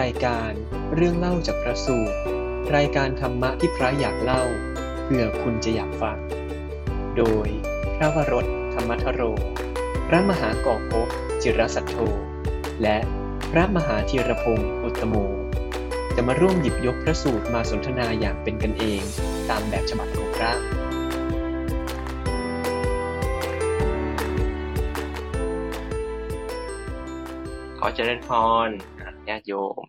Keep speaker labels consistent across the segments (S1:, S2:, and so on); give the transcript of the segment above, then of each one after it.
S1: รายการเรื่องเล่าจากพระสูตร รายการธรรมะที่พระอยากเล่าเผื่อคุณจะอยากฟัง โดยพระวรถธรรมทโร พระมหากอกภพจิรสัทโธ และพระมหาธีรพงศ์อุตตโม จะมาร่วมหยิบยกพระสูตรมาสนทนาอย่างเป็นกันเอง ตามแบบฉบับของพระ
S2: ขอเจริญพรญาติโยม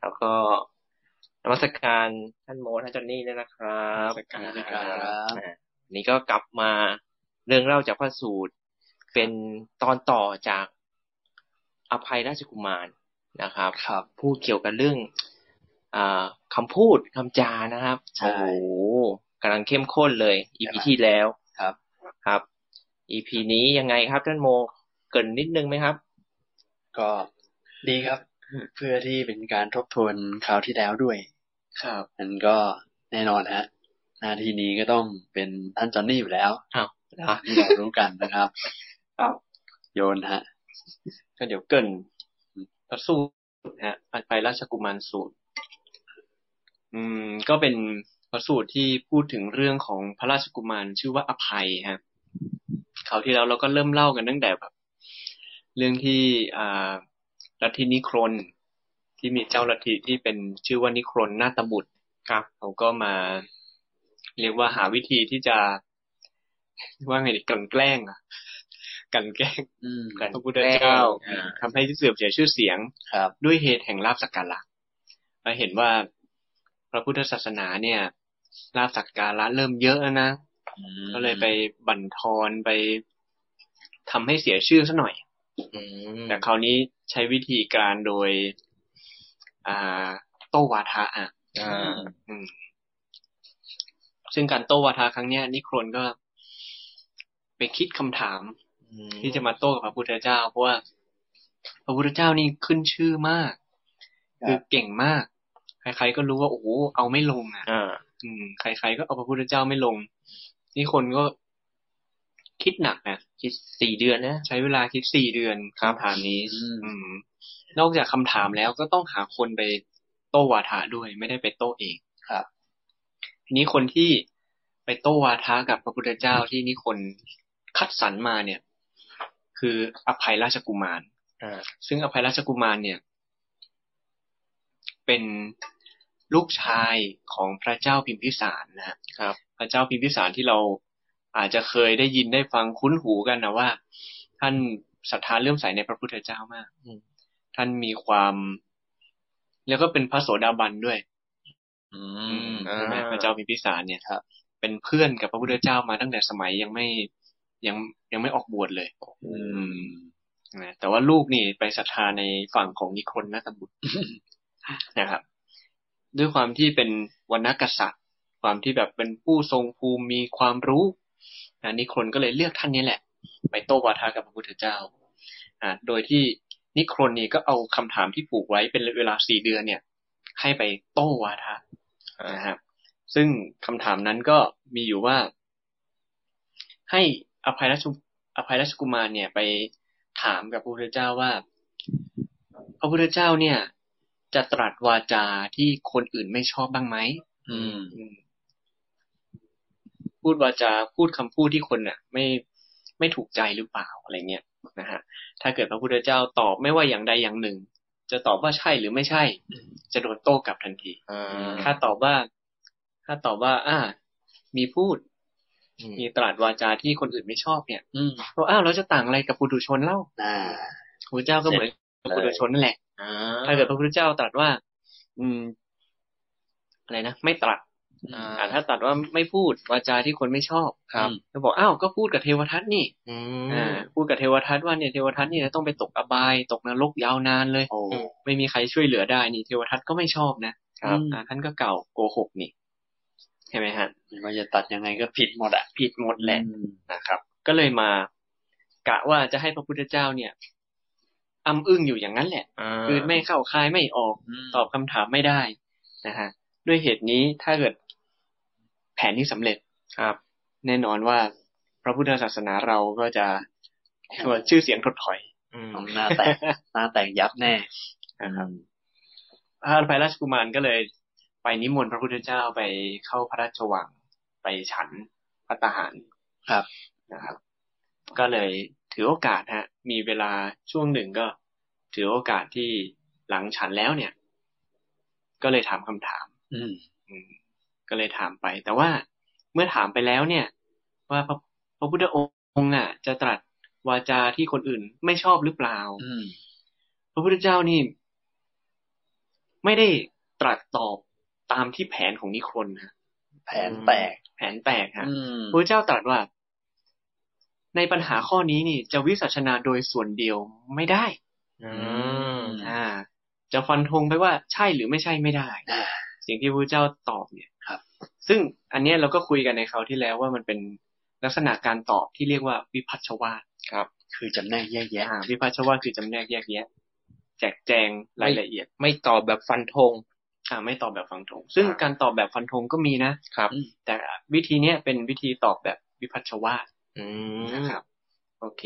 S2: แล้วก็นมัสการท่านโมท่านจอนนี่ด้วยนะครับ
S3: นมัสการครับ
S2: อ่าวันนี้ก็กลับมาเรื่องเล่าจากพระสูตร เป็นตอนต่อจากอภัยราชกุมารนะครับ
S3: ครับ
S2: พูดเกี่ยวกับเรื่องอาคำพูดคำจานะครับ
S3: ใช่
S2: โอ้โหกำลังเข้มข้นเลย EP
S3: ใช่
S2: ที่แล้ว
S3: ครับ
S2: ครับ EP นี้ยังไงครับท่านโมเกรินนิดนึงไหมครับ
S3: ก็ดีครับ เพื่อที่เป็นการทบทวนคราวที่แล้วด้วย
S2: ครับ
S3: มันก็แน่นอนฮะ หนาทีนี้ก็ต้องเป็นท่านจอนนี่อยู่แล้ว
S2: อ้าว
S3: นะที่เรารู้กันนะครับ
S2: ครับ
S3: โยนฮะ
S2: ก็เดี๋ยวเกรินพระสูตรนะฮะอภัยราชกุมารสูตร อืม ก็เป็นพระสูตรที่พูดถึงเรื่องของพระราชกุมารชื่อว่าอภัยฮะคราวที่แล้วเราก็เริ่มเล่ากันตั้งแต่แบบ เรื่องที่อ่าลัทธินิครน ที่มีเจ้าลัทธิที่เป็นชื่อว่านิครนนาตบุตรครับเขาก็มา เรียกว่าหาวิธีที่จะ ว่าไงดีกลันแกล้งอะกลันแกล้ง
S3: อืม
S2: พระพุทธเจ้า
S3: แกล้งอ่
S2: ทำให้เสื่อมเสียชื่อเสียง
S3: ครับ
S2: ด้วยเหตุแห่งลาบสักการะเราเห็นว่าพระพุทธศาสนาเนี่ยลาบสักการะเริ่มเยอะแล้วนะ
S3: อืม
S2: ก็เลยไปบั่นทอนไปทำให้เสียชื่อซะหน่อย
S3: อืม
S2: แต่คราวนี้ใช้วิธีการโดย อ่า โต้วาทะอ่ะ
S3: อ่า
S2: ซึ่งการโต้วาทะครั้งเนี้ยนิครนก็ไปคิดคำถาม ที่จะมาโต้กับพระพุทธเจ้า เพราะว่าพระพุทธเจ้านี่ขึ้นชื่อมาก
S3: ครับ
S2: คือเก่งมาก ใครๆก็รู้ว่าโอ้โหเอาไม่ลงอ่ะ อืม ใครๆก็เอาพระพุทธเจ้าไม่ลง นี่คนก็คิดหนักนะ
S4: คิดสี่เดือนนะ
S2: ใช้เวลาคิดสี่เดือนคำถามนี้
S3: อืม
S2: อืม นอกจากคำถามแล้วก็ต้องหาคนไปโต้วาทะด้วย ไม่ได้ไปโต้เอง
S3: ครับ
S2: ทีนี้คนที่ไปโต้วาทะกับพระพุทธเจ้าที่นี่คนคัดสรรมาเนี่ย คืออภัยราชกุมาร
S4: อ่า
S2: ซึ่งอภัยราชกุมารเนี่ย เป็นลูกชายของพระเจ้าพิมพิสารนะครับ พระเจ้าพิมพิสารที่เราอาจจะเคยได้ยินได้ฟังคุ้นหูกันนะว่า ท่านศรัทธาเลื่อมใสในพระพุทธเจ้ามาก
S4: อืม
S2: ท่านมีความ แล้วก็เป็นพระโสดาบันด้วย
S3: อื
S2: อื
S3: ม
S2: มใช่ไหม
S4: อ่า
S2: พระเจ้าพิมพิสารเนี่ย
S3: ครับ
S2: เป็นเพื่อนกับพระพุทธเจ้ามาตั้งแต่สมัยยังไม่ยังยังไม่ออกบวชเลย
S3: อืม
S2: นะแต่ว่าลูกนี่ไปศรัทธาในฝั่งของนิครนนาตบุตร นะครับ ด้วยความที่เป็นวรรณกษัตริย์ ความที่แบบเป็นผู้ทรงภูมิมีความรู้นะนิครนก็เลยเลือกท่านนี้แหละ ไปโต้วาทากับพระพุทธเจ้าอ่าโดยที่นิครนนี่ก็เอาคำถามที่ปลูกไว้เป็นเวลาสี่เดือนเนี่ย ให้ไปโต้วาทะนะครับ ซึ่งคำถามนั้นก็มีอยู่ว่า ให้อภัยราชอภัยราชกุมารเนี่ย ไปถามกับพระพุทธเจ้าว่า พระพุทธเจ้าเนี่ย จะตรัสวาจาที่คนอื่นไม่ชอบบ้างไหม
S3: อืม
S2: อืมพูดวาจาพูดคำพูดที่คนน่ะ ไม่ไม่ถูกใจหรือเปล่าอะไรเงี้ยนะฮะถ้าเกิดพระพุทธเจ้าตอบไม่ว่าอย่างใดอย่างหนึ่ง จะตอบว่าใช่หรือไม่ใช่ จะโดนโต้กลับทันที
S4: อ่า
S3: ม
S2: ถ้าตอบว่า ถ้าตอบว่า อ่า มีพูด
S4: อืม
S2: มีตลาดวาจาที่คนอื่นไม่ชอบเนี่ย
S3: อืม
S2: เราอ้าวเราจะต่างอะไรกับปุถุชนเล่า
S3: อ่า
S2: พระเจ้าก็เหมือนกับปุถุชนนั่นแหละ
S4: อ่า
S2: ถ้าเกิดพระพุทธเจ้าตรัสว่า อืม อะไรนะ ไม่ตรัส
S4: อ่า
S2: อ่าถ้าตรัสว่าไม่พูดวาจาที่คนไม่ชอบ
S4: ครับ
S2: ก็บอกอ้าวก็พูดกับเทวทัตนี่
S4: อื
S2: อ่าม พูดกับเทวทัตว่าเนี่ยเทวทัตเนี่ยต้องไปตกอบาย ตกนรกยาวนานเลย
S3: โอ้
S2: ไม่มีใครช่วยเหลือได้นี่ เทวทัตก็ไม่ชอบนะครับ อ่าท่านก็เก่าโกหกนี่ใช่ไหมฮะ
S3: ไม่ว่าจะตัดยังไงก็ผิดหมดอ่ะ
S2: ผิดหมดแหละ
S3: อืม
S2: นะครับ ก็เลยมากะว่าจะให้พระพุทธเจ้าเนี่ยอ้ำอึ้งอยู่อย่างนั้นแหละ
S4: อ่า
S2: คือไม่เข้าคายไม่ออก
S3: ม
S2: ตอบคำถามไม่ได้นะฮะด้วยเหตุนี้ถ้าเกิดแผนนี้สำเร็จ
S4: ครับ
S2: แน่นอนว่าพระพุทธศาสนาเราก็จะเรียกว่าชื่อเสียงถดถอย
S4: อืม
S3: หน้าแตก หน้าแตกยับแน่
S2: นะครับ พระอภัยราชกุมารก็เลย ไปนิมนต์พระพุทธเจ้าไปเข้าพระราชวังไปฉันพัตตาหาร
S3: ครับ
S2: นะครับ ก็เลยถือโอกาสฮะ มีเวลาช่วงหนึ่งก็ ถือโอกาสที่หลังฉันแล้วเนี่ย ก็เลยถามคำถาม
S3: อืม
S2: อืมก็เลยถามไป แต่ว่าเมื่อถามไปแล้วเนี่ย ว่าพระพระพุทธองค์อ่ะ จะตรัสวาจาที่คนอื่นไม่ชอบหรือเปล่า
S3: อืม
S2: พระพุทธเจ้านี่ ไม่ได้ตรัสตอบตามที่แผนของนิครนนะ
S3: แผนแตก
S2: แผนแตกฮะ
S3: อืม
S2: พระพุทธเจ้าตรัสว่า ในปัญหาข้อนี้นี่ จะวิสัชนาโดยส่วนเดียวไม่ได้
S1: อืม
S3: ม
S2: อ่า จะฟันธงไปว่าใช่หรือไม่ใช่ไม่ได้
S3: อ่า
S2: สิ่งที่พระเจ้าตอบเนี่ย
S3: ครับ
S2: ซึ่งอันเนี้ยเราก็คุยกันในคราวที่แล้วว่ามันเป็นลักษณะการตอบที่เรียกว่าวิพัชชวาท
S3: คือจำแนกแยกแยะ
S2: อ่าวิพัชชวาทคือจำแนกแยกแยะ แจกแจงรายละเอียด
S1: ไม่ตอบแบบฟันธง
S2: อ่าไม่ตอบแบบฟันธงซึ่ง
S1: อ่า
S2: การตอบแบบฟันธงก็มีนะครับ แต่วิธีเนี้ยเป็นวิธีตอบแบบวิพัชชวาท
S1: อื
S2: นะ
S1: ม
S2: ครับ โอเค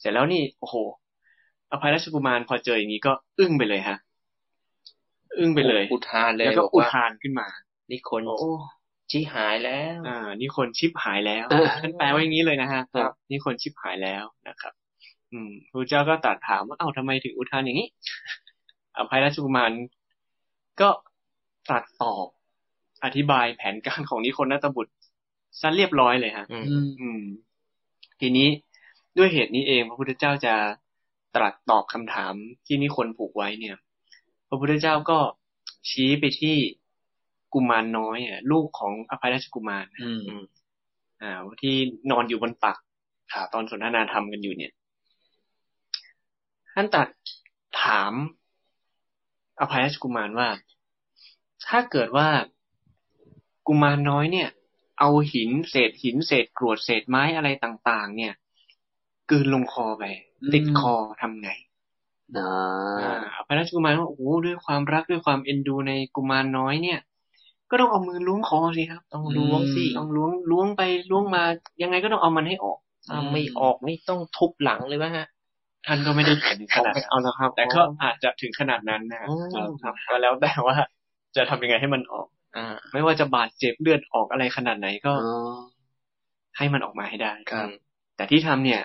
S2: เสร็จแล้วนี่โอ้โหอภัยราชกุมารพอเจออย่างนี้ก็อึ้งไปเลยฮะ อึ้งไปเลย
S1: อุทานเลย
S2: แล้วก็
S1: บ
S2: อุ
S1: ว่า
S2: ทานขึ้นมา
S1: นี่คน
S2: โอ้
S1: ชี้หายแล้ว
S2: อ่านี่คนชิปหายแล้ว
S3: เออ
S2: ฉันแปลไว้อย่างนี้เลยนะฮะ
S1: ครับ
S2: นี่คนชิปหายแล้วนะครับ อืมพระเจ้าก็ตรัดถามว่าเอ้าทำไมถึงอุทานอย่างนี้ อภัยราชกุมารก็ตรัสตอบ อธิบายแผนการของนิคนนัตบุตรซะเรียบร้อยเลยฮะ
S1: อืม
S3: อืม
S2: อืม ทีนี้ด้วยเหตุนี้เองพระพุทธเจ้าจะตรัสตอบคำถามที่นิคนผูกไว้เนี่ย พระพุทธเจ้าก็ชี้ไปที่กุมารน้อยอ่ะลูกของอภัยราชกุมาร
S3: อืม
S2: อ่าที่นอนอยู่บนตัก
S3: ครับ
S2: ตอนสนทนาธรรมกันอยู่เนี่ย ท่านตรัดถาม อภัยราชกุมารว่า ถ้าเกิดว่ากุมารน้อยเนี่ย เอาหินเศษหินเศษกรวดเศษไม้อะไรต่าง ๆ เนี่ยกลืนลงคอไป ติดคอทำไง
S3: นะ
S2: อ่าอภัยราชกุมารว่าโอ้โหด้วยความรักด้วยความเอ็นดูในกุมารน้อยเนี่ย ก็ต้องเอามือล้วงคอสิครับ ต้องล้วงสิต้องล้วงล้วงไปล้วงมา ยังไงก็ต้องเอามันให้ออก
S1: ถ้าไม่ออกไม่ต้องทุบหลังเลยไหมฮะ
S2: ท่านก็ไม่ได้ถึงขนาดนั้น
S1: เอาละครับ
S2: แต่ก็อาจจะถึงขนาดนั้นนะค
S1: อืม
S2: รับครับก็แล้วแต่ว่าจะทำยังไงให้มันออก
S1: อ่า
S2: ไม่ว่าจะบาดเจ็บเลือดออกอะไรขนาดไหนก็
S3: อ๋อ
S2: ให้มันออกมาให้ได้
S3: ครับ
S2: แต่ที่ทำเนี่ย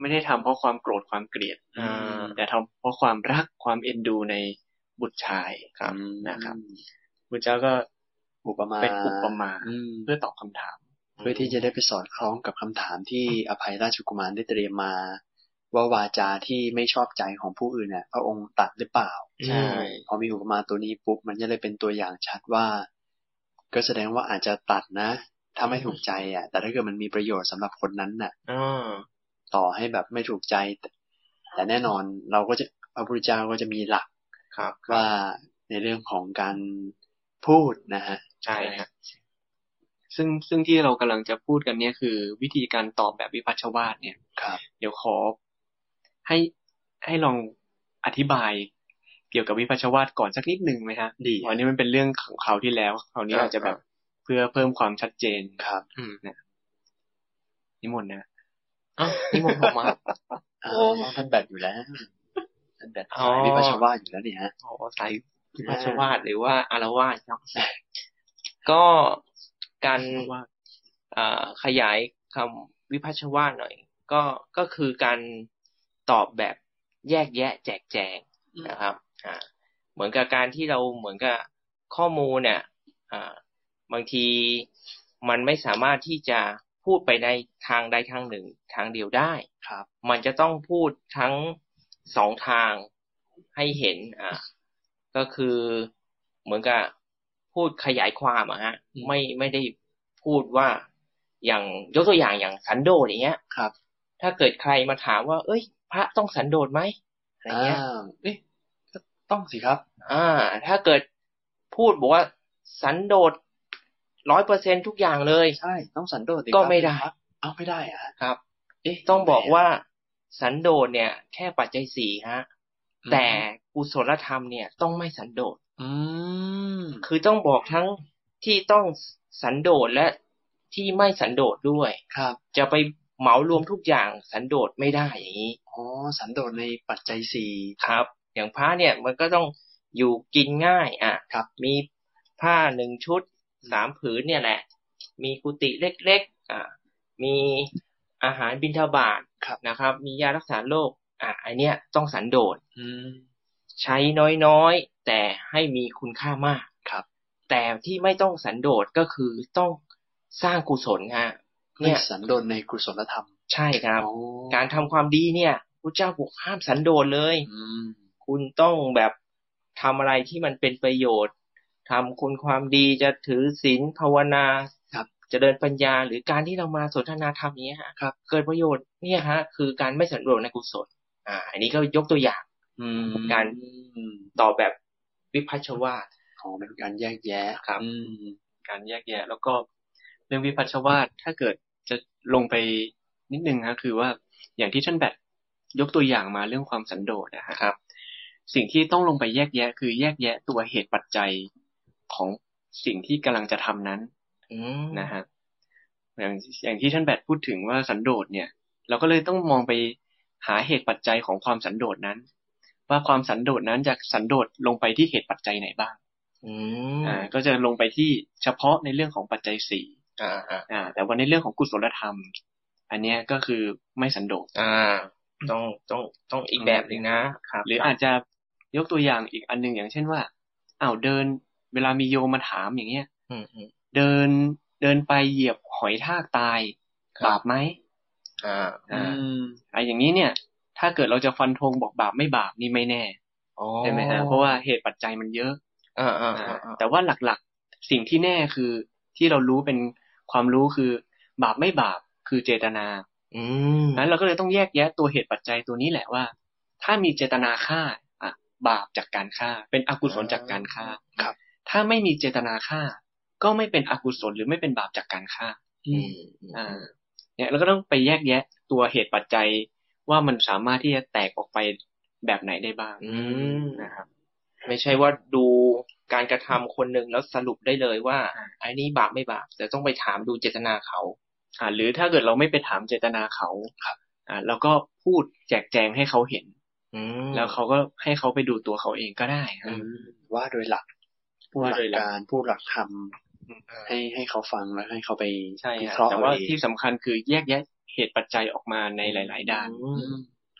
S2: ไม่ได้ทำเพราะความโกรธความเกลียด
S1: อ่า
S2: แต่ทำเพราะความรักความเอ็นดูในบุตรชาย นะครับ พระเจ้าก็
S3: อุปมา
S2: เป็นอุปมา
S3: อืม
S2: เพื่อตอบคำถาม
S3: เพื่อที่จะได้ไปสอดคล้องกับคำถามที่อภัยราชกุมารได้เตรียมมา ว่าวาจาที่ไม่ชอบใจของผู้อื่นเนี่ยพระองค์ตัดหรือเปล่า
S2: ใช่
S3: พอมีอุปมาตัวนี้ปุ๊บมันจะเลยเป็นตัวอย่างชัดว่า ก็แสดงว่าอาจจะตัดนะ ถ้าไม่ถูกใจอ่ะ แต่ถ้าเกิดมันมีประโยชน์สำหรับคนนั้นน่ะ
S1: อ่า
S3: ต่อให้แบบไม่ถูกใจ แต่แต่แน่นอนเราก็จะพระพุทธเจ้าก็จะมีหลัก
S1: ครับ
S3: ว่าในเรื่องของการพูดนะฮะ
S1: ใช่ครับ
S2: ซึ่งซึ่งที่เรากำลังจะพูดกันเนี่ยคือ วิธีการตอบแบบวิพัชชวาทเนี่ย
S3: ครับ
S2: เดี๋ยวขอให้ให้ลองอธิบาย เกี่ยวกับวิพัชชวาทก่อนสักนิดหนึ่งไหมฮะ
S3: ดี
S2: อันนี้มันเป็นเรื่องของเขาวที่แล้วคราวนี้
S1: ครับ
S2: อาจจะแบบเพื่อเพิ่มความชัดเจน
S3: ครับ
S1: อืม
S2: นิมนต์นะ
S1: เอ้านี่มนต์ผมมาครับ
S3: อ่าท่านแบตอยู่แล้วท่านแบต
S1: อ๋อ
S3: สายวิปัสสาวะอยู่แล้วนี่ฮะ
S1: อ๋อสายราชวาดหรือว่าอารวาสครับ
S3: อ่า
S1: ก็การ
S2: เพราะว่า
S1: อ่าขยายคำวิพัชวาทหน่อย ก็ก็คือการตอบแบบแยกแยะแจกแจงนะครับอ่าเหมือนกับการที่เราเหมือนกับข้อมูลเนี่ยอ่าบางทีมันไม่สามารถที่จะพูดไปในทางใดทางหนึ่งทางเดียวได้
S3: ครับ
S1: มันจะต้องพูดทั้งสองทางให้เห็นอ่ะก็คือเหมือนกับพูดขยายความอะฮะ
S3: อืม
S1: ไม่ไม่ได้พูดว่าอย่างยกตัวอย่างอย่างสันโดษอย่างเงี้ย
S3: ครับ
S1: ถ้าเกิดใครมาถามว่า เอ้ย พระต้องสันโดษไหมอะไร
S3: อ่า
S1: เงี้ย
S3: เอ๊ะก็ต้องสิครับ
S1: อ่า ถ้าเกิดพูดบอกว่าสันโดษร้อยเปอร์เซ็นทุกอย่างเลย
S3: ใช่ ต้องสันโดษสิ
S1: ก็ไม่ได้
S3: ครับเอาไม่ได้อะฮะ
S1: ครับ
S3: เอ๊ะ
S1: ต้องบอกว่าสันโดษเนี่ย แค่ปัจจัยสี่ฮะ
S3: อืม
S1: แต่กุศลธรรมเนี่ยต้องไม่สันโดษ
S3: อืม
S1: คือต้องบอกทั้งที่ต้องสันโดษและที่ไม่สันโดษด้วย
S3: ครับ
S1: จะไปเหมารวมทุกอย่างสันโดษไม่ได้อย่างนี้
S3: อ๋อ สันโดษในปัจจัยสี่
S1: ครับ อย่างพระเนี่ยมันก็ต้อง อยู่กินง่าย อ่ะ
S3: ครับ
S1: มีผ้าหนึ่งชุดสามผืนเนี่ยแหละ มีกุฏิเล็กๆอ่ะมีอาหารบิณฑบาต
S3: ครับ
S1: นะครับ มียารักษาโรคอ่ะอันเนี้ยต้องสันโดษ
S3: อืม
S1: ใช้น้อยๆ แต่ให้มีคุณค่ามาก
S3: ครับ
S1: แต่ที่ไม่ต้องสันโดษก็คือต้องสร้างกุศลฮะ
S3: เนี่
S1: เนี่ย ย
S3: สันโดษในกุศลธรรม
S1: ใช่ครับ
S3: อ๋อ
S1: การทำความดีเนี่ยพระเจ้าบอกห้ามสันโดษเลย
S3: อืม
S1: คุณต้องแบบทำอะไรที่มันเป็นประโยชน์ทำคุณความดีจะถือศีลภาวนา
S3: ครับ
S1: เจริญปัญญา หรือการที่เรามาสนทนาธรรมนี้ยฮะ
S3: ครับ
S1: เกิดประโยชน์เนี่ยฮะ คือการไม่สันโดษในกุศล อ่า อันนี้ก็ยกตัวอย่าง
S3: อืม
S1: การ
S3: อืม
S1: ต่อแบบวิพัชชวาท
S3: อ๋อเป็นการแยกแยะ
S1: ครับ
S3: อืม
S2: การแยกแยะ แล้วก็เรื่องวิพัชชวาทถ้าเกิดจะลงไปนิดนึงนะคือว่าอย่างที่ท่านแบทยกตัวอย่างมาเรื่องความสันโดษนะฮะ
S1: ครับ
S2: สิ่งที่ต้องลงไปแยกแยะ คือแยกแยะตัวเหตุปัจจัยของสิ่งที่กำลังจะทำนั้น
S1: อืม
S2: นะฮะอย่างอย่างที่ท่านแบทพูดถึงว่าสันโดษเนี่ย เราก็เลยต้องมองไปหาเหตุปัจจัยของความสันโดษนั้น ว่าความสันโดษนั้นจะสันโดษลงไปที่เหตุปัจจัยไหนบ้าง
S1: อืม
S2: อ่าก็จะลงไปที่เฉพาะในเรื่องของปัจจัยสี่
S1: อ่าอ่า
S2: อ่า แต่ว่าในเรื่องของกุศลธรรม อันเนี้ยก็คือไม่สันโดษ
S1: อ่า ต้องต้องต้องอีกแบบหนึ่งนะครับ
S2: หรืออาจจะยกตัวอย่างอีกอันหนึ่งอย่างเช่นว่าอ้าวเดิน เวลามีโยมมาถามอย่างเงี้ย
S1: อืมอืม
S2: เดินเดินไปเหยียบหอยทากตายบาปไหม
S1: อ่า
S2: อ่าอ่ะอย่างนี้เนี่ย ถ้าเกิดเราจะฟันธงบอกบาปไม่บาปนี่ไม่แน่
S1: อ๋อ
S2: ใช่ไหมฮะเพราะว่าเหตุปัจจัยมันเยอะ
S1: อ่าอ่า
S2: อ่า
S1: อ่าอ่า
S2: แต่ว่าหลักๆ สิ่งที่แน่คือที่เรารู้เป็นความรู้คือ บาปไม่บาปคือเจตนา
S1: อืม
S2: นั้นเราก็เลยต้องแยกแยะตัวเหตุปัจจัยตัวนี้แหละว่า ถ้ามีเจตนาฆ่าอ่ะบาปจากการฆ่า เป็นอกุศลจากการฆ่า
S3: ครับ
S2: ถ้าไม่มีเจตนาฆ่า ก็ไม่เป็นอกุศลหรือไม่เป็นบาปจากการฆ่า
S1: อืมอืม
S2: อ่าเนี่ยเราก็ต้องไปแยกแยะตัวเหตุปัจจัยว่ามันสามารถที่จะแตกออกไปแบบไหนได้บ้าง
S1: อืม
S2: นะครับ
S1: ไม่ใช่ว่าดูการกระทำคนหนึ่งแล้วสรุปได้เลยว่าไอ้นี่บาปไม่บาปแต่ต้องไปถามดูเจตนาเขา
S2: อ่า หรือถ้าเกิดเราไม่ไปถามเจตนาเขาอ่าเราก็พูดแจกแจงให้เขาเห็น
S1: อืม
S2: แล้วเขาก็ให้เขาไปดูตัวเขาเองก็ได้ครับ
S3: ว่าโดยหลักผู้ห
S2: ว่า
S3: ลั
S2: โด
S3: ก
S2: ยหลัก
S3: การผู้หลักธรรม
S1: อ่า
S3: ให้ให้เขาฟังแล้วให้เขาไป
S2: ใช่
S3: วิ
S2: ครับ
S3: เคราะห์
S2: แต่
S3: เอ
S2: ว่า
S3: เอง
S2: ที่สำคัญคือแยกแยะเหตุปัจจัยออกมาในหลาย ๆ ด้าน
S1: อืม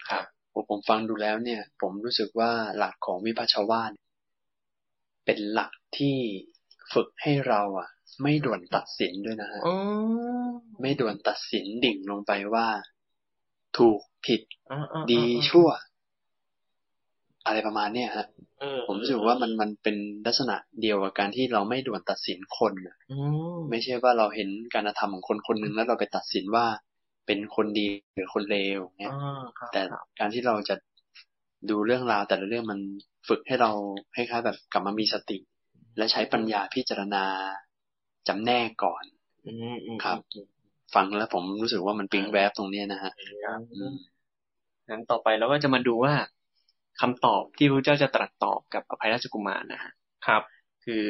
S2: ครับ
S3: ผมผมฟังดูแล้วเนี่ย ผมรู้สึกว่าหลักของวิพัชชวาทเป็นหลักที่ฝึกให้เราอ่ะ ไม่ด่วนตัดสินด้วยนะฮะ
S1: อืม
S3: ไม่ด่วนตัดสินดิ่งลงไปว่า ถูกผิด
S1: อ่าอ่าอ่า
S3: ดีชั่ว อะไรประมาณเนี้ยฮะ
S1: เออ
S3: ผมรู้สึกว่ามันมันเป็นลักษณะเดียวกับการที่เราไม่ด่วนตัดสินคนน่ะ
S1: อืม
S3: ไม่ใช่ว่าเราเห็นการกระทำของคนคนหนึ่งแล้วเราไปตัดสินว่าเป็นคนดีหรือคนเลวเนี่ย
S1: อ่าครับ
S3: แต่การที่เราจะดูเรื่องราวแต่ละเรื่องมันฝึกให้เราคล้ายๆแบบกลับมามีสติ และใช้ปัญญาพิจารณาจำแนกก่อน
S1: อืมอืม
S3: ครับ ฟังแล้วผมรู้สึกว่ามันปิ๊งแวบตรงเนี้ยนะฮะอืม
S2: งั้นต่อไปเราก็จะมาดูว่าคำตอบที่พระเจ้าจะตรัสตอบกับอภัยราชกุมารนะฮะ
S1: ครับ
S2: คือ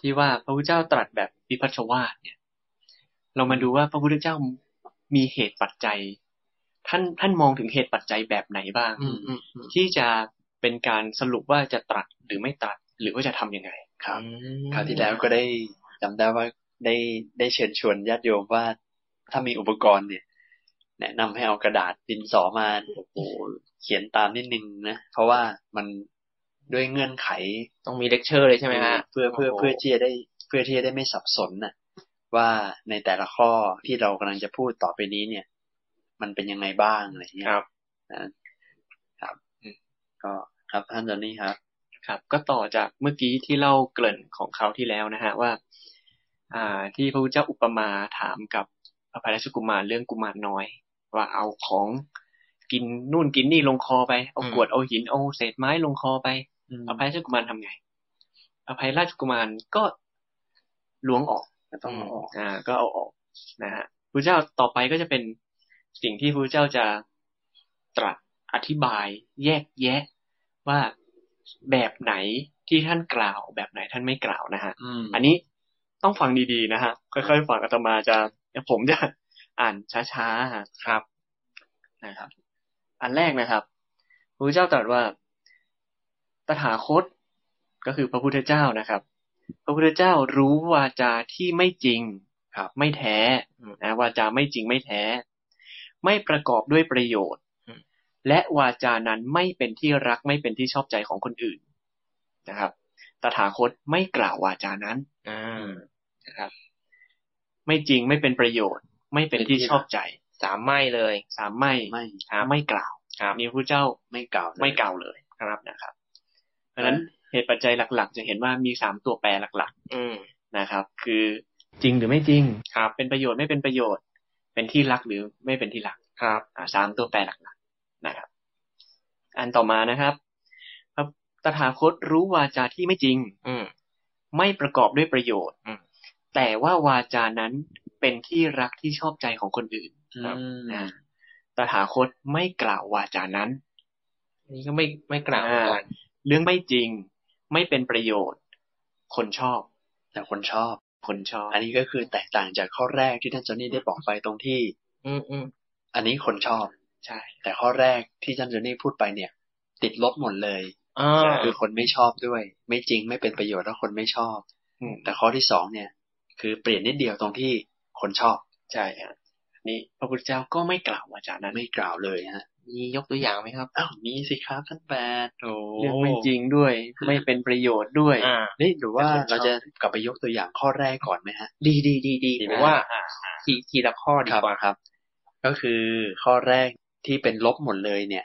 S2: ที่ว่าพระพุทธเจ้าตรัสแบบวิพัชชวาทเนี่ย เรามาดูว่าพระพุทธเจ้ามีเหตุปัจจัย ท่านท่านมองถึงเหตุปัจจัยแบบไหนบ้าง
S1: อืมอืมอืม
S2: ที่จะเป็นการสรุปว่าจะตรัสหรือไม่ตรัสหรือว่าจะทำยังไง
S3: ครับ
S1: อืม
S3: คราวที่แล้วก็ได้จำได้ว่าได้ได้เชิญชวนญาติโยมว่าถ้ามีอุปกรณ์เนี่ย แนะนำให้เอากระดาษดินสอมาโอ้โหเขียนตามนิดนึงนะ เพราะว่ามันด้วยเงื่อนไข
S1: ต้องมีเลคเชอร์เลยใช่ไหมฮะ
S3: เพื่อเพื่อ
S1: โโห
S3: เพื่อที่จะได้เพื่อที่จะได้ไม่สับสนน่ะ ว่าในแต่ละข้อที่เรากำลังจะพูดต่อไปนี้เนี่ย มันเป็นยังไงบ้างอะไรเงี้ย
S1: ครับ
S3: ครับก็ครับท่านจอนนี่ครับ
S2: ครับ ก็ต่อจากเมื่อกี้ที่เล่าเกริ่นของคราวที่แล้วนะฮะว่า อ่า ที่พระพุทธเจ้าอุปมาถามกับพระพายราชกุมารเรื่องกุมารน้อย ว่าเอาของกินนู่นกินนี่ลงคอไปเอากรวดเอาหินเอาเศษไม้ลงคอไป อภัยราชกุมารทำไง อภัยราชกุมารก็ล้วงออก
S3: ต้องเอาออก
S2: อ่า ก็เอาออกนะฮะพระเจ้าต่อไปก็จะเป็นสิ่งที่พระเจ้าจะตรัสอธิบายแยกแยะว่าแบบไหนที่ท่านกล่าว แบบไหนท่านไม่กล่าวนะฮะ
S3: อืม
S2: อันนี้ต้องฟังดีๆนะฮะ ค่อยๆฟังอาตมาจะผมจะอ่านช้าๆฮะ
S1: ครับ
S2: นะครับ อันแรกนะครับพระเจ้าตรัสว่า ตถาคต
S5: ก็คือพระพุทธเจ้านะครับ พระพุทธเจ้ารู้วาจาที่ไม่จริง
S3: ครับ
S5: ไม่แท้นะวาจาไม่จริงไม่แท้ ไม่ประกอบด้วยประโยชน์ และวาจานั้นไม่เป็นที่รักไม่เป็นที่ชอบใจของคนอื่นนะครับ ตถาคตไม่กล่าววาจานั้น
S2: อ่า
S5: นะครับ ไม่จริงไม่เป็นประโยชน์ ไม่เป็นที่ชอบใจ
S2: สามไม่เลย
S5: สามไม่
S3: ไม่
S5: ครับไม่กล่าว
S2: ครับ
S5: นี่พระเจ้า
S3: ไม่กล่าวเลย
S5: ไม่กล่าวเลยครับนะครับ เพราะฉะนั้นเหตุปัจจัยหลัก ๆ จะเห็นว่ามีสามตัวแปรหลัก
S2: อืม
S5: ๆนะครับ คือจริงหรือไม่จริง
S2: ครับ
S5: เป็นประโยชน์ไม่เป็นประโยชน์ เป็นที่รักหรือไม่เป็นที่รัก
S2: ครับ
S5: อ่าสามตัวแปรหลักๆนะครับ อันต่อมานะครับพระตถาคตรู้วาจาที่ไม่จริง
S2: อืม
S5: ไม่ประกอบด้วยประโยชน์
S2: อืม
S5: แต่ว่าวาจานั้นเป็นที่รักที่ชอบใจของคนอื่นครับ
S3: อืม
S5: นะตถาคตไม่กล่าววาจานั้น
S2: อันนี่ก็ไม่ไม่กล่าว
S5: อ่า
S2: กัน
S5: เรื่องไม่จริง ไม่เป็นประโยชน์ คนชอบ
S3: แต่คนชอบ
S5: คนชอบ
S3: อันนี้ก็คือแตกต่างจากข้อแรกที่ท่านจอห์นนี่ได้บอกไปตรงที่
S2: อืมอืม
S3: อันนี้คนชอบ
S5: ใช่
S3: แต่ข้อแรกที่ท่านจอห์นนี่พูดไปเนี่ย ติดลบหมดเลย
S2: อ่า
S3: คือคนไม่ชอบด้วย ไม่จริงไม่เป็นประโยชน์แล้วคนไม่ชอบ
S5: อืม
S3: แต่ข้อที่สองเนี่ย คือเปลี่ยนนิดเดียวตรงที่คนชอบ
S5: ใช่ฮะนี่พระพุทธเจ้าก็ไม่กล่าววาจานั้น
S3: ไม่กล่าวเลยฮะ
S2: มียกตัวอย่างไหมครับ
S3: อ้าวมีสิครับท่านแปดโอ้
S5: เรื่องไม่จริงด้วย ไม่เป็นประโยชน์ด้วย
S2: อ่า
S3: นี่หรือว่า
S5: แต่คนชอบ
S3: เราจะกลับไปยกตัวอย่างข้อแรกก่อนไหมฮะ
S2: ดีดีดีดี
S3: ดีไห
S2: ผม มว่าทีทีละข้อดีกว่า
S3: ครับ ก็คือข้อแรกที่เป็นลบหมดเลยเนี่ย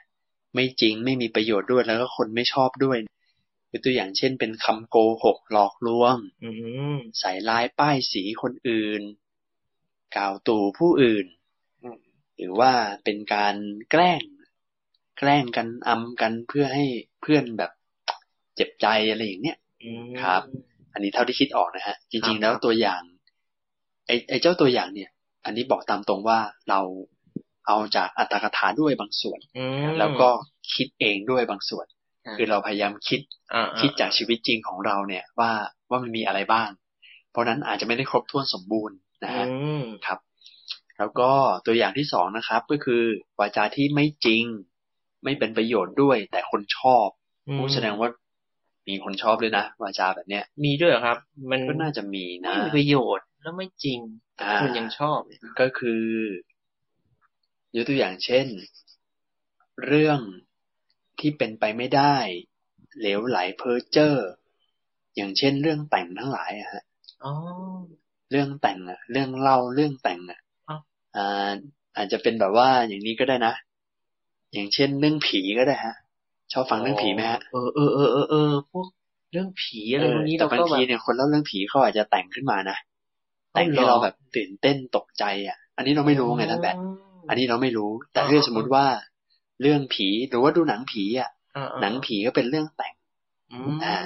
S3: ไม่จริงไม่มีประโยชน์ด้วยแล้วก็คนไม่ชอบด้วยยกตัวอย่างเช่น เป็นคำโกหกหลอกลวง
S2: อืม
S3: ใส่ร้ายป้ายสีคนอื่น กล่าวตู่ผู้อื่น
S5: อืม
S3: หรือว่าเป็นการแกล้ง แกล้งกันอำกันเพื่อให้เพื่อนแบบเจ็บใจอะไรอย่างเนี้ย
S2: อืม
S3: ครับ อันนี้เท่าที่คิดออกนะฮะ
S2: ค
S3: จ
S2: รั
S3: ริง
S2: บ
S3: ๆ แล้วตัวอย่าง ไอ้ไอ้เจ้าตัวอย่างเนี่ย อันนี้บอกตามตรงว่าเราเอาจากอัตถกถาด้วยบางส่วน
S2: อืม
S3: แล้วก็คิดเองด้วยบางส่วน
S5: อ่า
S3: คือเราพยายามคิด
S2: อ่า
S3: คิดจากชีวิตจริงของเราเนี่ยว่าว่ามันมีอะไรบ้าง เพราะนั้นอาจจะไม่ได้ครบถ้วนสมบูรณ์นะฮะ
S2: อืม
S3: ครับ แล้วก็ตัวอย่างที่สองนะครับ ก็คือวาจาที่ไม่จริง ไม่เป็นประโยชน์ด้วย แต่คนชอบผู้แสดงว่ามีคนชอบด้วยนะวาจาแบบเนี้ย
S2: มีด้วยเหรอครับ มัน
S3: ก็น่าจะมีนะ
S2: ไม่มีประโยชน์แล้วไม่จริง
S3: อ่า
S2: คนยังชอบเลย
S3: ก็คือยกตัวอย่างเช่น เรื่องที่เป็นไปไม่ได้ เหลวไหลเพ้อเจ้ออย่างเช่น เรื่องแต่งทั้งหลายอะฮะ
S2: อ๋อ
S3: เรื่องแต่งอะเรื่องเล่าเรื่องแต่งอะ
S2: อ้าว
S3: อ่า อาจจะเป็นแบบว่าอย่างนี้ก็ได้นะ อย่างเช่นเรื่องผีก็ได้ฮะ ชอบฟังเรื่องผีไหมฮะ
S2: เออเออเออเออเออพวกเรื่องผีอะไรพวกนี้
S3: เอ
S2: เรา
S3: อแต่บาง
S2: ก็แบ
S3: ที
S2: บ
S3: เนี่ยคนเล่าเรื่องผีเขาอาจจะแต่งขึ้นมานะ
S2: อ้าว
S3: แต่งให้
S2: เหรอ
S3: เราแบบตื่นเต้นตกใจอ่ะ อันนี้เราไม่รู้ไงท่านแบบอันนี้เราไม่รู้ แต่ถ้าสมมติว่า เรื่องผีหรือว่าดูหนังผีอ่ะ
S2: อ่าอ่า
S3: หนังผีก็เป็นเรื่องแต่ง
S2: อืม
S3: อ่า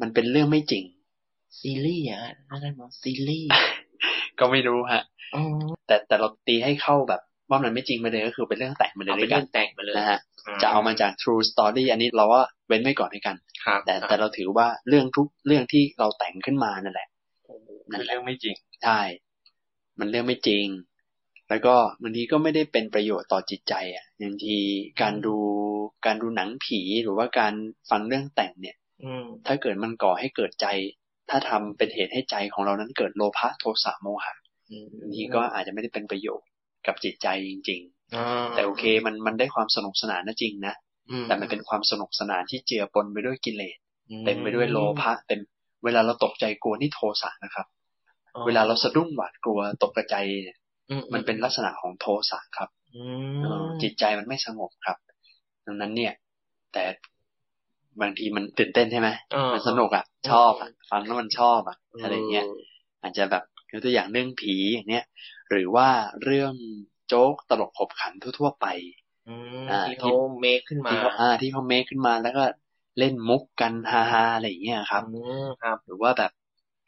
S3: มันเป็นเรื่องไม่จริง
S2: ซีรีส์อ่ะอะไรมาซีรีส์
S3: ก็ไม่รู้ฮะ
S2: อ๋อ
S3: แต่แต่เราตีให้เข้าแบบว่ามันไม่จริงไปเลยก็คือเป็นเรื่องแต่งมาเลย
S2: เอาไป
S3: ด้วยกั
S2: เรื่
S3: น
S2: องแต่งมาเลย
S3: นะฮะ จะเอามาจาก True Story อันนี้เราว่าเว้นไว้ก่อนด้วยกัน
S2: ครับ
S3: แต่แต่เราถือว่าเรื่องทุกเรื่องที่เราแต่งขึ้นมานั่นแหละ นั่นแหละ
S5: เรื่องไม่จริง
S3: ใช่มันเรื่องไม่จริง แล้วก็บางทีก็ไม่ได้เป็นประโยชน์ต่อจิตใจอ่ะบางทีการดูการดูหนังผีหรือว่าการฟังเรื่องแต่งเนี่ย
S2: อืม
S3: ถ้าเกิดมันก่อให้เกิดใจ ถ้าทำเป็นเหตุให้ใจของเรานั้นเกิดโลภะโทสะโมหะ
S2: อืม
S3: บางทีก็อาจจะไม่ได้เป็นประโยชน์กับจิตใจจริง
S2: อ่า
S3: ๆ แต่โอเคมันมันได้ความสนุกสนานนะจริงนะ
S2: อื
S3: แต่มันเป็นความสนุกสนานที่เจือปนไปด้วยกิเลส
S2: อื
S3: เต็มไปด้วยโลภะเต็มเวลาเราตกใจกลัวนี่โทสะนะครับ
S2: อ๋อ
S3: เวลาเราสะดุ้งหวาดกลัวตกกระใจเนี่ย
S2: อื
S3: มันเป็นลักษณะของโทสะครับ
S2: อื
S3: เออ
S2: ม
S3: จิตใจมันไม่สงบครับ ดังนั้นเนี่ย แต่บางทีมันตื่นเต้นใช่ไหม
S2: เออ
S3: มันสนุกอ่ะชอบอ่ะฟังแล้วมันชอบอ่ะอะไรเงี้ยอาจจะแบบยกตัวอย่างเรื่องผีอย่างเนี้ยหรือว่าเรื่องโจ๊กตลกขบขันทั่วๆไป
S2: อืม
S3: อ่า
S2: ที่เขาเมคขึ้นมา
S3: ที่เขาอ่าที่เขาเมคขึ้นมาแล้วก็เล่นมุกกันฮาๆอะไรอย่างเงี้ยครับ
S2: อืมครับ
S3: หรือว่าแบบ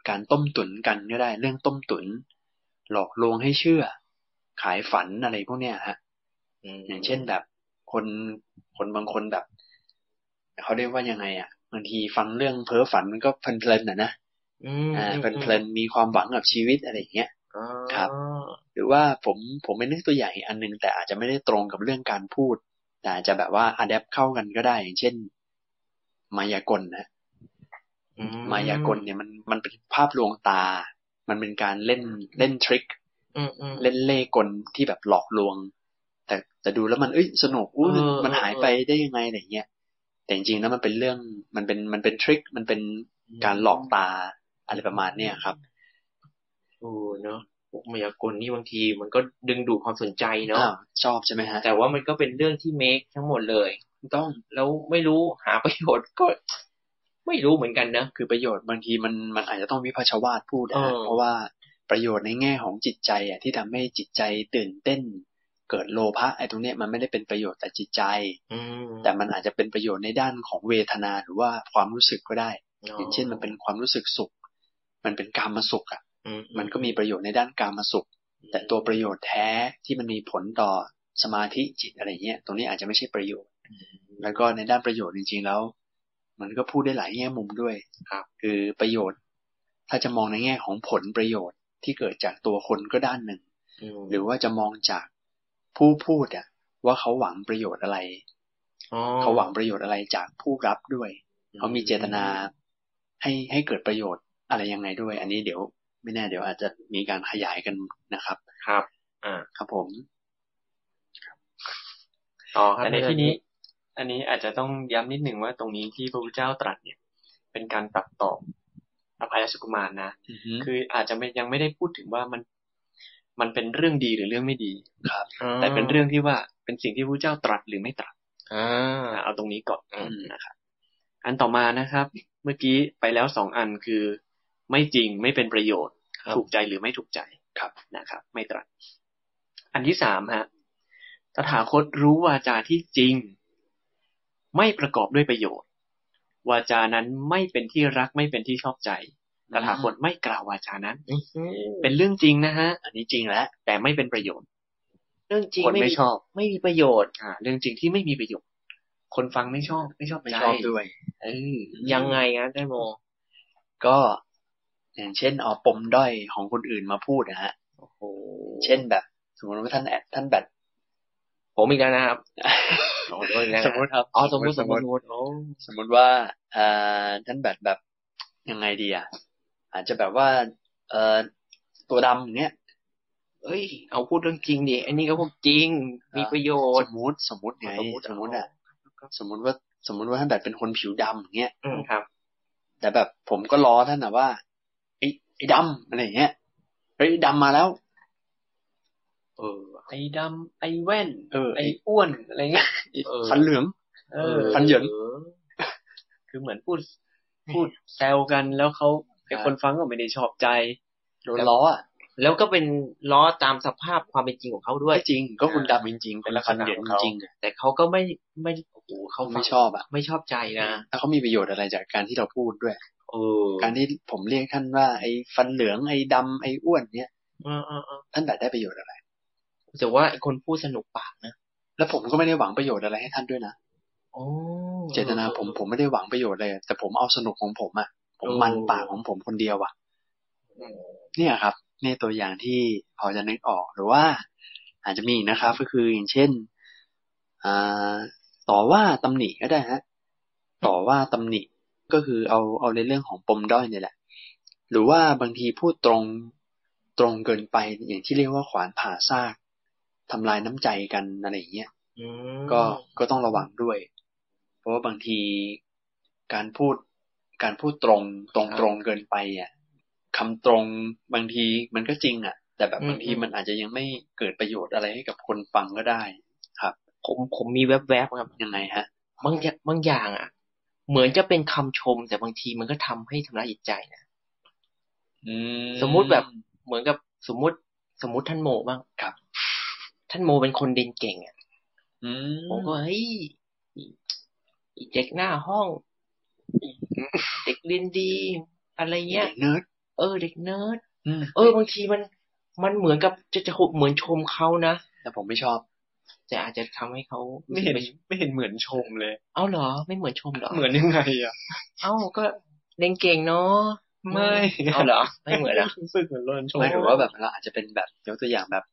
S3: การต้มตุ๋นกันก็ได้ เรื่องต้มตุ๋นหลอกลวงให้เชื่อ ขายฝันอะไรพวกเนี้ยฮะ อย่างเช่นแบบคนคนบางคนแบบเขาเรียกว่ายังไงอ่ะบางทีฟังเรื่องเพ้อฝันมันก็เพลินๆนะนะ
S2: อืม
S3: อ่าม เพลินๆมีความหวังกับชีวิตอะไรอย่างเงี้ย
S2: อ๋อ
S3: ครับ หรือว่าผมผมไม่นึกตัวอย่างอีกอันหนึง แต่อาจจะไม่ได้ตรงกับเรื่องการพูด แต่อาจจะแบบว่าอัดแอปเข้ากันก็ได้ อย่างเช่น มายากลนะ
S2: อื
S3: มายากลเนี่ยมันมันเป็นภาพลวงตา มันเป็นการเล่นเล่นทริค
S2: อืมอืม
S3: เล่นเล่ห์กลที่แบบหลอกลวง แต่แต่ดูแล้วมันเอ้ยสนุกอู้มัน
S2: เออ
S3: มันหาย
S2: เออ
S3: ไปได้ยังไงอะไรเงี้ยแต่จริงๆแล้วมันเป็นเรื่องมันเป็นมันเป็นทริคมันเป็นการหลอกตาอะไรประมาณเนี้ยครับ
S2: โอ้เนาะพวกมายากลนี่บางทีมันก็ดึงดูดความสนใจเนาะ
S3: อ้าวชอบใช่ไหมฮะ
S2: แต่ว่ามันก็เป็นเรื่องที่เมคทั้งหมดเลย
S3: ต้อง
S2: แล้วไม่รู้หาประโยชน์ก็ ไม่รู้เหมือนกันนะ
S3: คือประโยชน์บางทีมันมันอาจจะต้องวิพาชวาดพูดนะฮะ
S2: เออ
S3: เพราะว่าประโยชน์ในแง่ของจิตใจอ่ะที่ทำให้จิตใจตื่นเต้น เกิดโลภะไอ้ตรงเนี้ยมันไม่ได้เป็นประโยชน์แต่จิตใจ
S2: อืม
S3: แต่มันอาจจะเป็นประโยชน์ในด้านของเวทนาหรือว่าความรู้สึกก็ได้
S2: ะ
S3: อย่างเช่นมันเป็นความรู้สึกสุข มันเป็นกามสุขอ่ะ
S2: อื
S3: มันก็มีประโยชน์ในด้านกามสุข แต่ตัวประโยชน์แท้ที่มันมีผลต่อสมาธิจิตอะไรเงี้ย ตรงนี้อาจจะไม่ใช่ประโยชน์ แล้วก็ในด้านประโยชน์จริงๆแล้ว มันก็พูดได้หลายแง่มุมด้วยครับคือประโยชน์ ถ้าจะมองในแง่ของผลประโยชน์ที่เกิดจากตัวคนก็ด้านหนึ่ง
S2: ม
S3: หรือว่าจะมองจากผู้พูดอ่ะว่าเขาหวังประโยชน์อะไร
S2: อ๋อ
S3: เขาหวังประโยชน์อะไรจากผู้รับด้วย
S2: อืม
S3: เขามีเจตนาให้ให้เกิดประโยชน์อะไรยังไงด้วย อันนี้เดี๋ยวไม่แน่เดี๋ยวอาจจะมีการขยายกันนะครับ
S2: ครับ อ่า
S3: ครับผม
S2: ต่อครับ
S5: แต่ในที่นี้ อันนี้อาจจะต้องย้ำนิดหนึ่งว่าตรงนี้ที่พระพุทธเจ้าตรัสเนี่ย เป็นการตัดต่ออภัยสุกุมารนะ คืออาจจะไม่ยังไม่ได้พูดถึงว่ามัน มันเป็นเรื่องดีหรือเรื่องไม่ดี
S2: อ่า
S5: แต่เป็นเรื่องที่ว่าเป็นสิ่งที่พระพุทธเจ้าตรัสหรือไม่ตรัส
S2: อ่า
S5: อ่ะเอาตรงนี้ก่อน
S2: อืม
S5: นะครับอันต่อมานะครับ เมื่อกี้ไปแล้วสองอันคือ ไม่จริงไม่เป็นประโยชน์ ถูกใจหรือไม่ถูกใจ
S3: ครับ
S5: นะครับ ไม่ตรัสอันที่สามฮะตถาคตรู้วาจาที่จริง ไม่ประกอบด้วยประโยชน์ วาจานั้นไม่เป็นที่รักไม่เป็นที่ชอบใจตถาคตไม่กล่าววาจานั้น เป็นเรื่องจริงนะฮะ
S3: อันนี้จริงแล้ว
S5: แต่ไม่เป็นประโยชน์
S2: เรื่องจริง
S5: คน
S2: ไม่
S5: ไม่
S2: มี
S5: ชอบ
S2: ไม่มีประโยชน์
S5: อ่าเรื่องจริงที่ไม่มีประโยชน์ คนฟังไม่ชอบ ไม่ชอบ
S3: ไม่
S5: ใจ
S3: ชอบด้วย
S5: เออ
S2: ยังไงนะได้โม
S3: ก็อย่างเช่นเอาปมด้อยของคนอื่นมาพูดนะฮะ
S2: โอ้โห
S3: เช่นแบบ สมมติว่าท่านแอดท่านแบต
S2: ผมอีกแล้ว นะครับขอโทษนะ
S3: สมมติครับ
S2: อ๋อสมมติส
S3: ส
S2: มม
S3: มม
S2: ติสม
S3: ติ
S2: มติโอ้
S3: สมมติว่าเอ่อท่านแบตแบบยังไงดีอ่ะอาจจะแบบว่า เอ่อตัวดำอย่างเงี้ย
S2: เอ้ย เอาพูดเรื่องจริงดิอันนี้ก็พูดจริง มีประโยช
S3: ส
S2: น์
S3: มมติสมมติไง
S2: สมมุติ
S3: สมมติอ่ะสมมติว่าสมมติว่าท่านแบบเป็นคนผิวดำอย่างเงี้ย
S2: อืมครับ
S3: แต่แบบผมก็ล้อท่านนะว่าไอ้ไอ้ดำอะไรอย่างเงี้ยเฮ้ยไอ้ดำมาแล้ว
S5: เออไอ้ดำไอ้แว่น
S3: เออ
S5: ไอ้อ้วนอะไรเงี้ย เออ
S3: ฟันเหลือง
S5: เออ
S3: ฟันเหยิน
S5: ออคือเหมือนพูด พูดแซวกันแล้วเขาไอ้คนฟังก็ไม่ได้ชอบใจ
S3: โดนล้ออ่ะ
S2: แล้วก็เป็นล้อตามสภาพความเป็นจริงของเขาด้วย
S3: ไม่จริงก็คุณดำจริงๆคุณฟันเหลืองจริงๆอ่ะ
S2: แต่เขาก็ไม่ไม่โอ้โหเขาฟั
S3: เขาไม่
S2: ง
S3: ชอบอ่ะ
S2: ไม่ชอบใจนะ
S3: แล้วเขามีประโยชน์อะไรจากการที่เราพูดด้วย
S2: เออ
S3: การที่ผมเรียกท่านว่า ไอ้ฟันเหลืองไอ้ดำไอ้อ้วนเนี้ย
S2: เออเออเออ
S3: ท่านแบบได้ประโยชน์อะไร
S2: แต่ว่าไอ้คนพูดสนุกปากนะ
S3: แล้วผมก็ไม่ได้หวังประโยชน์อะไรให้ท่านด้วยนะ
S2: โอ้
S3: เจตนาผมผมไม่ได้หวังประโยชน์เลย แต่ผมเอาสนุกของผมอะผมมันปากของผมคนเดียวอะเนี่ยครับเนี่ยตัวอย่างที่พอจะนึกออกหรือว่า อาจจะมีอีกนะครับ ก็คืออย่างเช่นอ่าต่อว่าตำหนิก็ได้ฮะต่อว่าตำหนิก็คือเอาเอาในเรื่องของปมด้อยเนี่ยแหละ หรือว่าบางทีพูดตรงตรงเกินไปอย่างที่เรียกว่าขวานผ่าซากทำลายน้ำใจกันอะไรอย่างเงี้ย
S2: อืม
S3: ก็ก็ต้องระวังด้วย เพราะว่าบางทีการพูดการพูดตรงตรงตรงเกินไปอ่ะคำตรงบางทีมันก็จริงอ่ะ แต่แบบบางทีมันอาจจะยังไม่เกิดประโยชน์อะไรให้กับคนฟังก็ได้
S2: ผมผมมีแวบๆครับ
S3: ยังไงฮะ
S2: บางอย่างบางอย่างอ่ะ เหมือนจะเป็นคำชม แต่บางทีมันก็ทำให้ทำร้ายจิตใจนะ
S3: อื
S2: สมมุติแบบ เหมือนกับสมมติสมมติท่านโมบ้างท่านโมเป็นคนเรียนเก่งอ่ะ
S3: อืม
S2: ผมก็เฮ้ยอีอีเด็กหน้าห้องอีเด็กเรียนดี อะไรเงี้ย
S3: เด็กเนิร์ด
S2: เออ เด็กเนิร์ด
S3: อืม
S2: เออบางทีมัน มันเหมือนกับจะจะเหมือนชมเขานะ
S3: แต่ผมไม่ชอบ
S2: แต่อาจจะทำให้เขา
S5: ไม่เห็นไม่เห็นเหมือนชมเลย
S2: เอ้าเหรอ ไม่เหมือนชมเหรอ
S5: เหมือนยังไงอ่ะ
S2: เอ้าก็เรียนเก่งเนาะ
S5: ไม่
S2: เอาเหรอ ไม่เหมือนเหรอ
S5: รู้สึกเหมือนโดนชม
S3: ไม่หรือว่าแบบเราอาจจะเป็นแบบยกตัวอย่างแบบ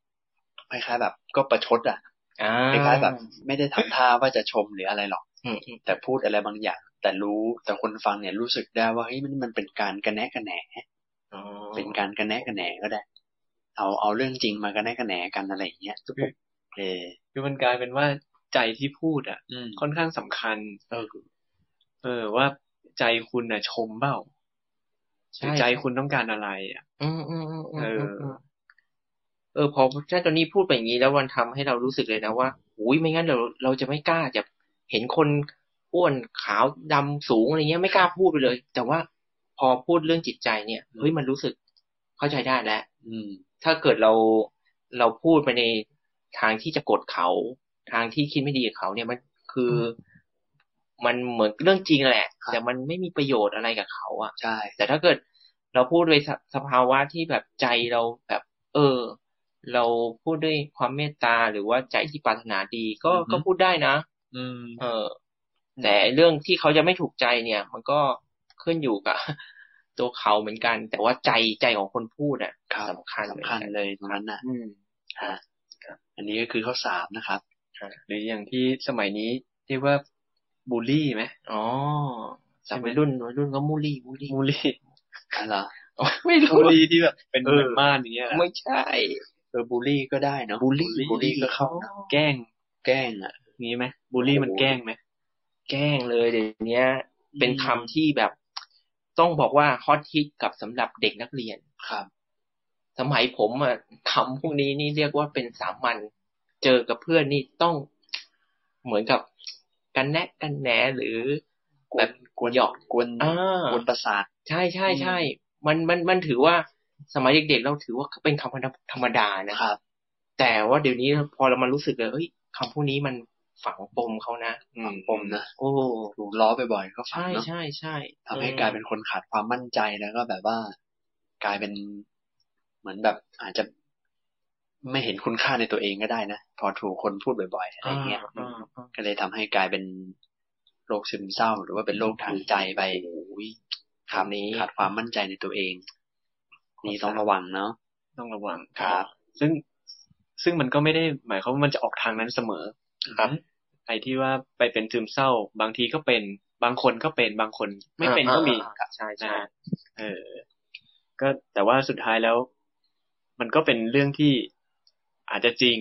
S3: คล้ายๆแบบ ก็ประชดอ่ะ
S2: อ่า
S3: คล้ายๆแบบ ไม่ได้ทำท่าว่าจะชมหรืออะไรหรอก
S2: อืมอืม
S3: แต่พูดอะไรบางอย่าง แต่รู้แต่คนฟังเนี่ยรู้สึกได้ว่าเฮ้ยมันมันเป็นการกระแนะกระแหน
S5: อ๋อ
S3: เป็นการกระแนะกระแหนก็ได้ เอาเอาเรื่องจริงมากระแนะกระแหนกันอะไรอย่างเงี้ยเออ
S5: คือมันกลายเป็นว่าใจที่พูดอ่ะ
S3: อืม
S5: ค่อนข้างสำคัญ
S3: เออ
S5: เออว่าใจคุณน่ะชมเปล่าหรือใจคุณต้องการอะไรอ่ะ
S2: อืมอืมอืมอืม
S5: เออ
S2: มเออพอถ้าตอนนี้พูดไปอย่างนี้แล้วมันทำให้เรารู้สึกเลยนะว่าอุ้ยไม่งั้นเราเราจะไม่กล้าจะเห็นคนอ้วนขาวดำสูงอะไรเงี้ยไม่กล้าพูดไปเลย แต่ว่าพอพูดเรื่องจิตใจเนี่ยเฮ้ยมันรู้สึกเข้าใจได้แล้ว
S3: อืม
S2: ถ้าเกิดเราเราพูดไปในทางที่จะกดเขา ทางที่คิดไม่ดีกับเขาเนี่ยมันคือมันเหมือนเรื่องจริงแหละ
S3: ครับ
S2: แต่มันไม่มีประโยชน์อะไรกับเขาอะ
S3: ใช่
S2: แต่ถ้าเกิดเราพูดด้วยสสภาวะที่แบบใจเราแบบ เออ เราพูดด้วยความเมตตาหรือว่าใจที่ปรารถนาดีก็ก็พูดได้นะ
S3: อืม
S2: เออ แต่เรื่องที่เขาจะไม่ถูกใจเนี่ย มันก็ขึ้นอยู่กับ ตัวเขาเหมือนกัน แต่ว่าใจใจของคนพูดอ่ะ
S3: ครับ
S2: สำคัญ
S3: สำคัญเลยตรงนั้นนะ
S2: อืม
S3: ฮะอันนี้ก็คือข้อสามนะครับ
S5: หรืออย่างที่สมัยนี้เรียกว่าบูลลี่ไหม
S2: อ๋อสมัยรุ่นวัยรุ่นก็มูลี่มูลี่
S5: บูลลี่
S3: อ๋อเหรอ
S2: ไม่รู้
S5: บูลลี่ที่แบบเป็น
S3: เอ
S5: เหมื
S3: อ
S5: อนม่านอย่างเงี้ยเหรอ
S2: ไม่ใช่
S3: เออบูลลี่ก็ได้เนาะ
S2: บูลลี่
S3: บูลลี่ก็เข้านะ
S5: แกล้ง
S3: แกล้งอ่ะ
S5: งี้ไหมบูลลี่มันแกล้งไหม
S2: แกล้งเลยเดี๋ยวนี้เป็นคำที่แบบต้องบอกว่าฮอตฮิตกับสำหรับเด็กนักเรียน
S3: ครับ
S2: สมัยผมอะคำพวกนี้นี่เรียกว่าเป็นสามัญเจอกับเพื่อนนี่ต้องเหมือนกับกันแนะกันแหนหรือ
S3: ก
S2: แบ
S3: วน
S2: บ
S3: กวน
S2: หยอก
S3: กวน
S2: อ่าก
S3: วนประสาท
S2: ใช่ใช่ใช่มันมันมันถือว่าสมัยเด็กๆเราถือว่าเป็นคำธรรมดานะ
S3: ครับ
S2: แต่ว่าเดี๋ยวนี้พอเรามารู้สึกเลยเอ้ยคำพวกนี้มันฝังปมเขานะ
S5: อืม
S3: ผมนะ
S2: โอ้
S3: ถูกล้อบ่อยๆก็ฟัง
S2: ใช่
S3: เนาะ
S2: ใช่ใช่
S3: ทำให้กลายเป็นคนขาดความมั่นใจแล้วก็แบบว่า กลายเป็นเหมือนแบบอาจจะไม่เห็นคุณค่าในตัวเองก็ได้นะ พอถูกคนพูดบ่อยๆอะไรเงี้ย
S2: อ่าอ่า
S3: ก็เลยทำให้กลายเป็นโรคซึมเศร้า หรือว่าเป็นโรคทางใจไปครับนี้ขาดความมั่นใจในตัวเอง นี่ต้องระวังเนาะ
S5: ต้องระวัง
S3: ครับ
S5: ซึ่งซึ่งมันก็ไม่ได้หมายความว่ามันจะออกทางนั้นเสมอ ครับ ไอ้ที่ว่าไปเป็นซึมเศร้า บางทีก็เป็น บางคนก็เป็น บางคนไม่เป็นก็มี
S2: อ่าใช่ใช่
S5: นะเออ ก็แต่ว่าสุดท้ายแล้ว มันก็เป็นเรื่องที่อาจจะจริง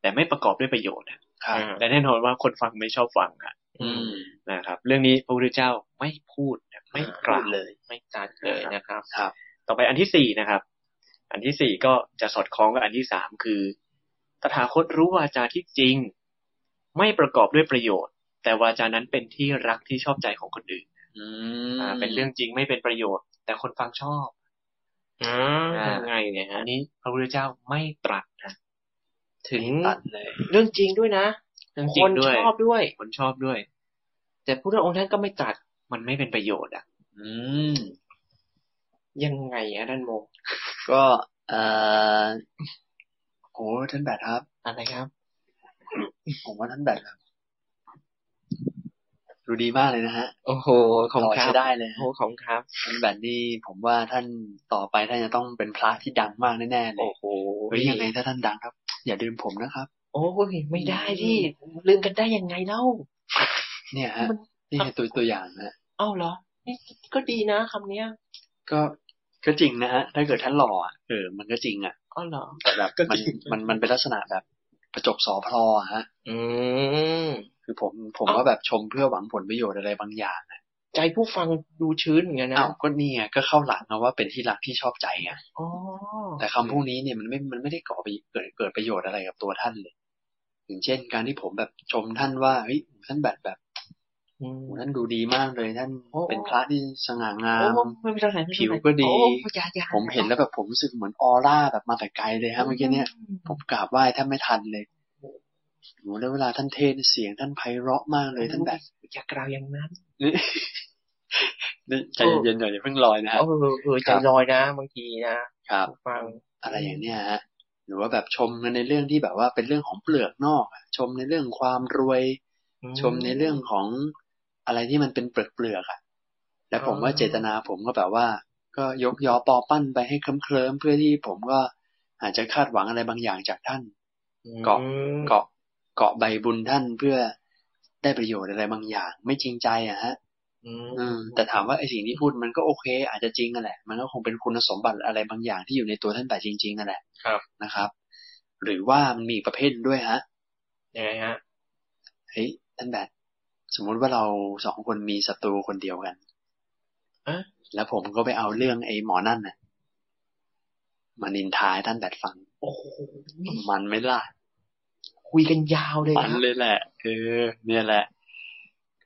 S5: แต่ไม่ประกอบด้วยประโยชน์อะ
S3: ครับ
S5: และแน่นอนว่าคนฟังไม่ชอบฟังอะ
S3: อืม
S5: นะครับ เรื่องนี้พระพุทธเจ้าไม่พูดนะไม่ก
S3: พู
S5: ล่า
S3: ด
S5: ว
S3: เลย
S2: ไม่ตัดเลยนะครับ
S3: ครับ
S5: ต่อไปอันที่สี่นะครับ อันที่สี่ก็จะสอดคล้องกับอันที่สามคือ ตถาคตรู้วาจาที่จริง ไม่ประกอบด้วยประโยชน์ แต่วาจานั้นเป็นที่รักที่ชอบใจของคนอื่น
S3: อืม
S5: อ่า เป็นเรื่องจริงไม่เป็นประโยชน์ แต่คนฟังชอบ
S2: อื
S5: อ่าม ไงเนี่ยฮะอันนี้พระพุทธเจ้าไม่ตรัสนะ
S2: ถึง
S3: ตัดเลย
S2: เรื่องจริงด้วยนะ
S5: เรื่องจริ
S2: ค
S5: ง
S2: น
S5: ด้วย
S2: ชอบด้วย
S5: คนชอบด้วย
S2: แต่พระองค์ท่านก็ไม่ตัด
S5: มันไม่เป็นประโยชน์อ่ะ
S3: อืม
S2: ยังไงอะท่านโม
S3: ก็เอ่อโอ้ท่านแบทครับ
S2: อะไรครับ
S3: ผมว่าท่านแบทครับดูดีมากเลยนะฮะ
S2: โอ้โห
S3: ต่อใช้ได้เลย
S2: โอ้
S3: ฮะ
S2: โหของครับ
S3: ท่านแบทนี่ผมว่าท่านต่อไปท่านจะต้องเป็นพระที่ดังมากแน่ๆเล
S2: โอ้
S3: ย
S2: โห
S3: เฮ้ยยังไงถ้าท่านดังครับ อย่าลืมผมนะครับ
S2: โอ้ยไม่ได้ที่ลืมกันได้ยังไงเล่า
S3: เนี่ยฮะ
S2: มัน
S3: นี่คือตัวตัวอย่างนะ
S2: เอ้าเหรอนี่ก็ดีนะคำเนี้ย
S3: ก็ก็จริงนะฮะถ้าเกิดท่านหล่ออะเออมันก็จริงอ่ะ
S2: เอ้าเหรอ
S3: แต่แบบ
S5: ก็
S3: มัน
S5: จริง
S3: มันมันเป็นลักษณะแบบประจบสอพลออะฮะ
S2: อืม
S3: คือผมผม
S2: เอ้า
S3: ก็แบบชมเพื่อหวังผลประโยชน์อะไรบางอย่างอะ
S2: ใจผู้ฟังดูชื้นเหมือนกันนะ
S3: อ้าวก็นี่ไงก็เข้าหลักนะว่าเป็นที่รักที่ชอบใจไง
S2: อ๋อ
S3: แต่คำพวกนี้เนี่ยมันไม่มันไม่ได้ก่อไปเกิดเกิดประโยชน์อะไรกับตัวท่านเลย อย่างเช่น การที่ผมแบบชมท่านว่าเฮ้ยท่านแบบแบบ
S2: อืม
S3: โหท่านดูดีมากเลยท่าน
S2: โอ้
S3: เป็นพระที่สง่างา
S2: โอ้
S3: ม
S2: ไม่เป็นไรไม่เป็นไร
S3: ผิวก็ดี
S2: โอ้อย่าอย่า
S3: ผมเห็นแล้วแบบผมรู้สึกเหมือนออร่าแบบมาแต่ไกลเลยฮะเมื่อกี้เนี่ยผมกราบไหว้ท่านไม่ทันเลยโหแล้วเวลาท่านเทศน์เสียงท่านไพเราะมากเลยท่านแบบ
S2: อย่ากล่าวอย่างนั้น
S3: นี่ใจ เย็นๆหน่อยอย่าเพิ่งลอยนะฮะ
S2: เออเออ
S3: ค
S2: ใจ
S3: รับ
S2: ลอยนะบางทีนะครับ ฟัง
S3: อะไรอย่างเนี้ยฮะ หรือว่าแบบชมกันในเรื่องที่แบบว่าเป็นเรื่องของเปลือกนอกอะชมในเรื่องความรวย
S2: อืม
S3: ชมในเรื่องของอะไรที่มันเป็นเปลือกเปลือกๆอะและผมว่า
S2: อ๋อ
S3: เจตนาผมก็แบบว่า ก็ยกยอปอปั้นไปให้เคลิ้มๆเพื่อที่ผมก็อาจจะคาดหวังอะไรบางอย่างจากท่าน เกาะ
S2: อืม
S3: เกาะเกาะใบบุญท่านเพื่อ ได้ประโยชน์อะไรบางอย่าง ไม่จริงใจอะฮะ
S2: อื
S3: อื
S2: ม
S3: มแต่ถามว่าไอสิ่งที่พูดมันก็โอเค อาจจะจริงนั่นแหละ มันก็คงเป็นคุณสมบัติอะไรบางอย่างที่อยู่ในตัวท่านแต่จริงๆนั่นแหละ
S2: ครับ
S3: นะครับ หรือว่ามันมีอีกประเภทด้วยฮะ
S2: ยังไงฮะ
S3: เฮ้ยท่านแบบสมมุติว่าเราสองคนมีศัตรูคนเดียวกัน
S2: อะ
S3: แล้วผมก็ไปเอาเรื่องไอ้หมอนั่นน่ะมานินทาให้ท่านแบบฟัง
S2: โอ้โห
S3: มันไหม่ล่ะ
S2: คุยกันยาวเลย
S3: มัน
S2: นะ
S3: เลยแหละเออเนี่ยแหละ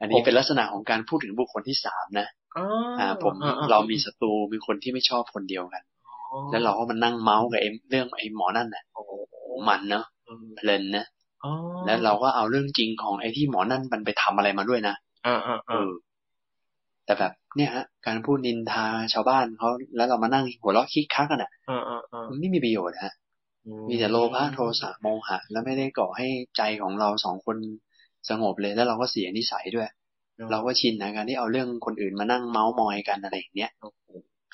S3: อันนี้เป็นลักษณะของการพูดถึงบุคคลที่สามนะ
S2: อ๋อ
S3: อ่า ผม
S2: อ่อ่
S3: เรามีศัตรูมีคนที่ไม่ชอบคนเดียวกัน
S2: อ๋อ
S3: แล้วเราก็มานั่งเมาส์กับไอ้เรื่องไอ้หมอนั่นน่ะ
S2: โอ้โห
S3: มันเนาะ
S2: อืม
S3: เพลินนะ
S2: อ๋อ
S3: แล้วเราก็เอาเรื่องจริงของไอ้ที่หมอนั่นมันไปทำอะไรมาด้วยนะ
S2: อ่าอ่า
S3: เอ
S2: อ่า
S3: อ แต่แบบเนี่ยฮะ การพูดนินทาชาวบ้านเขาแล้วเรามานั่งหัวเราะคิกคักกันอ่ะ
S2: อ่าอ่าอ่า
S3: มันไม่มีประโยชน์ฮะมีแต่โลภะโทสะโมหะ แล้วไม่ได้ก่อให้ใจของเราสองคนสงบเลย แล้วเราก็เสียนิสัยด้วย เราก็ชินนะการที่เอาเรื่องคนอื่นมานั่งเมาส์มอยกันอะไรอย่างเงี้ย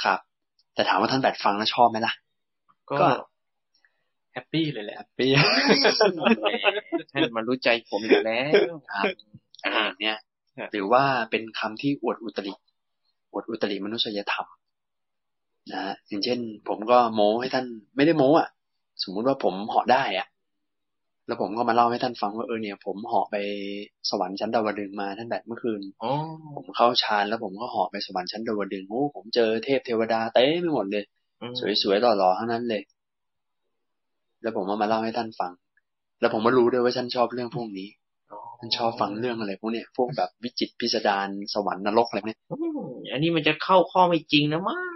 S3: ครับ แต่ถามว่าท่านแบบฟังแล้วชอบไหมล่ะ ก็
S2: ก็แฮปปี้เลยแหละ
S3: แฮปปี้
S2: แหมท่านมารู้ใจผมอีกแล้ว
S3: ครับอะไรอย่างเนี้ยหรือว่าเป็นคำที่อวดอุตริอวดอุตริมนุษยธรรมนะฮะอย่างเช่น ผมก็โม้ให้ท่านไม่ได้โม้อะสมมุติว่าผมเหาะได้อะแล้วผมก็มาเล่าให้ท่านฟังว่าเออเนี่ย ผมเหาะไปสวรรค์ชั้นดาวดึงส์มาท่านแบบเมื่อคืน
S2: อ๋อ
S3: ผมเข้าฌานแล้วผมก็เหาะไปสวรรค์ชั้นดาวดึงส์โอ้ผมเจอเทพเทวดาเต็มไปหมดเลย
S2: อืม
S3: สวยๆหล่อๆทั้งนั้นเลย แล้วผมก็มาเล่าให้ท่านฟัง แล้วผมก็รู้ด้วยว่าท่านชอบเรื่องพวกนี้ ท่านชอบฟังเรื่องอะไรพวกเนี้ยพวกแบบวิจิตรพิสดารสวรรค์นรกอะไร พวกเนี้ย
S2: อืมอันนี้มันจะเข้าข้อไม่จริงนะมั้ง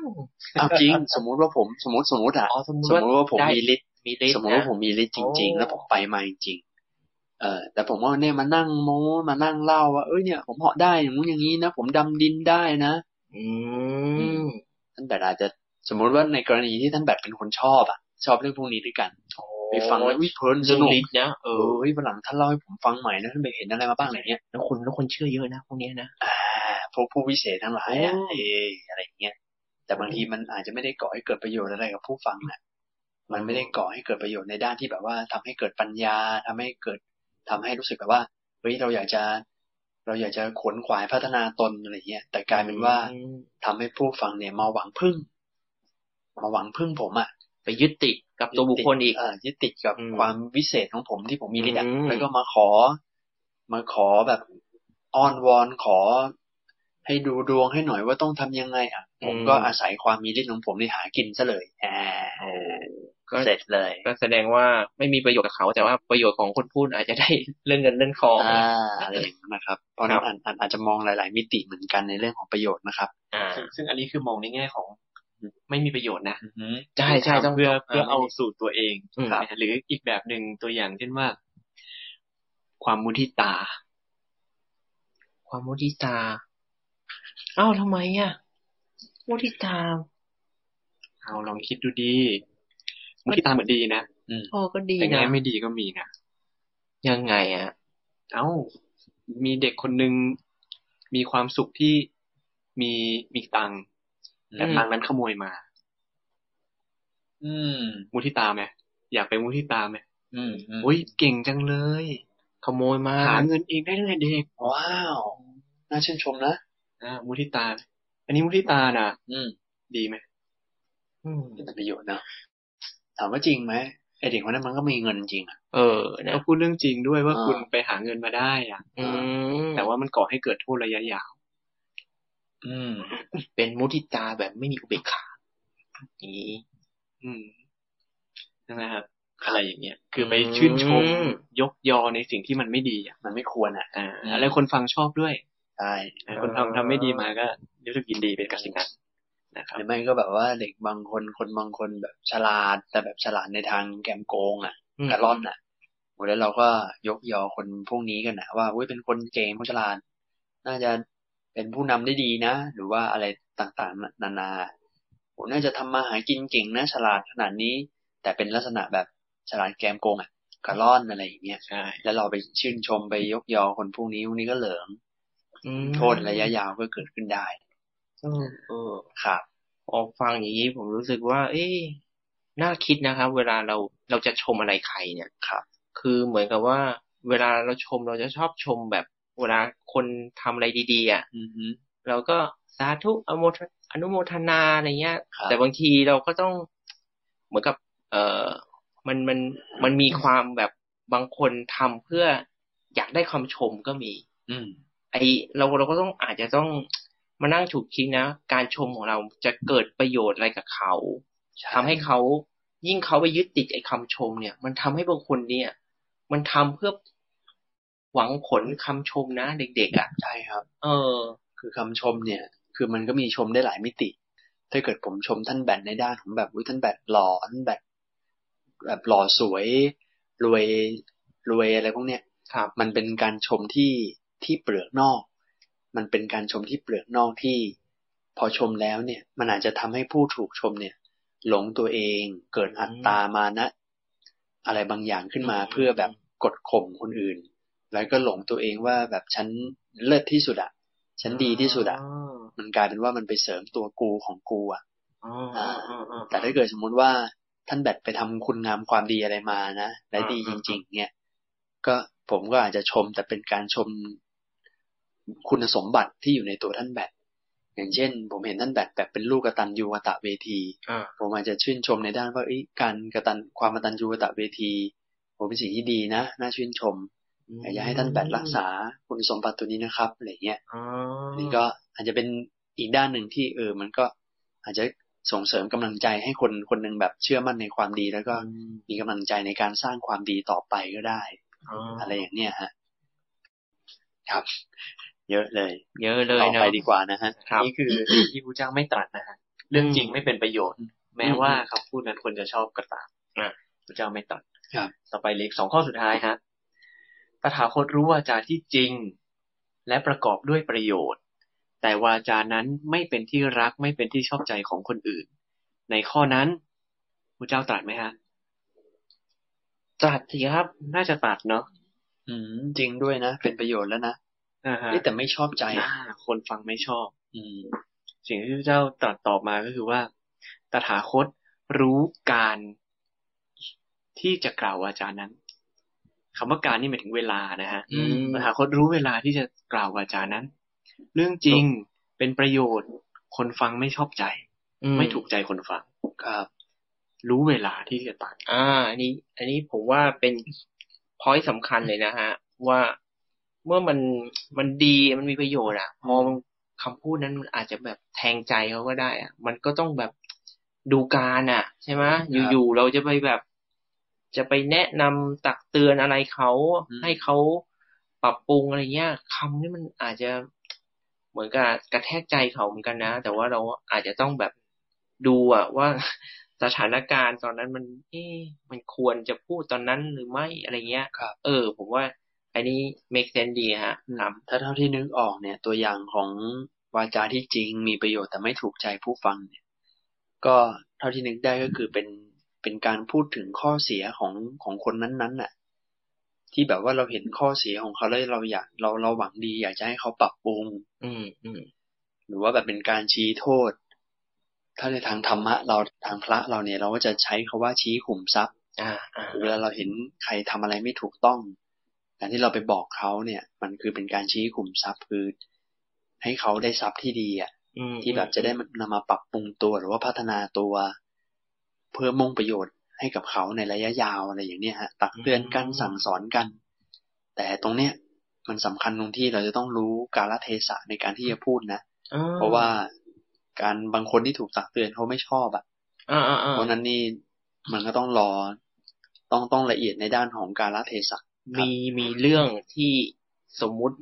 S3: เอาจริง สมมุติว่าผมสมมติสมมติอ่ะ
S2: อ๋อสมมุติ
S3: สมมติว่าผม
S2: ได้
S3: มีฤทธิ์
S2: มีฤทธิ์
S3: สมมติ
S2: นะ
S3: ว่าผมมีฤทธิ์จริง
S2: โอ้
S3: ๆ แล้วผมไปมาจริงๆเออแต่ผมว่าเนี่ยมานั่งโม้มานั่งเล่าว่าเอ้ยเนี่ย ผมเหาะได้อย่างงู้นอย่างนี้นะผมดำดินได้นะ
S2: อืม
S3: ท่านแบบอาจจะสมมติว่าในกรณีที่ท่านแบบเป็นคนชอบอ่ะ ชอบเรื่องพวกนี้ด้วยกันไปฟังแล้ววิเพลินส
S2: เรื่อง
S3: นุก
S2: ฤทธิ์นะเอ
S3: เอ
S2: อ
S3: อเฮ้ยวันหลังท่านเล่าให้ผมฟังใหม่นะท่านไปเห็นอะไรมาบ้างอะไรเงี้ย
S2: แล้วคนแล้วคนเชื่อเยอะนะพวกเนี้ยนะ
S3: อ่าพวกผู้วิเศษทั้งหลายอะ
S2: โอ้
S3: เอออะไรอย่างเงี้ย แต่บางทีมันอาจจะไม่ได้ก่อให้เกิดประโยชน์อะไรกับผู้ฟังนะมันไม่ได้ก่อให้เกิดประโยชน์ในด้านที่แบบว่าทำให้เกิดปัญญาทำให้เกิดทำให้รู้สึกแบบว่าเฮ้ยเราอยากจะ เราอยากจะขวนขวายพัฒนาตนอะไรเงี้ย แต่กลายเป็นว่า
S2: อืม
S3: ทำให้ผู้ฟังเนี่ยมาหวังพึ่ง มาหวังพึ่งผมอะ
S2: ไปยึดติดกับตัวบุคคลอีก
S3: เยึดติดกับ
S2: อืม
S3: ความวิเศษของผมที่ผมมีฤทธิ์อะ
S2: อืม
S3: แล้วก็มาขอ มาขอแบบอ้อนวอนขอ ให้ดูดวงให้หน่อยว่าต้องทำยังไงอ่ะ ผมก็อาศัยความมีฤทธิ์ของผมในหากินซะเลยแหม
S2: ก็
S3: เสร็จเลย
S2: ก็แสดงว่าไม่มีประโยชน์กับเขา แต่ ว่าประโยชน์ของคนพูดอาจจะได้ เรื่องเงินเรื่องทอง
S3: อ่าอะไรอย่างนั้นนะครับ เพราะ
S2: ครั
S3: นั้
S2: บ
S3: นอันอันอาจจะมองหลาย ๆ มิติเหมือนกันในเรื่องของประโยชน์นะครับ
S2: อ่า
S5: ซึ่งซึ่งอันนี้คือมองในแง่ของไม่มีประโยชน์นะ
S2: ใช่ใช่ต้อง
S5: เพื่อ
S2: ต้อง
S5: เพื่อเอา
S2: ไม่มี
S5: สู่ตัวเอง
S2: อืม
S5: นะฮะหรืออีกแบบหนึ่งตัวอย่างเช่นว่า ความมุทิตา
S2: ความมุทิตา เอ้าทำไมอ่ะมุทิตา
S5: เอาลองคิดดูดีมุทิตาเหมือนดีนะ
S2: พ่อก็ดี
S5: แต่แง่
S2: นะ
S5: ไม่ดีก็มีนะ
S2: ยังไงอ่ะ
S5: เอ้า มีเด็กคนหนึ่งมีความสุขที่มีมีตังค์แต่
S2: อืม
S5: ตังค์นั้นขโมยมา
S3: อืม
S5: มุทิตาไหมอยากไปนมุทิตาไหม
S3: อืมอืม
S5: อุ้ยเก่งจังเลย
S2: ขโมยมา
S5: หาเงินเองได้ตั้งแต่เด็ก
S3: ว้าวน่าชื่นชมนะ
S5: อ่ามุทิตา อันนี้มุทิตานะ
S3: อืม
S5: ดีไหม
S2: อืม
S3: เป็นประโยชน์นะถามว่าจริงไหมไอเด็กคนนั้นมันก็มีเงินจริงอะ
S2: เออนะ
S5: ก็พูดเรื่องจริงด้วยว่า
S3: อ่า
S5: คุณไปหาเงินมาได้อ่ะ
S2: อืม
S5: แต่ว่ามันก่อให้เกิดโทษระยะยาว
S3: อืม
S2: เป็นมุทิตาแบบไม่มีอุเบกขาอย่างนี้
S5: อืมนะครับอะไรอย่างเงี้ย คือไป
S2: อืม
S5: ชื่นชมยกยอในสิ่งที่มันไม่ดีอ่ะ
S3: มันไม่ควรอ่ะ
S5: อ่า
S3: อืม
S5: แล้วคนฟังชอบด้วย
S3: ใช่
S5: อ่าคนทำทำไม่ดีมาก็รู้สึกยินดีเป็นกับสิ่งนั้นนะครับ
S3: หรือไม่ก็แบบว่าเด็กบางคนคนบางคนแบบฉลาด แต่แบบฉลาดในทางแกมโกงอ่ะ
S2: อืม
S3: กระล่อนอ่ะโอ้แล้วเราก็ยกยอคนพวกนี้กันนะว่าอุ้ยเป็นคนเก่งคนฉลาด น่าจะเป็นผู้นำได้ดีนะ หรือว่าอะไรต่างๆ นานาโอ้น่าจะทำมาหากินเก่งนะฉลาดขนาดนี้ แต่เป็นลักษณะแบบฉลาดแกมโกงอ่ะกระล่อนอะไรอย่างเงี้ย
S5: ใช่
S3: แล้วเราไปชื่นชมไปยกยอคนพวกนี้พวกนี้ก็เหลิง
S2: อืม
S3: โทษระยะยาวก็เกิดขึ้นได้
S2: เออเออ
S3: ครับ
S2: พอฟังอย่างนี้ผมรู้สึกว่า เอ๊ะน่าคิดนะครับ เวลาเราเราจะชมอะไรใครเนี่ย
S3: ครับ
S2: คือเหมือนกับว่า เวลาเราชมเราจะชอบชมแบบ เวลาคนทำอะไรดีๆอ่ะ
S3: อือฮึ
S2: เราก็สาธุอโมทอนุโมทนาอะไรเงี้ย
S3: ครับ
S2: แต่บางทีเราก็ต้องเหมือนกับ เออมันมันมันมีความแบบบางคนทำเพื่ออยากได้คำชมก็มี
S3: อืม
S2: ไอเราเราก็ต้องอาจจะต้องมานั่งถูกคิดนะ การชมของเราจะเกิดประโยชน์อะไรกับเขาทำให้เขายิ่งเขาไปยึดติดไอ้คำชมเนี่ย มันทำให้บางคนเนี่ย มันทำเพื่อหวังผลคำชมนะเด็กๆอ่ะ
S3: ใช่ครับ
S2: เออ
S3: คือคำชมเนี่ย คือมันก็มีชมได้หลายมิติ ถ้าเกิดผมชมท่านแบทในด้านของแบบอุ๊ยท่านแบทหล่อท่านแบทแบบหล่อสวย รวยรวยอะไรพวกเนี้ย
S2: ครับ
S3: มันเป็นการชมที่ที่เปลือกนอก มันเป็นการชมที่เปลือกนอกที่ พอชมแล้วเนี่ย มันอาจจะทำให้ผู้ถูกชมเนี่ย หลงตัวเองเกิดอัตตามานะ อะไรบางอย่างขึ้นมา
S2: อืม
S3: เพื่อแบบกดข่มคนอื่น แล้วก็หลงตัวเองว่าแบบฉันเลิศที่สุดอะฉันดีที่สุดอะมันกลายเป็นว่ามันไปเสริมตัวกูของกูอะ
S2: อ๋ออ๋ออ๋อ
S3: แต่ถ้าเกิดสมมุติว่าท่านแบตไปทำคุณงามความดีอะไรมานะและ
S2: อ่า
S3: ดีจ
S2: อ่า
S3: ริง ๆ เนี่ย ก็ผมก็อาจจะชมแต่เป็นการชมคุณสมบัติที่อยู่ในตัวท่านแบตอย่างเช่น ผมเห็นท่านแบตแบบเป็นลูกกตัญญูกตะเวที
S2: อ่า
S3: ผมอาจจะชื่นชมในด้านว่าเอ้ยการกตันความกตัญญูกตะเวทีผมเป็นสิ่งที่ดีนะน่าชื่นชมอยากให้ท่านแบตรักษาคุณสมบัติตัวนี้นะครับอะไรเงี้ย
S2: อ๋อ
S3: อันนี่ก็อาจจะเป็นอีกด้านหนึ่งที่เออ มันก็อาจจะส่งเสริมกำลังใจให้คนคนหนึ่งแบบเชื่อมั่นในความดี แล้วก็มีกำลังใจในการสร้างความดีต่อไปก็ได้ อะไรอย่างเนี้ยฮะ ครับ เยอะเลย
S2: เยอะเลย
S3: ต่อ
S2: เนอะ
S3: ไปดีกว่านะฮะ
S2: ครับ
S5: นี่คือที่พระเจ้าไม่ตรัสนะฮะเรื่องจริงไม่เป็นประโยชน์ แม้ว่าคำพูดนั้นคนจะชอบก็ตาม
S2: อ่ะ
S5: พระเจ้าไม่ตรัส
S3: ครับ
S5: ต่อไปเหล็กสองข้อสุดท้ายฮะตถาคตรู้วาจาที่จริง และประกอบด้วยประโยชน์ แต่วาจานั้นไม่เป็นที่รักไม่เป็นที่ชอบใจของคนอื่น ในข้อนั้นพระเจ้าตรัสไหมฮะ
S2: ตรัสสิครับ
S5: น่าจะตรัสเนาะ
S3: อืมจริงด้วยนะ เป็นประโยชน์แล้วนะ
S5: อ่าฮะ
S3: เอ๊ะแต่ไม่ชอบใจ
S5: อ่า
S3: อะ
S5: คนฟังไม่ชอบ
S3: อืม
S5: สิ่งที่พระเจ้าตรัสตอบมาก็คือว่า ตถาคตรู้การที่จะกล่าววาจานั้นคำว่าการนี่หมายถึงเวลานะฮะ
S3: อืม
S5: ตถาคตรู้เวลาที่จะกล่าววาจานั้น เรื่องจริงเป็นประโยชน์ คนฟังไม่ชอบใจ ไม่ถูกใจคนฟัง
S3: ครับ
S5: รู้เวลาที่จะตัด
S2: อ่า อันนี้ อันนี้ผมว่าเป็นพอยต์สำคัญเลยนะฮะ ว่าเมื่อมันมันดีมันมีประโยชน์อ่ะ มองคำพูดนั้นมันอาจจะแบบแทงใจเขาก็ได้อ่ะ มันก็ต้องแบบดูการอ่ะ ใช่ไหมอยู่ๆเราจะไปแบบ จะไปแนะนำตักเตือนอะไรเขา
S3: อืม
S2: ให้เขาปรับปรุงอะไรเงี้ยคำนี่มันอาจจะเหมือนกับกระแทกใจเขาเหมือนกันนะ แต่ว่าเราอาจจะต้องแบบดูอะว่า สถานการณ์ตอนนั้นมัน เอ๊ะมันควรจะพูดตอนนั้นหรือไม่อะไรเงี้ย
S3: ครับ
S2: เออ ผมว่า อันนี้ make sense ดีฮะครับ
S3: ถ้าเท่าที่นึกออกเนี่ย ตัวอย่างของวาจาที่จริงมีประโยชน์แต่ไม่ถูกใจผู้ฟังเนี่ย ก็เท่าที่นึกได้ก็คือเป็นเป็นการพูดถึงข้อเสียของของคนนั้นๆน่ะ ที่แบบว่าเราเห็นข้อเสียของเขาแล้วเราอยากเราเราหวังดี อยากจะให้เขาปรับปรุง
S2: อืมอืม
S3: หรือว่าแบบเป็นการชี้โทษ ถ้าในทางธรรมะ เราทางพระเราเนี่ย เราก็จะใช้คาว่าชี้ขุมทรัพย์
S2: อ่าอ่า
S3: เวลาเราเห็นใครทำอะไรไม่ถูกต้องการที่เราไปบอกเขาเนี่ย มันคือเป็นการชี้ขุมทรัพย์คือให้เขาได้ทรัพย์ที่ดีอ่ะ
S2: อืม
S3: ที่แบบจะได้นำมาปรับปรุงตัวหรือว่าพัฒนาตัว เพื่อมุ่งประโยชน์ให้กับเขาในระยะยาวอะไรอย่างเนี้ยฮะ ตักเตือนกันสั่งสอนกัน แต่ตรงเนี้ยมันสำคัญตรงที่เราจะต้องรู้กาลเทศะในการที่จะพูดนะ
S2: อ่
S3: เพราะว่าการบางคนที่ถูกตักเตือนเขาไม่ชอบอะ
S2: อ่าอ่าอ่า
S3: เพราะฉะนั้นนี่มันก็ต้องรอ ต้องต้องละเอียดในด้านของการละเทศะ ครับ
S2: มีมีเรื่องที่สมมุติ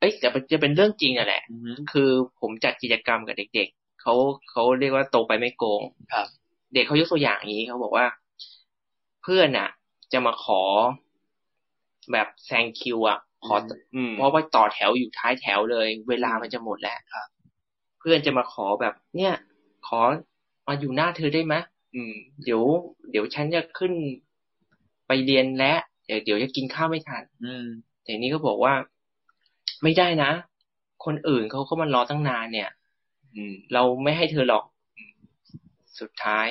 S2: เอ้ยแต่มันจะเป็นเรื่องจริงนั่นแหละ
S3: อือฮึ
S2: คือผมจัดกิจกรรมกับเด็ก ๆ เขาเขาเรียกว่าโตไปไม่โกง
S3: ครับ
S2: เด็กเขายกตัวอย่างอย่างนี้เขาบอกว่า เพื่อนอ่ะ จะมาขอแบบแซงคิวอ่ะ ขอ
S5: อืม
S2: เพราะว่าต่อแถวอยู่ท้ายแถวเลย เวลามันจะหมดแล้ว
S3: ครับ
S2: เพื่อนจะมาขอแบบ เนี่ย ขอมาอยู่หน้าเธอได้ไหม
S5: อืม
S2: เดี๋ยว เดี๋ยวฉันจะขึ้นไปเรียนและเดี๋ยวเดี๋ยวจะกินข้าวไม่ทัน
S3: อืม
S2: อย่างนี้ก็บอกว่า ไม่ได้นะ คนอื่นเขาก็มารอตั้งนานเนี่ย
S5: อืม
S2: เราไม่ให้เธอหรอก สุดท้าย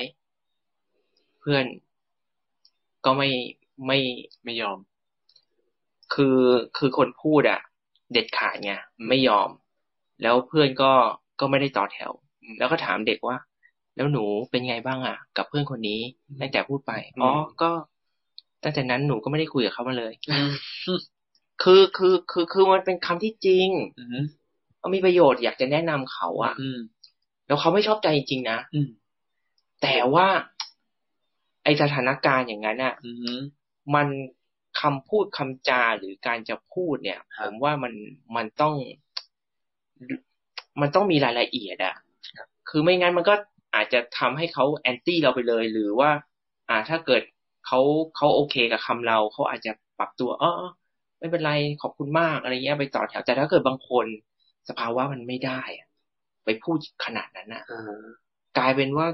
S2: เพื่อนก็ไม่ไม่
S5: ไม่ยอม
S2: คือคือคนพูดอะ เด็ดขาดไง
S5: อืม
S2: ไม่ยอม แล้วเพื่อนก็ก็ไม่ได้ต่อแถว
S5: อืม
S2: แล้วก็ถามเด็กว่า แล้วหนูเป็นไงบ้างอ่ะ กับเพื่อนคนนี้ตั้งแต่พูดไป
S5: อืม
S2: อ๋อก็ ตั้งแต่นั้นหนูก็ไม่ได้คุยกับเขามาเลย คือคือคือคือมันเป็นคำที่จริง
S3: อืม
S2: มันมีประโยชน์อยากจะแนะนำเขาอ่ะ
S3: อืม
S2: แล้วเขาไม่ชอบใจจริงๆนะ
S3: อืม
S2: แต่ว่า ไอสถานการณ์อย่างนั้นอ่ะ
S3: อืม
S2: มันคำพูดคำจาหรือการจะพูดเนี่ย
S3: ค
S2: ผ
S3: รับ
S2: มว่ามันมันต้อง มันต้องมีรายละเอียดอะคือไม่งั้นมันก็อาจจะทำให้เขาแอนตี้เราไปเลย หรือว่า อ่าถ้าเกิดเขาเขาโอเคกับคำเราเขาอาจจะปรับตัวอ๋อไม่เป็นไรขอบคุณมากอะไรเงี้ยไปต่อแถวแต่ถ้าเกิดบางคนสภาวะมันไม่ได้อะไปพูดขนาดนั้นอะ
S3: อ่าก
S2: ลายเป็นว่า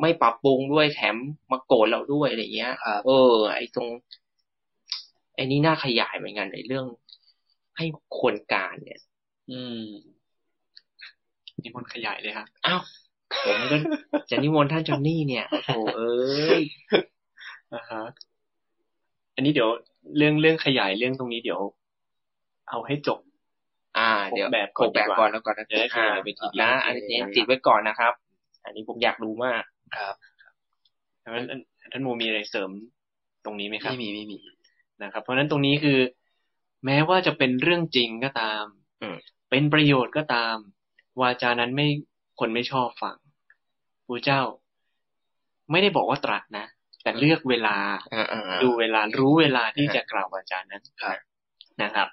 S2: ไม่ปรับปรุงด้วยแถมมาโกรธเราด้วยอะไรเงี้ย
S3: ครับ
S2: เออ ไอ้ตรงไอ้นี่น่าขยายเหมือนกันในเรื่องให้ควรการเนี่ย
S3: อืม
S5: นิมนต์ขยายเลยครับ
S2: อ้าว ผมก็ จะนิมนต์ท่านจอนนี่เนี่ยโอ้โหเอ้ย
S5: อ่าฮะอันนี้เดี๋ยวเรื่องเรื่องขยายเรื่องตรงนี้เดี๋ยว เอาให้จบ
S2: อ่า เดี๋ยว
S5: ผมแบบ
S2: ผมแบบ
S5: ก่อนดีกว่า
S2: ก่อนแล้วก่อนนะ
S5: จะได้ขยายไปทีเดียว
S2: นะอันนี้ติดไว้ก่อนนะครับ อันนี้ผมอยากรู้มาก
S5: แล้วท่านโมมีอะไรเสริมตรงนี้ไหมครับ
S3: ไม่มีไม่มี
S5: นะครับเพราะฉะนั้นตรงนี้คือ แม้ว่าจะเป็นเรื่องจริงก็ตาม
S2: อืม
S5: เป็นประโยชน์ก็ตาม วาจานั้นไม่คนไม่ชอบฟังพระเจ้า ไม่ได้บอกว่าตรัสนะ แต่เลือกเวลา
S2: อ่าอ่าอ่า
S5: ดูเวลารู้เวลาที่
S2: อ่า
S5: จะกล่าววาจานั้น
S3: ครับ
S5: นะครับ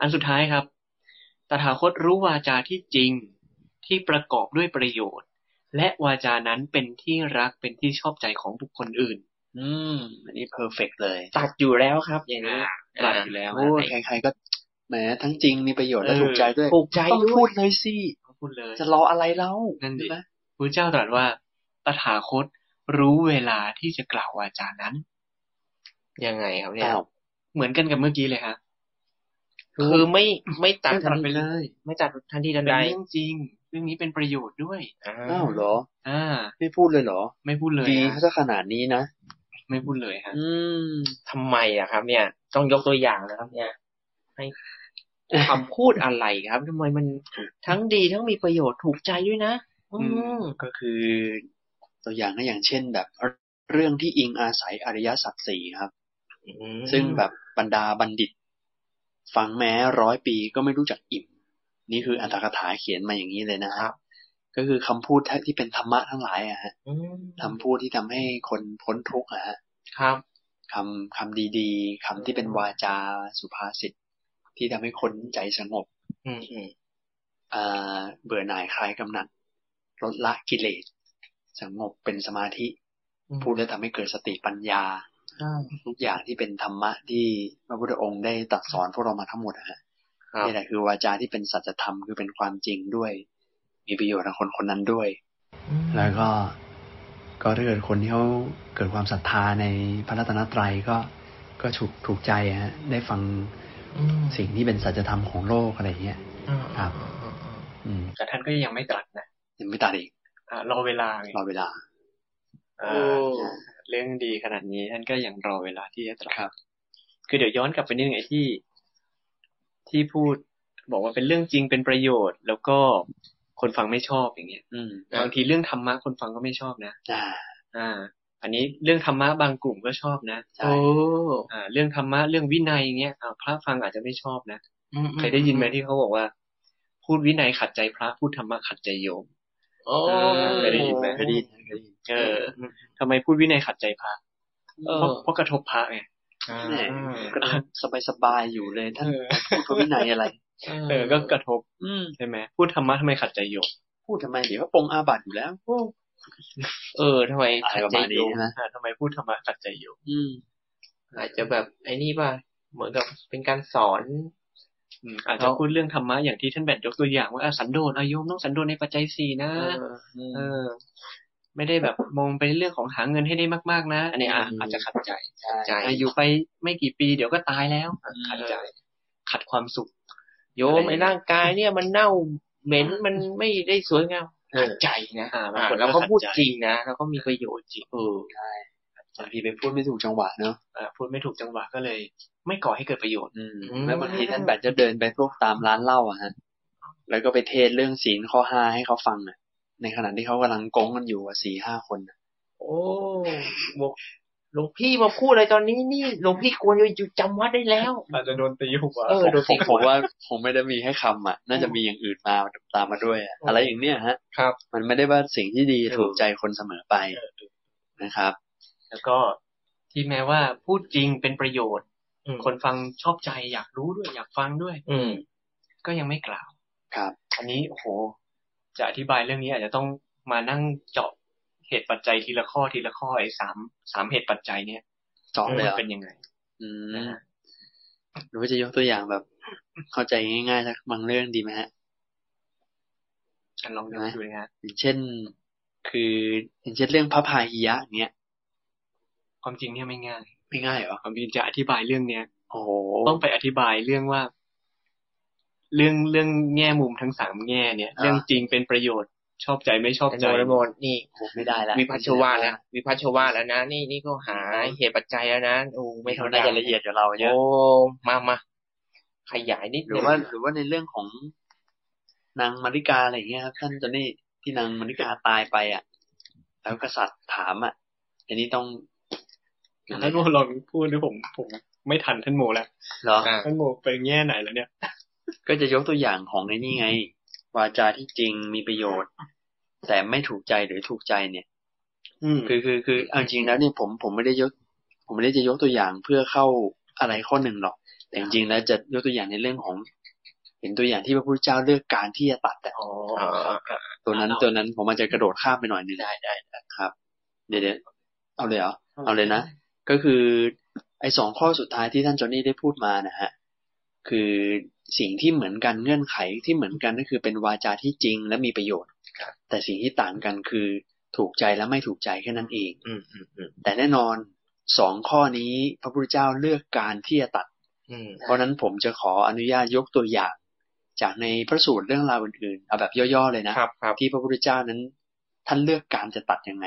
S5: อันสุดท้ายครับ ตถาคตรู้วาจาที่จริงที่ประกอบด้วยประโยชน์ และวาจานั้นเป็นที่รักเป็นที่ชอบใจของบุคคลอื่น
S3: อืม อันนี้เพอร์เฟกเลย
S2: ตัดอยู่แล้วครับ อย่างนี้
S5: ตัดอยู่แล้ว
S3: โอ้ยใครๆก็แหมทั้งจริงมีประโยชน์และ
S5: เออ
S3: ถูกใจด้วย
S2: ถูกใจ
S3: ต้อง
S2: ด้
S3: พู
S2: ว
S3: ด
S2: ย
S3: เลยสิ
S5: พูดเลย
S3: จะรออะไรเล่า
S5: นั่นดิ
S3: ใช่ไหม
S5: พระเจ้าตรัสว่า ตถาคตรู้เวลาที่จะกล่าววาจานั้น
S2: ยังไงครับเนี่ย
S3: อ้าว
S5: เหมือนกันกับเมื่อกี้เลยฮะ
S2: คือไม่ไม่ตัด
S5: ท่านตรัสไปเลย
S2: ไม่ตัดทันทีทั
S5: เป็นน
S2: ใด
S5: เรื่องจริง เรื่องนี้เป็นประโยชน์ด้วย
S3: อ้าวเหรอ
S5: อ่า
S3: ไม่พูดเลยเหรอ
S5: ไม่พูดเลย
S3: ดี
S5: ฮะ
S3: ถ้าขนาดนี้นะ
S5: ไม่พูดเลยฮะ
S3: อืม
S2: ทำไมอะครับ เนี่ย ต้องยกตัวอย่างนะครับ เนี่ยให้ คำพูดอะไรครับทำไมมันทั้งดีทั้งมีประโยชน์ถูกใจด้วยนะอืม
S3: ก็คือตัวอย่างก็อย่างเช่นแบบ เรื่องที่อิงอาศัยอริยสัจสี่ครับ ซึ่งแบบบรรดาบัณฑิต ฟังแม้ร้อยปีก็ไม่รู้จักอิ่ม นี่คืออัตถกถาเขียนมาอย่างนี้เลยนะครับ ก็คือคำพูดที่เป็นธรรมะทั้งหลายอะฮะ
S2: อืม
S3: คำพูดที่ทำให้คนพ้นทุกข์อะฮะ
S2: ครับ
S3: คำคำดีๆคำที่เป็นวาจาสุภาษิตที่ทำให้คนใจสงบ
S2: อืมอืม
S3: อ่าเบื่อหน่ายคลายกำหนัดลดละกิเลสสงบเป็นสมาธิ พูดแล้วทำให้เกิดสติปัญญา
S2: อ่า
S3: ทุกอย่างที่เป็นธรรมะที่พระพุทธองค์ได้ตรัสสอนพวกเรามาทั้งหมดนะฮะ
S2: ครับ
S3: นี่แหละคือวาจาที่เป็นสัจธรรมคือเป็นความจริงด้วย มีประโยชน์กับคนคนนั้นด้วย แล้วก็ก็ถ้าเกิดคนที่เขาเกิดความศรัทธาในพระรัตนตรัยก็ก็ถูกถูกใจฮะได้ฟัง
S2: อืม
S3: สิ่งที่เป็นสัจธรรมของโลกอะไรอย่างเงี้ย
S2: อ่า
S3: ครับ
S2: อ่าอ่า
S3: อืม
S5: แต่ท่านก็ยังไม่ตรัสนะ
S3: ยังไม่ตัดอีก
S5: อ่ารอเวลาไง
S3: รอเวลา
S5: อ่าเรื่องดีขนาดนี้ท่านก็ยังรอเวลาที่จะตรัส
S3: ครับ
S5: คือเดี๋ยวย้อนกลับไปนิดนึงไอ้ที่ ที่พูด บอกว่าเป็นเรื่องจริงเป็นประโยชน์ แล้วก็คนฟังไม่ชอบอย่างเงี้ย
S3: อืม
S5: บางทีเรื่องธรรมะคนฟังก็ไม่ชอบนะ
S3: อ่า
S5: อ่า อันนี้เรื่องธรรมะบางกลุ่มก็ชอบนะ
S3: ใช่
S2: โอ้
S5: อ่า เรื่องธรรมะเรื่องวินัยเงี้ยอ่าพระฟังอาจจะไม่ชอบนะ
S2: อืมอื
S5: เคยได้ยินไหมที่เขาบอกว่า พูดวินัยขัดใจพระพูดธรรมะขัดใจโยม
S2: โอ้
S5: เออเคยได้ยินไหม
S3: เคยได้ยินเคยได้ยิน
S5: เออทำไมพูดวินัยขัดใจพระ
S2: เออ
S5: เพราะเพราะกระทบพระไง
S2: อ่า
S3: แหม่
S2: อ่า
S3: ก็สบายสบายๆอยู่เลยท่านพูดพระวินัยอะไร
S5: เออ ก็กระทบ
S3: อืม
S5: ใช่ไหมพูดธรรมะทำไมขัดใจโยม
S3: พูดทำไมเดี๋ยวก็ปรงอาบัติอยู่แล้ว
S2: เออทำไม
S3: อะไรประมาณนี้
S2: ใจโย
S3: ใช่ไหม
S5: อ่าทำไมพูดธรรมะขัดใจโยม
S3: อืม
S2: อาจจะแบบไอ้นี่ป่ะ เหมือนกับเป็นการสอน
S5: อืมอาจจะพูดเรื่องธรรมะอย่างที่ท่านแบดยกตัวอย่างว่าอ่ะสันโดษอาโยมต้องสันโดษในปัจจัยสี่นะ
S2: เออ
S5: เออ ไม่ได้แบบมองไปเรื่องของหาเงินให้ได้มาก ๆ นะ อันนี้อ่ะ
S3: อืม
S5: อาจจะขัดใจ
S3: ใช่
S2: ใจ
S5: อ่ะอยู่ไปไม่กี่ปีเดี๋ยวก็ตายแล้ว ขัดใจ ขัดความสุข
S2: โยมไอ้ร่างกายเนี่ยมันเน่าเหม็นมันไม่ได้สวยงาม
S3: เออ
S2: ใจนะ
S5: อ่า
S2: อ่า
S5: บางคน
S2: เราก็พูด
S5: เข้าใจ
S2: จริงนะเราก็มีประโยชน์จริงเออ
S3: ใช่ บางทีไปพูดไม่ถูกจังหวะเนาะ
S5: เอ่อพูดไม่ถูกจังหวะก็เลย ไม่ก่อให้เกิดประโยชน์
S3: อืม
S2: อืม
S3: แล้วบางทีท่านแบบจะเดินไปพวกตามร้านเหล้าอะฮะ แล้วก็ไปเทศเรื่องศีลข้อห้าให้เขาฟังอะในขณะที่เขากำลังโกงกันอยู่อะสี่ห้าคนน่ะ
S2: โอ้บอกหลวงพี่มาพูดอะไรตอนนี้นี่หลวงพี่ควรจะอยู่จำวัดได้แล้ว
S5: อาจจะโดนตีหัว
S2: เออ โดน
S3: ผ
S2: ตี
S3: ม
S2: หัว
S3: ผมว่า คงไม่ได้มีแค่คำอ่ะ น่าจะมีอย่างอื่นมาตามมาด้วยอะอะไรอย่างเนี้ยฮะ
S5: ครับ
S3: มันไม่ได้ว่าสิ่งที่ดีถูกใจคนเสมอไปนะครับ
S5: แล้วก็ที่แม้ว่าพูดจริงเป็นประโยชน์
S2: อืม
S5: คนฟังชอบใจอยากรู้ด้วยอยากฟังด้วย
S2: อืม
S5: ก็ยังไม่กล่าว
S3: ครับ
S5: อันนี้โอ้โห จะอธิบายเรื่องนี้อาจจะต้องมานั่งเจาะเหตุปัจจัยทีละข้อทีละข้อไอ้สามสามเหตุปัจจัยเนี่ย
S3: สอง
S5: ว่า
S3: เลย
S5: มั
S3: เหรอ
S5: นเป็นยังไง
S3: อื
S5: นะ
S3: ม
S5: ฮะ
S3: หรือว่าจะยกตัวอย่างแบบ เข้าใจง่ายๆสักบางเรื่องดีไหมฮะ
S5: อันลองดูดูนะฮะ
S3: อย่างเช่น คืออย่างเช่นเรื่องพระพาหิยะเนี้ย
S5: ความจริงเนี่ยไม่ง่าย
S3: ไม่ง่ายเหรอ
S5: ความจริงจะอธิบายเรื่องเนี้ย
S3: โอ้โห
S5: ต้องไปอธิบายเรื่องว่า เรื่องเรื่องแง่มุมทั้งสามแง่เนี่ย เรื่องจริงเป็นประโยชน์ชอบใจไม่ชอบ
S2: แต่
S5: ใจ
S2: โนโมนนี่
S3: โหไม่ได้ละ
S2: วิพัชชวาแล้ววิพัชชวาแล้วนะ นี่นี่ก็หาเหตุปัจจัยแล้วนะโอ้ไม่
S3: ไม่
S2: ธรร
S3: เท่าม น่า
S2: ดา
S3: จะละเอียดกว่าเราเยอะ
S2: โอ้มามาขยายนิด
S3: ห
S2: นึ
S3: รื
S2: ง
S3: อว่า หรือว่าในเรื่องของนางมาริกาอะไรอย่างเงี้ยครับท่านเจนนี่ที่นางมาริกาตายไปอ่ะ แล้วกษัตริย์ถามอ่ะอันนี้ต้อง
S5: ท่านโมลองพูดหรือผมผมไม่ทันท่านโมแล้ว
S3: เหรอ
S2: อ่า
S5: ท่านโมไปแง่ไหนแล้วเนี่ย
S3: ก็จะยกตัวอย่างของในนี่ไง วาจาที่จริงมีประโยชน์ แต่ไม่ถูกใจหรือถูกใจเนี่ย
S5: อืม
S3: คือคือคือเอาจริงแล้วเนี่ยผมผมไม่ได้ยก ผมไม่ได้จะยกตัวอย่างเพื่อเข้าอะไรข้อหนึ่งหรอก แต่จริงๆแล้วจะยกตัวอย่างในเรื่องของ เห็นตัวอย่างที่พระพุทธเจ้าเลือกการที่จะตัดแต่
S5: อ๋อ
S3: ตัวนั้นตัวนั้นผมอาจจะกระโดดข้ามไปหน่อยหนึงได้ได้ครับเดี๋ยวเดี๋ยวเอาเลยเหรอ เอาเลยนะ ก็คือไอ้สองข้อสุดท้ายที่ท่านจอห์นนี่ได้พูดมานะฮะคือสิ่งที่เหมือนกันเงื่อนไขที่เหมือนกันก็คือเป็นวาจาที่จริงและมีประโยชน์ แต่สิ่งที่ต่างกันคือถูกใจและไม่ถูกใจแค่นั้นเอง
S2: อืมอืมอืม
S3: แต่แน่นอนสองข้อนี้พระพุทธเจ้าเลือกการที่จะตัด
S2: อืม
S3: เพราะฉะนั้นผมจะขออนุญาตยกตัวอย่าง จากในพระสูตรเรื่องราวอื่นๆเอาแบบย่อๆเลยนะ
S2: ครับครับ
S3: ที่พระพุทธเจ้านั้น ท่านเลือกการจะตัดยังไง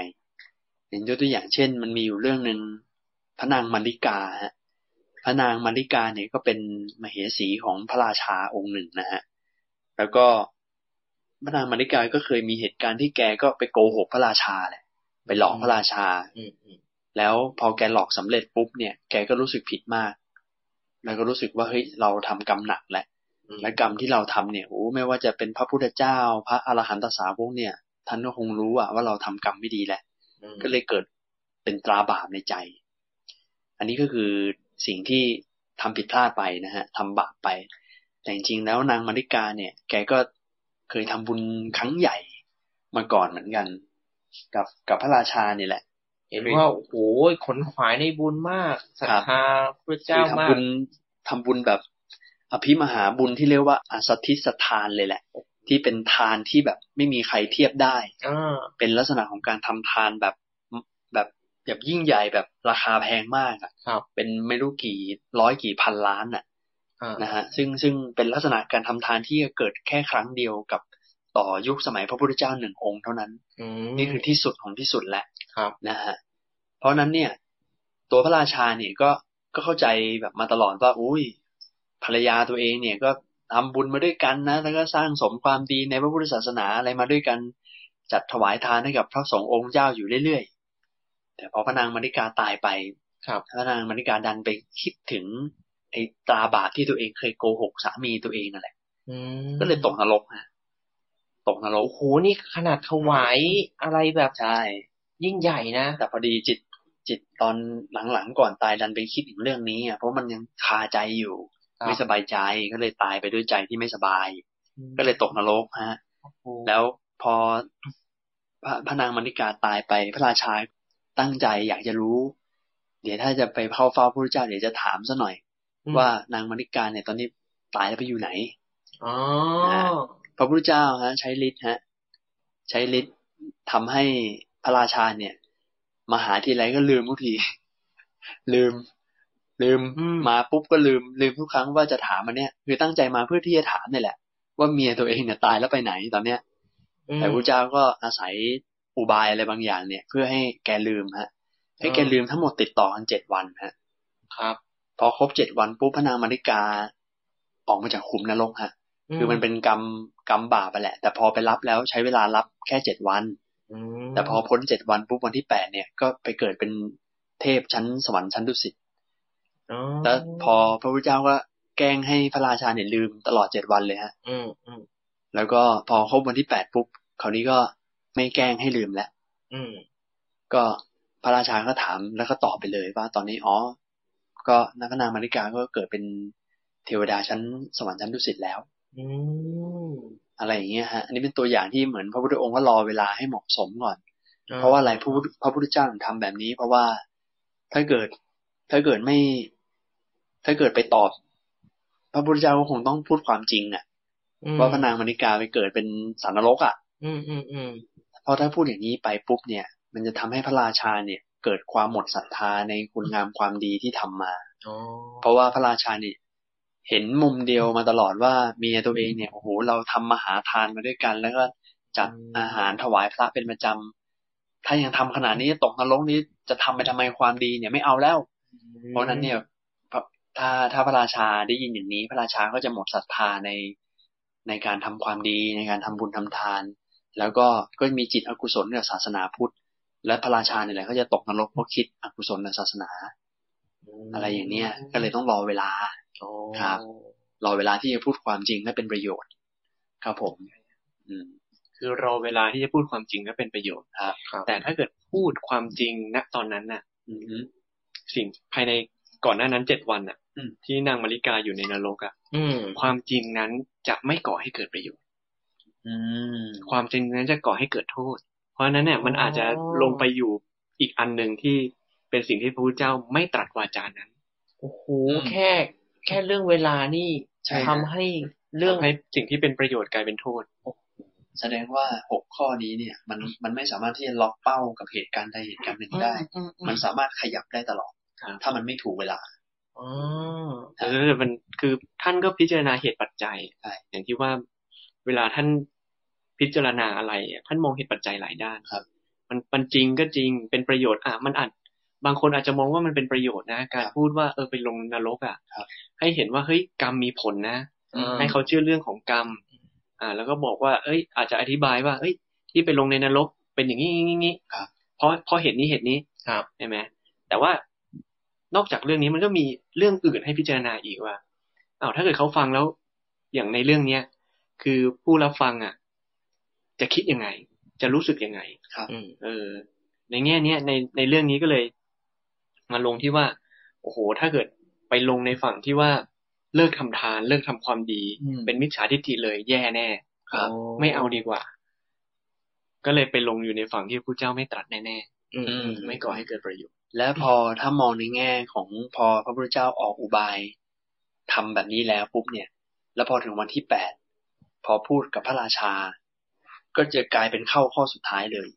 S3: เห็นยกตัวอย่างเช่น มันมีอยู่เรื่องหนึ่งพระนางมาริกาฮะพระนางมาริกาเนี่ยก็เป็นมเหสีของพระราชาองค์หนึ่งนะฮะแล้วก็พระนางมาริกาก็เคยมีเหตุการณ์ที่แกก็ไปโกหกพระราชาแหละไปหลอกพระราชา
S2: อืมอืม
S3: แล้วพอแกหลอกสำเร็จปุ๊บเนี่ยแกก็รู้สึกผิดมาก แล้วก็รู้สึกว่าเฮ้ยเราทำกรรมหนักแหละและกรรมที่เราทำเนี่ยโอ้ไม่ว่าจะเป็นพระพุทธเจ้า พระอรหันตสาวกเนี่ย ท่านก็คงรู้อะว่าเราทำกรรมไม่ดีแหละ
S2: อืม
S3: ก็เลยเกิดเป็นตราบาปในใจ อันนี้ก็คือสิ่งที่ทำผิดพลาดไปนะฮะทำบาปไป แต่จริงๆแล้วนางมาริกาเนี่ย แกก็เคยทำบุญครั้งใหญ่มาก่อนเหมือนกัน กับกับพระราชาเนี่ยแหละ
S2: เห็นว่าโอ้โหขนขวายในบุญมากศรัทธาพระ
S3: คื
S2: เจ้า
S3: อทำ
S2: มา
S3: บุ
S2: ก
S3: ญทำบุญแบบ อภิมหาบุญที่เรียกว่าอสัตถิสทานเลยแหละ ที่เป็นทานที่แบบไม่มีใครเทียบได้
S2: อ่า
S3: เป็นลักษณะของการทำทานแบบแบบแบบยิ่งใหญ่แบบราคาแพงมากอ่ะ
S2: ครับ
S3: เป็นไม่รู้กี่ร้อยกี่พันล้านอ่ะ
S2: อ่า
S3: นะฮะซึ่งซึ่งเป็นลักษณะการทำทานที่เกิดแค่ครั้งเดียวกับต่อยุคสมัยพระพุทธเจ้าหนึ่งองค์เท่านั้น
S2: อืม
S3: นี่คือที่สุดของที่สุดแล้ว
S2: ครับ
S3: นะฮะเพราะฉะนั้นเนี่ย ตัวพระราชาเนี่ยก็ก็เข้าใจแบบมาตลอดว่าอุ้ยภรรยาตัวเองเนี่ยก็ทำบุญมาด้วยกันนะ แล้วก็สร้างสมความดีในพระพุทธศาสนาอะไรมาด้วยกัน จัดถวายทานให้กับพระสงฆ์องค์เจ้าอยู่เรื่อยๆ แต่พอพระนางมาริกาตายไป
S2: ครับ
S3: พระนางมาริกาดันไปคิดถึงไอ้ตราบาปที่ตัวเองเคยโกหกสามีตัวเองนั่นแหละ
S2: อืม
S3: ก็เลยตกนรกฮะตกนรก
S2: โอ้โหนี่ขนาดถวายอะไรแบบ
S3: ใช่
S2: ยิ่งใหญ่นะ
S3: แต่พอดีจิตจิตตอนหลังๆก่อนตายดันไปคิดถึงเรื่องนี้อ่ะเพราะมันยังคาใจอยู่ ไม่สบายใจก็เลยตายไปด้วยใจที่ไม่สบาย ก็เลยตกนรกฮะ
S2: โอ้
S3: แล้วพอพระพระนางมณิกาตายไป พระราชาตั้งใจอยากจะรู้ เดี๋ยวถ้าจะไปเข้าเฝ้าพระพุทธเจ้าเดี๋ยวจะถามซะหน่อย ว่านางมณิกาเนี่ยตอนนี้ตายแล้วไปอยู่ไหน
S2: อ๋อ
S3: พระพุทธเจ้าฮะใช้ฤทธิ์ฮะใช้ฤทธิ์ทำให้พระราชาเนี่ยมาหาทีไรก็ลืมทุกที ลืม ลืม
S2: อืม
S3: มาปุ๊บก็ลืม ลืมทุกครั้งว่าจะถามมันเนี่ยคือตั้งใจมาเพื่อที่จะถามนี่แหละ ว่าเมียตัวเองเนี่ยตายแล้วไปไหนตอนเนี้ย แต่พระพุทธเจ้าก็อาศัยอุบายอะไรบางอย่างเนี่ย เพื่อให้แกลืมฮะ ไอ้ยแกลืมทั้งหมดติดต่อกันเจ็ดวันฮะ
S2: ครับ
S3: พอครบเจ็ดวันปุ๊บพระนางมาริกา ออกมาจากขุมนรกฮะ คือมันเป็นกรรมกรรมบาปไปแหละ แต่พอไปรับแล้วใช้เวลารับแค่เจ็ดวัน
S2: อืม
S3: แต่พอพ้นเจ็ดวันปุ๊บวันที่แปดเนี่ยก็ไปเกิดเป็นเทพชั้นสวรรค์ชั้นดุสิต
S2: อ๋อ
S3: แล้วพอพระพุทธเจ้าก็แกล้งให้พระราชาเนี่ยลืมตลอดเจ็ดวันเลยฮะ
S2: อืมอืม
S3: แล้วก็พอครบวันที่แปดปุ๊บคราวนี้ก็ไม่แกล้งให้ลืมแล้ว
S2: อืม
S3: ก็พระราชาก็ถามแล้วก็ตอบไปเลยว่าตอนนี้อ๋อ ก็นักพนางมาริกาก็เกิดเป็นเทวดาชั้นสวรรค์ชั้นดุสิตแล้ว
S2: อืม
S3: อะไรอย่างเงี้ยฮะ อันนี้เป็นตัวอย่างที่เหมือนพระพุทธองค์ก็รอเวลาให้เหมาะสมก่อน เพราะว่าอะไรพระพุทธพระพุทธเจ้าถึงทำแบบนี้ เพราะว่าถ้าเกิดถ้าเกิดไม่ ถ้าเกิดไปตอบ พระพุทธเจ้าก็คงต้องพูดความจริงอะ
S2: อืม
S3: ว่าพระนางมณิกาไปเกิดเป็นสารนรกอะ
S2: อืมอืมอืม
S3: เพราะถ้าพูดอย่างนี้ไปปุ๊บเนี่ย มันจะทำให้พระราชาเนี่ย เกิดความหมดศรัทธาในคุณงามความดีที่ทำมา
S2: อ๋อ
S3: เพราะว่าพระราชาเนี่ยเห็นมุมเดียวมาตลอดว่าเมียตัวเองเนี่ยโอ้โหเราทำมหาทานมาด้วยกัน แล้วก็จัดอาหารถวายพระเป็นประจำถ้ายังทำขนาดนี้ตกนรกนี้จะทำไปทำไมความดีเนี่ยไม่เอาแล้ว เพราะฉะนั้นเนี่ยพระถ้าถ้าพระราชาได้ยินอย่างนี้ พระราชาก็จะหมดศรัทธาในในการทำความดีในการทำบุญทำทาน แล้วก็ก็มีจิตอกุศลกับศาสนาพุทธ และพระราชาเนี่ยแหละก็จะตกนรกเพราะคิดอกุศลในศาสนา อะไรอย่างเนี้ยก็เลยต้องรอเวลา
S2: อ๋อ
S3: ครับ รอเวลาที่จะพูดความจริงและเป็นประโยชน์ ครับผม อืม
S5: คือรอเวลาที่จะพูดความจริงก็เป็นประโยชน์
S2: ครับ
S5: แต่ถ้าเกิดพูดความจริงณตอนนั้นน่ะ
S3: อืม
S5: สิ่งภายในก่อนหน้านั้นเจ็ดวันน่ะ
S3: อืม
S5: ที่นางมาริกาอยู่ในนรกอ่ะ
S2: อืม
S5: ความจริงนั้นจะไม่ก่อให้เกิดประโยชน์
S3: อืม
S5: ความจริงนั้นจะก่อให้เกิดโทษ เพราะฉะนั้นเนี่ยมันอาจจะลงไปอยู่อีกอันหนึ่งที่เป็นสิ่งที่พระพุทธเจ้าไม่ตรัสวาจานั้น
S2: โอ้โหแค่ แค่เรื่องเวลานี่
S3: ใช่
S2: ทำ
S3: นะ
S2: ให้เรื่อง
S5: ทำให้สิ่งที่เป็นประโยชน์กลายเป็นโทษ
S3: แสดงว่าหกข้อนี้เนี่ย มันมันไม่สามารถที่จะล็อกเป้ากับเหตุการณ์ใดเหตุการณ์หนึ่งได้
S2: อือื
S3: มันสามารถขยับได้ตลอด
S5: ครับ
S3: ถ้ามันไม่ถูกเวลา
S2: อ๋อ
S5: เออมันคือท่านก็พิจารณาเหตุปัจจัย
S3: ใช่
S5: อย่างที่ว่าเวลาท่านพิจารณาอะไรอะท่านมองเหตุปัจจัยหลายด้าน
S3: ครับ
S5: มันมันจริงก็จริงเป็นประโยชน์อ่ะมันอาจบางคนอาจจะมองว่ามันเป็นประโยชน์นะ การพูดว่าเออไปลงนรกอ่ะ
S3: ครับ
S5: ให้เห็นว่าเฮ้ยกรรมมีผลนะ
S2: อืม
S5: ให้เขาเชื่อเรื่องของกรรม อ่า แล้วก็บอกว่า เอ้ย อาจจะอธิบายว่า เอ้ย ที่ไปลงในนรกเป็นอย่างนี้อย่างนี้อย่างนี้
S3: ครับ
S5: เพราะเพราะเหตุนี้เหตุนี้
S2: ครับ
S5: ใช่ไหมแต่ว่านอกจากเรื่องนี้มันก็มีเรื่องอื่นให้พิจารณาอีกว่าอ้าวถ้าเกิดเขาฟังแล้ว อย่างในเรื่องเนี้ย คือผู้รับฟังอ่ะ จะคิดยังไง จะรู้สึกยังไง
S2: อืม
S5: เออ ในแง่เนี้ยในในเรื่องนี้ก็เลย มาลงที่ว่า โอ้โห ถ้าเกิดไปลงในฝั่งที่ว่าเลิกทำทาน เลิกทำความดี
S3: อืม
S5: เป็นมิจฉาทิฏฐิเลยแย่แน่
S3: ครับ
S5: ไม่เอาดีกว่า ก็เลยไปลงอยู่ในฝั่งที่พระพุทธเจ้าไม่ตรัสแน่
S2: อืมอืม
S5: ๆไม่ก่อให้เกิดประโยชน์
S3: และพอถ้ามองในแง่ของพอพระพุทธเจ้าออกอุบายทำแบบนี้แล้วปุ๊บเนี่ย แล้วพอถึงวันที่แปดพอพูดกับพระราชา ก็จะกลายเป็นเข้าข้อสุดท้ายเลย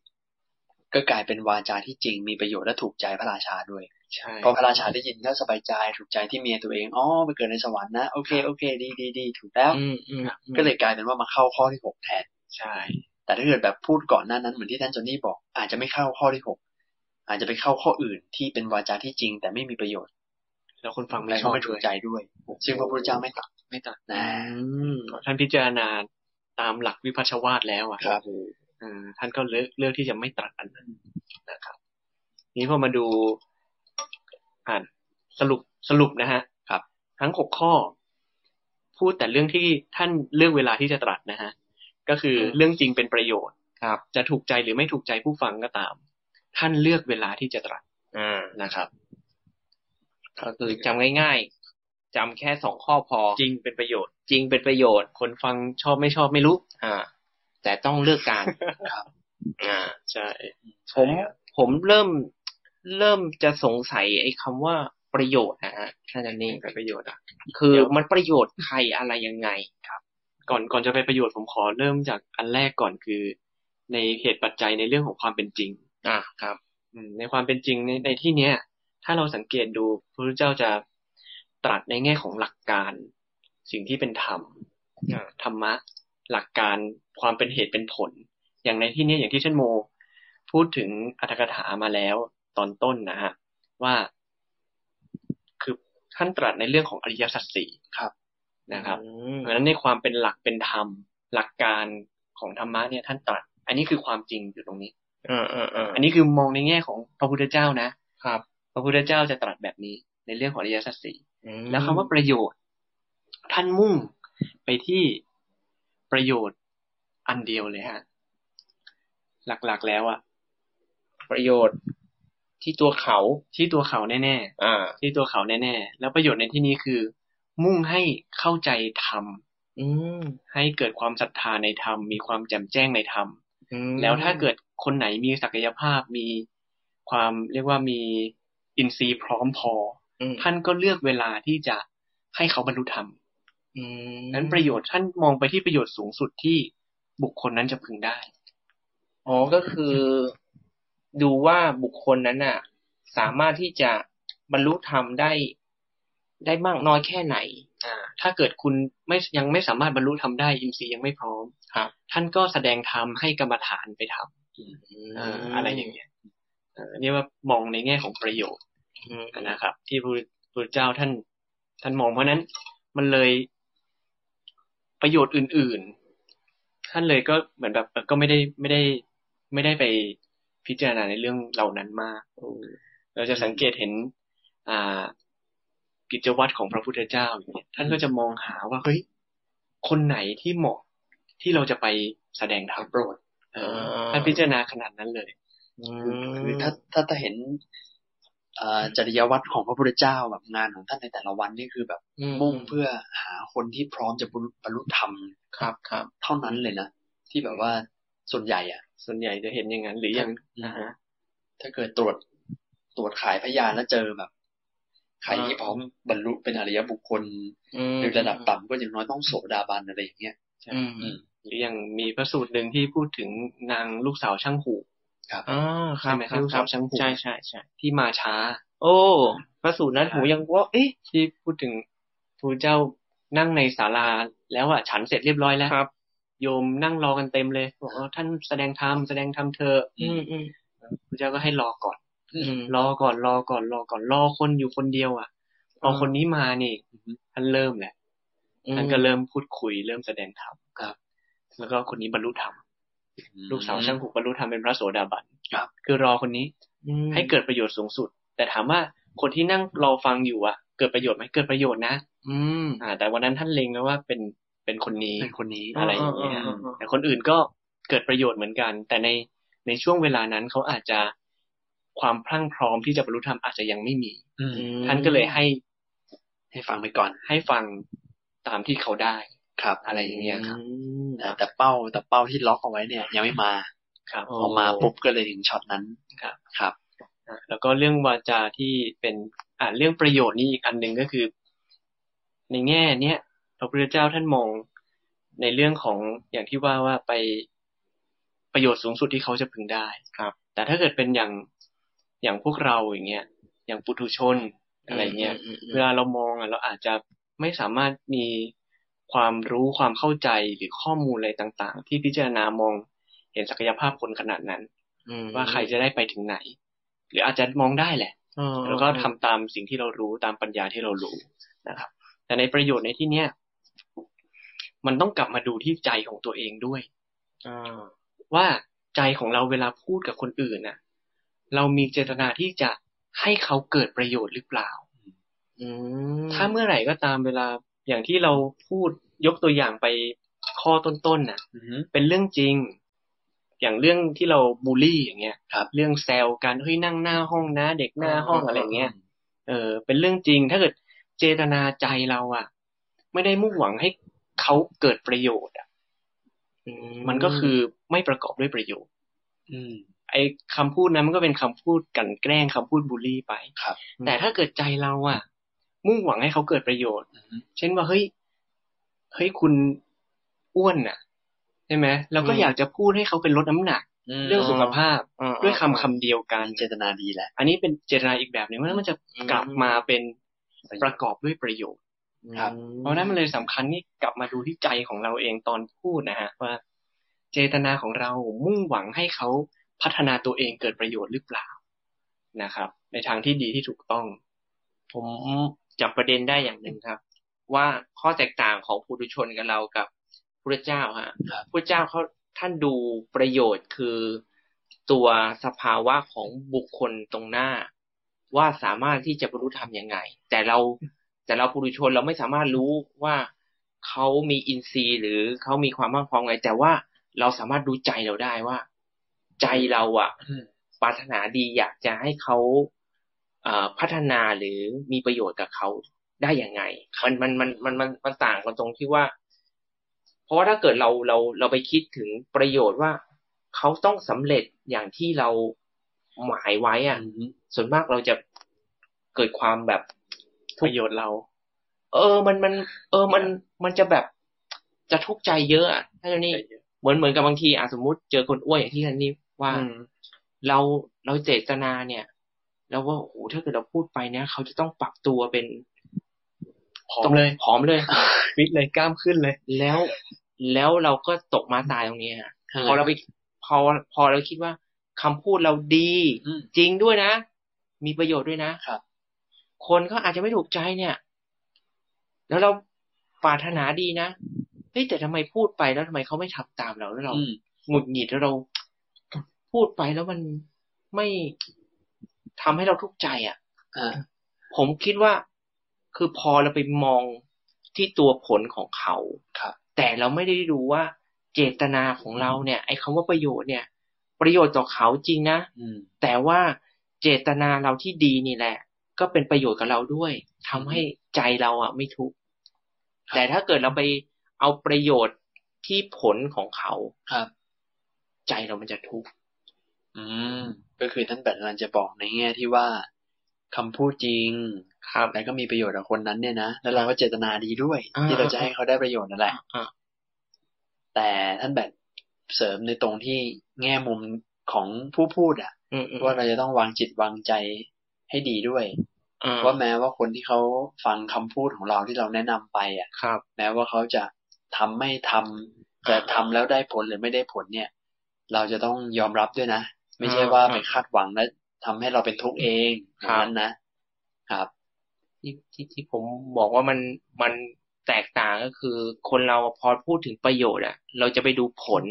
S3: ก็กลายเป็นวาจาที่จริงมีประโยชน์และถูกใจพระราชาด้วย
S5: ใช่
S3: พอพระราชาได้ยินก็สบายใจถูกใจที่เมียตัวเองอ๋อไปเกิดในสวรรค์นะโอเคโอเค ดีดีดีถูกแล้ว
S2: อืมอืมอืม
S3: ก็เลยกลายเป็นว่ามาเข้าข้อที่หกแทน
S5: ใช่
S3: แต่ถ้าเกิดแบบพูดก่อนหน้านั้นเหมือนที่ท่านจอนนี่บอก อาจจะไม่เข้าข้อที่หกอาจจะไปเข้าข้ออื่นที่เป็นวาจาที่จริง แต่ไม่มีประโยชน์
S5: แล้วคนฟังไม่
S3: และ
S5: ช
S3: ก็
S5: อบ
S3: ไม่ถู
S5: ด้ว
S3: ก
S5: ย
S3: ใจด้วย ซึ่งพระพุทธเจ้าไม่ตัด
S5: ไม่ตรัด
S3: นะ
S5: ท่านพิจารณาตามหลักวิพัชวาทแล้วอ่ะ
S3: ครับ
S5: เอ่อท่านก็เลือกเลือกที่จะไม่ตรัสอันนั้นนะครับ นี้พอมาดูอ่านสรุปสรุปนะฮะ
S3: ครับ
S5: ทั้งหกข้อ พูดแต่เรื่องที่ท่านเลือกเวลาที่จะตรัสนะฮะก็คือเรื่องจริงเป็นประโยชน์
S2: ครับ
S5: จะถูกใจหรือไม่ถูกใจผู้ฟังก็ตาม ท่านเลือกเวลาที่จะตรัส
S2: อ่า
S5: นะครับ
S2: ก็คือจำง่ายๆจำแค่สองข้อพอ
S5: จริงเป็นประโยชน์
S2: จริงเป็นประโยชน์
S5: คนฟังชอบไม่ชอบไม่รู้
S2: อ่า แต่ต้องเลือกการ
S3: ครับ
S2: อ่า
S5: ใช่
S2: ผมผมเริ่มเริ่มจะสงสัยไอ้คำว่าประโยชน์นะฮะท่านอาจารย์นี่
S5: เป็นประโยชน์อ่ะ
S2: คือ
S5: เดี๋ยว
S2: มันประโยชน์ใครอะไรยังไง
S5: ก่อนก่อนจะไปประโยชน์ผมขอเริ่มจากอันแรกก่อนคือ ในเหตุปัจจัยในเรื่องของความเป็นจริง
S2: อ่าครับ
S5: อืมในความเป็นจริงในในที่เนี้ย ถ้าเราสังเกตดูพระพุทธเจ้าจะตรัสในแง่ของหลักการ สิ่งที่เป็นธรรม
S2: อ่า
S5: ธรรมะ หลักการความเป็นเหตุเป็นผล อย่างในที่เนี้ยอย่างที่เช่นโม พูดถึงอัตถกถามาแล้ว ตอนต้นนะฮะว่า คือท่านตรัสในเรื่องของอริยสัจสี่
S3: ครับ
S5: นะครับ
S2: อืม
S5: เพราะฉะนั้นในความเป็นหลักเป็นธรรม หลักการของธรรมะเนี่ยท่านตรัสอันนี้คือความจริงอยู่ตรงนี้
S2: เออเออเออ
S5: อันนี้คือมองในแง่ของพระพุทธเจ้านะครับ พระพุทธเจ้าจะตรัสแบบนี้ ในเรื่องของอริยสัจสี่
S2: อืม
S5: แล้วคำว่าประโยชน์ ท่านมุ่งไปที่ประโยชน์อันเดียวเลยฮะ หลักๆแล้วอะ
S2: ประโยชน์ที่ตัวเขา
S5: ที่ตัวเขาแน่
S2: อ่า
S5: ๆที่ตัวเขาแน่ๆแล้วประโยชน์ในที่นี้คือ มุ่งให้เข้าใจธรรม
S2: อืม
S5: ให้เกิดความศรัทธาในธรรมมีความแจ่มแจ้งในธรรม
S2: อืม
S5: แล้วถ้าเกิดคนไหนมีศักยภาพมีความเรียกว่ามีอินทรีย์พร้อมพอ
S2: อืม
S5: ท่านก็เลือกเวลาที่จะให้เขาบรรลุธรรม
S2: อืม
S5: นั้นประโยชน์ท่านมองไปที่ประโยชน์สูงสุดที่บุคคลนั้นจะพึงได้
S2: อ๋อก็คือ ดูว่าบุคคลนั้นน่ะ สามารถที่จะบรรลุธรรมได้ ได้มากน้อยแค่ไหน
S5: อ่า ถ้าเกิดคุณไม่ยังไม่สามารถบรรลุธรรมได้อินทรีย์ยังไม่พร้อม
S2: ครับ
S5: ท่านก็แสดงธรรมให้กรรมฐานไปทำอ่าอะไรอย่างเงี้ยเอ่อเรียกว่ามองในแง่ของประโยชน์
S2: อืม
S5: นะครับ ที่พระพุทธเจ้าท่าน ท่านมองเพราะฉะนั้น มันเลยประโยชน์อื่น ๆ ท่านเลยก็เหมือนแบบเอ่อก็ไม่ได้ไม่ได้ไม่ได้ไปพิจารณาในเรื่องเหล่านั้นมากเราจะสังเกตเห็น อ่า กิจวัตรของพระพุทธเจ้าอย่างเงี้ยท่านก็จะมองหาว่าเฮ้ยคนไหนที่เหมาะที่เราจะไปแสดงธรรมโปรดเออ
S2: อ่า
S5: ท่านพิจารณาขนาดนั้นเลย
S3: คือถ้าถ้าจะเห็นเอ่อจริยวัตรของพระพุทธเจ้าแบบงานของท่านในแต่ละวันนี่คือแบบ
S2: อืม
S3: มุ่งเพื่อหาคนที่พร้อมจะบรรลุบรรลุธรรม
S2: ครับครับ
S3: เท่านั้นเลยนะที่แบบว่าส่วนใหญ่อะ
S5: ส่วนใหญ่จะเห็นอย่างนั้นหรืออย่างนะฮะ
S3: ถ้าเกิดตรวจตรวจขายพยานแล้วเจอแบบใครที่พร้อมบรรลุเป็นอริยบุคคล
S2: อืม
S3: หรือระดับต่ำก็อย่างน้อยต้องโสดาบันอะไรอย่างเงี้ย
S2: อืม
S5: หรืออย่างมีพระสูตรหนึ่งที่พูดถึงนางลูกสาวช่างหู
S2: อ่าครั
S5: ใช่
S2: บ
S5: ไหมครับ
S2: ลูกสาว
S5: ครับ
S2: ช่างหูใช่ใช่ใช่
S5: ที่มาช้า
S2: โอ้พระสูตรนั้นหูยังว่าเอ๊ะ
S5: ที่พูดถึงพระเจ้านั่งในศาลาแล้วอ่ะฉันเสร็จเรียบร้อยแล้ว
S2: ครับ
S5: โยมนั่งรอกันเต็มเลยบอกว่าท่านแสดงธรรมแสดงธรรมเธอะ
S2: อืมอืม
S5: พระเจ้าก็ให้รอก่อน
S2: อืม
S5: รอก่อนรอก่อนรอก่อนรอคนอยู่คนเดียวอ่ะพอ
S2: อ่า
S5: คนนี้มานี่ท่านเริ่มแหละท่านก็เริ่มพูดคุยเริ่มแสดงธรรม
S3: ครับ
S5: แล้วก็คนนี้บรรลุธรรมลูกสาวช่างหูบรรลุธรรมเป็นพระโสดาบัน
S3: ครับ
S5: คือรอคนนี้
S2: อืม
S5: ให้เกิดประโยชน์สูงสุด แต่ถามว่าคนที่นั่งรอฟังอยู่อ่ะ เกิดประโยชน์ไหมเกิดประโยชน์นะ
S2: อืม
S5: อ่า แต่วันนั้นท่านเล็งแล้วว่าเป็นเป็นคนนี้
S3: เป็นคนนี้
S5: อะไรอย่างเงี้ย
S2: อ่าอ่าอ่า
S5: แต่คนอื่นก็เกิดประโยชน์เหมือนกัน แต่ในในช่วงเวลานั้นเขาอาจจะความพรั่งพร้อมที่จะบรรลุธรรมอาจจะยังไม่มี
S3: อืม
S5: ท่านก็เลยให้
S3: ให้ฟังไปก่อน
S5: ให้ฟังตามที่เขาได้
S3: ครับ
S5: อะไรอย่างเงี้ยครับ
S2: อืม
S3: แต่แต่เป้าแต่เป้าที่ล็อกเอาไว้เนี่ย ยังไม่มา
S5: ครับ
S3: พอมาปุ๊บก็เลยถึงช็อตนั้น
S5: ครับ
S3: ครับ
S5: อ่ะแล้วก็เรื่องวาจาที่เป็นอ่าเรื่องประโยชน์นี่อีกอันหนึ่งก็คือ ในแง่เนี้ยพระพุทธเจ้าท่านมองในเรื่องของอย่างที่ว่าว่าไปประโยชน์สูงสุดที่เขาจะพึงได้
S2: ครับ
S5: แต่ถ้าเกิดเป็นอย่างอย่างพวกเราอย่างเงี้ยอย่างปุถุชนอะไรเงี้ย
S2: มอืม
S5: เวลาเรามองอ่ะเราอาจจะไม่สามารถมีความรู้ความเข้าใจหรือข้อมูลอะไรต่าง ๆ ที่พิจารณามองเห็นศักยภาพคนขนาดนั้น
S2: อืม
S5: ว่าใครจะได้ไปถึงไหน หรืออาจจะมองได้แหละ
S2: อืม
S5: แล้วก็ทำตามสิ่งที่เรารู้ตามปัญญาที่เรารู้นะครับ แต่ในประโยชน์ในที่เนี้ยมันต้องกลับมาดูที่ใจของตัวเองด้วย
S2: อ่า
S5: ว่าใจของเราเวลาพูดกับคนอื่นน่ะ เรามีเจตนาที่จะให้เขาเกิดประโยชน์หรือเปล่า
S2: อืม
S5: ถ้าเมื่อไหร่ก็ตามเวลาอย่างที่เราพูดยกตัวอย่างไปข้อต้นๆน่ะ เป็นเรื่องจริง อย่างเรื่องที่เราบูลลี่อย่างเงี้ย
S3: ครับ
S5: เรื่องแซวกันเฮ้ยนั่งหน้าห้องนะ เด็กหน้าห้องอะไรเงี้ย เออ เป็นเรื่องจริง ถ้าเกิดเจตนาใจเราอะไม่ได้มุ่งหวังให้เขาเกิดประโยชน์อะ
S2: อื
S5: มันก็คือไม่ประกอบด้วยประโยชน์
S3: อืม
S5: ไอ้คำพูดนั้นมันก็เป็นคำพูดกลันแกล้งคำพูดบูลลี่ไป
S3: ครับ
S5: แต่ถ้าเกิดใจเราอะมุ่งหวังให้เขาเกิดประโยชน์
S3: อืม
S5: เช่นว่าเฮ้ยเฮ้ยคุณอ้วนอะใช่ไหมเราก็อยากจะพูดให้เขาเป็นลดน้ำหนัก เรื่องสุขภาพ
S2: อ่า
S5: ด้วยคำคำเดียวกัน
S3: มีเจตนาดีแหละ
S5: อันนี้เป็นเจตนาอีกแบบหนึ่งเพราะฉะนั้นมันจะ
S2: อืม
S5: กลับมาเป็นประกอบด้วยประโยชน์
S3: ครับ
S5: เพราะฉะนั้นมันเลยสำคัญนี่กลับมาดูที่ใจของเราเองตอนพูดนะฮะว่า เจตนาของเรามุ่งหวังให้เขาพัฒนาตัวเองเกิดประโยชน์หรือเปล่า นะครับ ในทางที่ดีที่ถูกต้อง
S2: ผมจับประเด็นได้อย่างหนึ่งครับ ว่าข้อแตกต่างของปุถุชนกับเรากับพระเจ้าฮะพระเจ้าเขาท่านดูประโยชน์คือตัวสภาวะของบุคคลตรงหน้า ว่าสามารถที่จะบรรลุธรรมยังไง แต่เราแต่เราปุถุชนเราไม่สามารถรู้ว่าเขามีอินทรีย์ หรือเขามีความมากพอไง แต่ว่าเราสามารถดูใจเราได้ว่า ใจเราอะปรารถนาดีอยากจะให้เขาเอ่อพัฒนาหรือมีประโยชน์กับเขาได้ยังไง มันมันมันมันมันมันต่างกันตรงที่ว่า เพราะว่าถ้าเกิดเราเราเราไปคิดถึงประโยชน์ว่าเขาต้องสำเร็จอย่างที่เราหมายไว้อ่ะส่วนมากเราจะเกิดความแบบ
S5: ประโยชน์เรา
S2: เออ มันมัน เออมันมันจะแบบจะทุกข์ใจเยอะอ่ะถ้าอย่างนี้เหมือนเหมือนกับบางทีอ่ะสมมติเจอคนอ้วนอย่างที่ท่านนี่ว่าเราเราเจตนาเนี่ยแล้วว่าโอ้โหถ้าเกิดเราพูดไปเนี่ยเขาจะต้องปรับตัวเป็น
S5: ผอมเลย
S2: ผอมเลย
S5: ฟิตเลย กล้ามขึ้นเลย
S2: แล้วแล้วเราก็ตกมาตายตรงนี้ฮะพอเราไปพอพอเราคิดว่า คำพูดเราดี จริงด้วยนะ มีประโยชน์ด้วยนะครับ คนก็อาจจะไม่ถูกใจเนี่ย แล้วเราปรารถนาดีนะเฮ้ยแต่ทำไมพูดไปแล้วทำไมเขาไม่ทำตามเราแล้วเราหงุดหงิดแล้วเรา พูดไปแล้วมันไม่ทำให้เราทุกข์ใจอ่ะผมคิดว่าคือพอเราไปมองที่ตัวผลของเขา
S3: ครับ
S2: แต่เราไม่ได้ดูว่าเจตนาของเราเนี่ย ไอ้คาว่าประโยชน์เนี่ย ประโยชน์ต่อเขาจริงนะแต่ว่าเจตนาเราที่ดีนี่แหละ ก็เป็นประโยชน์กับเราด้วย ทำให้ใจเราอ่ะไม่ทุกข์แต่ถ้าเกิดเราไปเอาประโยชน์ที่ผลของเขา
S3: ครับ
S2: ใจเรามันจะทุกข์
S3: อืมก็คือท่านแบบกำลังจะบอกในแง่ที่ว่า คำพูดจริง
S2: ครับ
S3: แล้วก็มีประโยชน์กับคนนั้นเนี่ยนะแล้วเราก็เจตนาดีด้วย ที่เราจะให้เขาได้ประโยชน์นั่นแหละแต่ท่านแบบเสริมในตรงที่แง่มุมของผู้พูดอ่ะว่าเราจะต้องวางจิตวางใจให้ดีด้วยว่าแม้ว่าคนที่เขาฟังคำพูดของเราที่เราแนะนำไป อ่ะ
S2: ครับ
S3: แม้ว่าเขาจะทำไม่ทำแต่ทำแล้วได้ผลหรือไม่ได้ผลเนี่ย เราจะต้องยอมรับด้วยนะไม่ใช่ว่าไปคาดหวังและทำให้เราเป็นทุกข์เองอย่างนั้นนะ ครับ
S2: ที่ที่ที่ผมบอกว่ามันมันแตกต่างก็คือ คนเราพอพูดถึงประโยชน์อ่ะ เราจะไปดูผล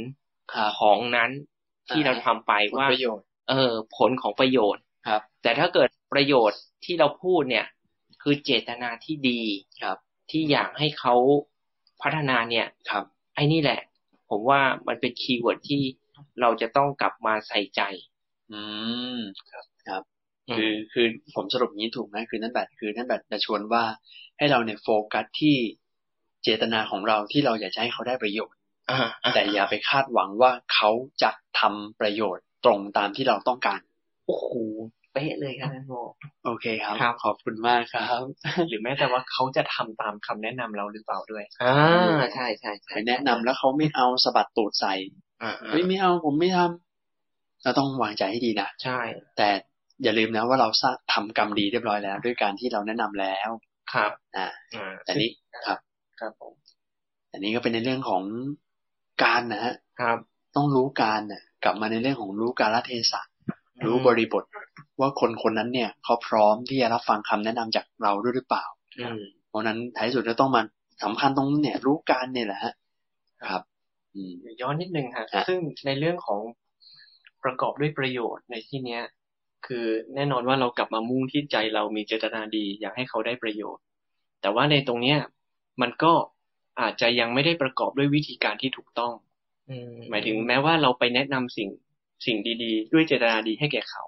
S2: ของนั้นที่เราทำไปว่า
S3: ประโยชน์
S2: เออ ผลของประโยชน์
S3: ครับ
S2: แต่ถ้าเกิดประโยชน์ที่เราพูดเนี่ย คือเจตนาที่ดี
S3: ครับ
S2: ที่อยากให้เขาพัฒนาเนี่ย
S3: ครับ
S2: ไอ้นี่แหละ ผมว่ามันเป็นคีย์เวิร์ดที่เราจะต้องกลับมาใส่ใจ
S3: อืม ครับครับ คือคือผมสรุปนี้ถูกนะคือนั่นแบบคือนั่นแบบจะชวนว่าให้เราเนี่ยโฟกัสที่เจตนาของเราที่เราอยากจะให้เขาได้ประโยชน์แต่อย่าไปคาดหวังว่าเขาจะทำประโยชน์ตรงตามที่เราต้องการ
S2: โอ้โหเป๊ะเลยครับโม
S3: โอเคครับ
S2: ครับ
S3: ขอบคุณมากครับ
S5: หรือแม้แต่ว่าเขาจะทำตามคำแนะนำเราหรือเปล่าด้วย
S2: อ่าใช่ใช่ใช่
S3: แนะนำแล้วเขาไม่เอาสะบัดตูดใส่เฮ้ยไม่เอาผมไม่ทำ เราต้องวางใจให้ดีนะ
S2: ใช่
S3: แต่อย่าลืมนะว่าเราทำกรรมดีเรียบร้อยแล้ว ด้วยการที่เราแนะนำแล้ว
S2: ครับ
S3: อ่าแต่นี้ครับ
S5: ครับผม
S3: อันนี้ก็เป็นในเรื่องของการนะฮะ
S2: ครับ
S3: ต้องรู้การนะกลับมาในเรื่องของรู้การละเทศะรู้บริบท ว่าคนคนนั้นเนี่ยเขาพร้อมที่จะรับฟังคำแนะนำจากเราด้วยหรือเปล่าเพราะนั้นท้ายสุดก็ต้องมาสำคัญตรงเนี่ย รู้การเนี่ยแหละฮะครับ
S5: ย้อนนิดนึงฮะซึ่งในเรื่องของประกอบด้วยประโยชน์ในที่เนี้ย คือแน่นอนว่าเรากลับมามุ่งที่ใจเรามีเจตนาดี อยากให้เขาได้ประโยชน์ แต่ว่าในตรงเนี้ย มันก็อาจจะยังไม่ได้ประกอบด้วยวิธีการที่ถูกต้องหมายถึงแม้ว่าเราไปแนะนำสิ่งสิ่งดีๆ ด้วยเจตนาดีให้แก่เขา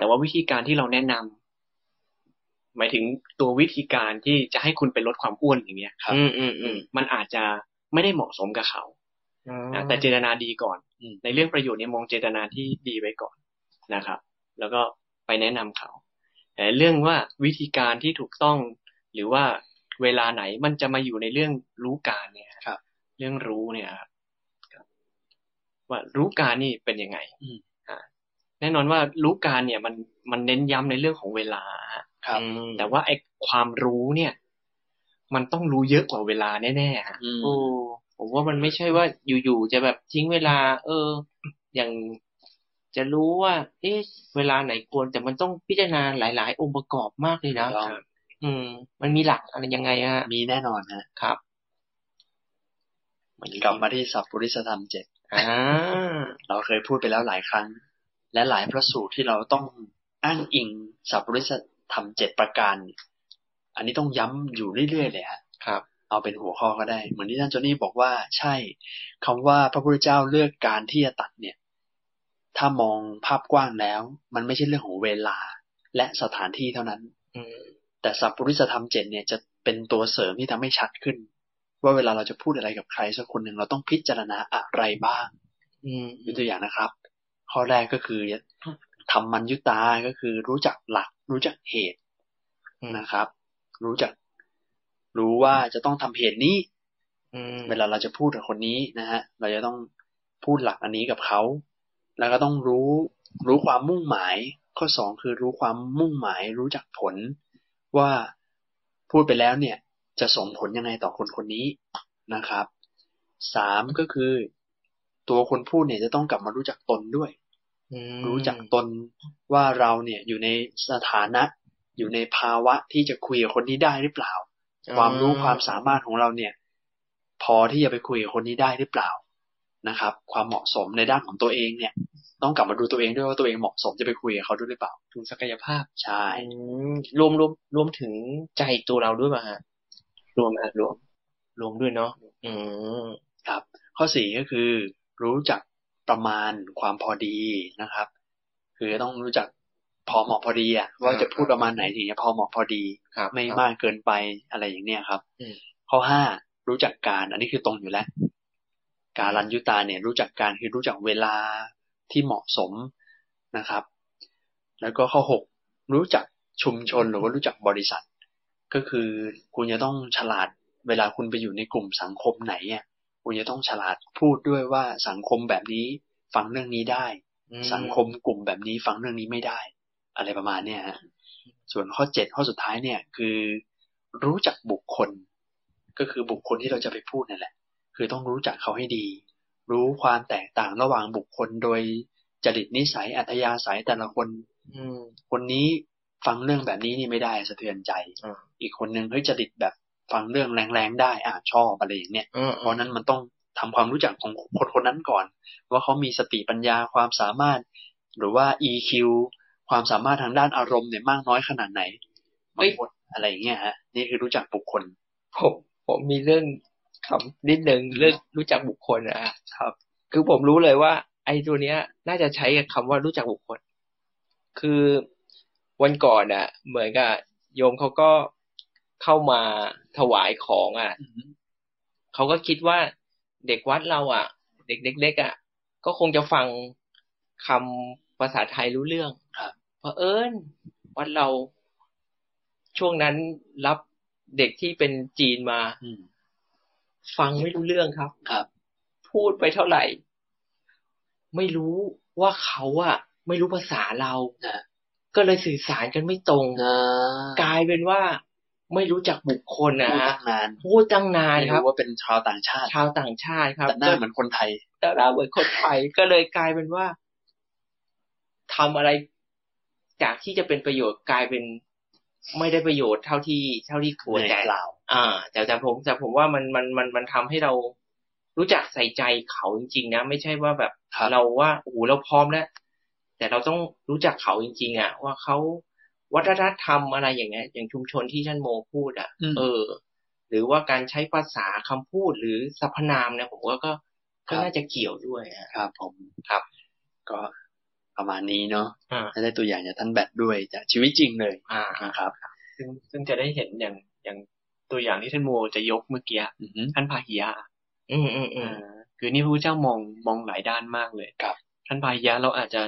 S5: แต่ว่าวิธีการที่เราแนะนำ หมายถึงตัววิธีการที่จะให้คุณไปลดความอ้วนอย่างเงี้ยครับ
S2: อืมอืมอืม
S5: มันอาจจะไม่ได้เหมาะสมกับเขาแต่เจตนาดีก่อน ในเรื่องประโยชน์เนี่ยมองเจตนาที่ดีไว้ก่อนนะครับ แล้วก็ไปแนะนำเขา แต่เรื่องว่าวิธีการที่ถูกต้อง หรือว่าเวลาไหนมันจะมาอยู่ในเรื่องรู้การเนี่ย
S3: ครับ
S5: เรื่องรู้เนี่ยครับว่ารู้การนี่เป็นยังไงแน่นอนว่ารู้การเนี่ย มันมันเน้นย้ำในเรื่องของเวลา
S3: ครับ
S5: แต่ว่าไอ้ความรู้เนี่ย มันต้องรู้เยอะกว่าเวลาแน่ๆฮะ
S2: โอ้ผมว่ามันไม่ใช่ว่าอยู่ๆจะแบบทิ้งเวลา เออ อย่าง จะรู้ว่า เอ๊ะเวลาไหนควรแต่มันต้องพิจารณาหลาย ๆ องค์ประกอบมากเลยนะ
S3: ถูกต้อง
S2: อืม มันมีหลักอะไรยังไงฮะ
S3: มีแน่นอนฮะ
S2: ครับ
S3: กลับมาที่สัพพุริสธรรมเจ็ด
S2: อ่า
S3: เราเคยพูดไปแล้วหลายครั้ง และหลายพระสูตรที่เราต้องอ้างอิงสัพพุริสธรรมเจ็ดประการ อันนี้ต้องย้ำอยู่เรื่อยๆเลยฮะ
S2: ครับ
S3: เอาเป็นหัวข้อก็ได้ เหมือนที่ท่านโจนี่บอกว่า ใช่คำว่าพระพุทธเจ้าเลือกการที่จะตัดเนี่ย ถ้ามองภาพกว้างแล้ว มันไม่ใช่เรื่องของเวลาและสถานที่เท่านั้น
S2: อืม
S3: แต่สัพพุริสธรรมเจ็ดเนี่ยจะเป็นตัวเสริมที่ทำให้ชัดขึ้น ว่าเวลาเราจะพูดอะไรกับใครสักคนหนึ่งเราต้องพิจารณาอะไรบ้าง
S2: อืม
S3: ยกตัวอย่างนะครับ ข้อแรกก็คือทำมันยุตาก็คือรู้จักหลัก รู้จักเหตุนะครับ รู้จัก รู้ว่าจะต้องทำเหตุนี้
S2: อืม
S3: เวลาเราจะพูดกับคนนี้นะฮะ เราจะต้องพูดหลักอันนี้กับเขา แล้วก็ต้องรู้ รู้ความมุ่งหมาย ข้อสองคือรู้ความมุ่งหมาย รู้จักผล ว่าพูดไปแล้วเนี่ย จะส่งผลยังไงต่อคนคนนี้นะครับ สามก็คือ ตัวคนพูดเนี่ยจะต้องกลับมารู้จักตนด้วย
S2: อืม
S3: รู้จักตนว่าเราเนี่ยอยู่ในสถานะ อยู่ในภาวะที่จะคุยกับคนนี้ได้หรือเปล่า ความรู้ความสามารถของเราเนี่ย พอที่จะไปคุยกับคนนี้ได้หรือเปล่านะครับ ความเหมาะสมในด้านของตัวเองเนี่ย ต้องกลับมาดูตัวเองด้วยว่าตัวเองเหมาะสมจะไปคุยกับเขาด้วยหรือเปล่า
S5: ถึงศักยภาพ
S3: ใช่
S2: อืมรวมรวมรวมถึงใจตัวเราด้วยป่ะฮะ
S5: รวมอ่ะรวม
S2: รวมด้วยเนาะอืม
S3: ครับ ข้อสี่ก็คือ รู้จักประมาณความพอดีนะครับ คือต้องรู้จักพอเหมาะพอดีอะว่าจะพูดประมาณไหนถึงจะพอเหมาะพอดี
S2: ครับ
S3: ไม่
S2: ครับ
S3: มากเกินไปอะไรอย่างเนี้ยครับ
S2: อืม
S3: ข้อห้ารู้จักการ อันนี้คือตรงอยู่แล้ว การรันยุตาเนี่ย รู้จักการคือรู้จักเวลาที่เหมาะสมนะครับ แล้วก็ข้อหกรู้จักชุมชนหรือว่ารู้จักบริษัท ก็คือคุณจะต้องฉลาด เวลาคุณไปอยู่ในกลุ่มสังคมไหนเนี่ยคุณจะต้องฉลาดพูดด้วยว่าสังคมแบบนี้ฟังเรื่องนี้ได้
S2: อืม
S3: สังคมกลุ่มแบบนี้ฟังเรื่องนี้ไม่ได้ อะไรประมาณเนี้ยฮะส่วนข้อเจ็ดข้อสุดท้ายเนี่ย คือรู้จักบุคคล ก็คือบุคคลที่เราจะไปพูดนั่นแหละ คือต้องรู้จักเขาให้ดี รู้ความแตกต่างระหว่างบุคคลโดยจริตนิสัยอัธยาศัยแต่ละคน
S2: อืม
S3: คนนี้ฟังเรื่องแบบนี้นี่ไม่ได้สะเทือนใจ
S2: อ่า
S3: อีกคนนึงเฮ้ยจริตแบบฟังเรื่องแรงๆได้อ่าชอบอะไรอย่างเนี้ย
S2: อืม
S3: เพราะฉะนั้นมันต้องทำความรู้จักของคนคนนั้นก่อน ว่าเขามีสติปัญญาความสามารถ หรือว่า EQ ความสามารถทางด้านอารมณ์เนี่ยมากน้อยขนาดไหนบางคนอะไรอย่างเงี้ยฮะนี่คือรู้จักบุคคล
S2: ผมผมมีเรื่องคำนิดนึงเรื่องรู้จักบุคคลนะฮะ
S3: ครับ
S2: คือผมรู้เลยว่า ไอ้ตัวเนี้ย น่าจะใช้กับคำว่ารู้จักบุคคล คือวันก่อนอ่ะ เหมือนกับโยมเขาก็เข้ามาถวายของอ่ะ
S3: อือฮึ
S2: เขาก็คิดว่าเด็กวัดเราอ่ะ เด็กเล็กๆอ่ะ ก็คงจะฟังคำภาษาไทยรู้เรื่อง
S3: ครับ
S2: เพราะเอิญวัดเราช่วงนั้นรับเด็กที่เป็นจีนมา
S3: อืม
S2: ฟังไม่รู้เรื่องครับ
S3: ครับ
S2: พูดไปเท่าไหร่ ไม่รู้ว่าเขาอะไม่รู้ภาษาเรา
S3: นะ
S2: ก็เลยสื่อสารกันไม่ตรง
S3: นะ
S2: กลายเป็นว่าไม่รู้จักบุคคลนะ
S3: พูด
S2: ฮะ
S3: ตั้งนาน
S2: พูดตั้งนาน
S3: ไม่
S2: ครับ
S3: รู้ว่าเป็นชาวต่างชาติ
S2: ชาวต่างชาติครับ
S3: แต่หน้าเหมือนคนไทย
S2: แต่หน้าเหมือนคนไทยก็เลยกลายเป็นว่าทำอะไรจากที่จะเป็นประโยชน์กลายเป็นไม่ได้ประโยชน์เท่าที่เท่าที่ควร
S3: เหนื่
S2: แต่
S3: อยเปล่า
S2: อ่าแต่แต่ผมแต่ผมว่ามันมันมันมันทำให้เรารู้จักใส่ใจเขาจริงๆนะ ไม่ใช่ว่าแบบ
S3: ครับ
S2: เราว่าโอ้โหเราพร้อมแล้วแต่เราต้องรู้จักเขาจริง ๆอ่ะว่าเขาวัฒนธรรมอะไรอย่างเงี้ย อย่างชุมชนที่ท่านโมพูดอ่ะ
S3: อืม
S2: เออ หรือว่าการใช้ภาษาคำพูดหรือสรรพนามเนี่ยผมว่าก็
S3: ครั
S2: ก็
S3: บ
S2: น่าจะเกี่ยวด้วยอ่ะ
S3: ครับผม
S2: ครับ
S3: ก็ประมาณนี้เนาะ
S2: อ่า
S3: จะได้ตัวอย่างจากท่านแบทด้วยจากชีวิตจริงเลย
S2: อ่า
S3: นะครับ
S5: ซึ่งซึ่งจะได้เห็นอย่างอย่างตัวอย่างที่ท่านโมจะยกเมื่อกี้
S3: อือฮึ
S5: ท่านพาหิยะ
S2: อืมอืมอืม
S5: คือนี่พระพุทธเจ้ามองมองหลายด้านมากเลย
S3: ครับ
S5: ท่านพาหิยะเราอาจจะ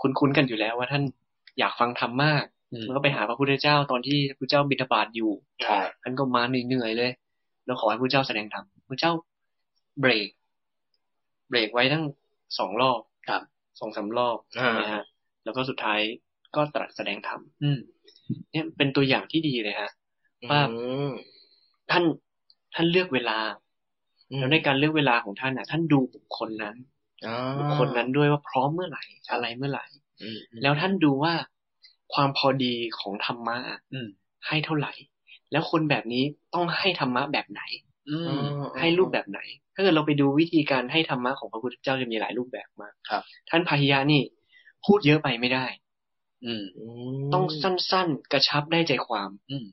S5: คุ้นๆกันอยู่แล้วว่าท่านอยากฟังธรรมมาก
S3: อืม
S5: แล้วก็ไปหาพระพุทธเจ้าตอนที่พระพุทธเจ้าบิณฑบาตอยู่
S3: ใช่
S5: ท่านก็มาเหนื่อยๆเลย แล้วขอให้พระเจ้าแสดงธรรมพระเจ้าเบรก เบรกไว้ทั้งสองรอบ
S3: ครับ
S5: สองสามรอบ
S2: อ่า
S5: นะฮะ แล้วก็สุดท้ายก็ตรัสแสดงธรรม
S3: อืม
S5: เนี่ยเป็นตัวอย่างที่ดีเลยฮะ ว่า
S2: อืม
S5: ท่านท่านเลือกเวลา แล้วในการเลือกเวลาของท่านนะท่านดูบุคคลนั้น
S2: อ๋อ
S5: บุคคลนั้นด้วยว่าพร้อมเมื่อไหร่ อะไรเมื่อไหร่
S2: อืม
S5: แล้วท่านดูว่าความพอดีของธรรมะอะ
S3: อืม
S5: ให้เท่าไหร่ แล้วคนแบบนี้ต้องให้ธรรมะแบบไหน
S3: อื
S2: อื
S3: ม
S2: ม
S5: ให้รูปแบบไหน ถ้าเกิดเราไปดูวิธีการให้ธรรมะของพระพุทธเจ้าจะมีหลายรูปแบบมาก
S3: ครับ
S5: ท่านพาหิยะนี่ พูดเยอะไปไม่ได้
S3: อืม
S5: ต้องสั้นๆ กระชับได้ใจความ
S3: อืม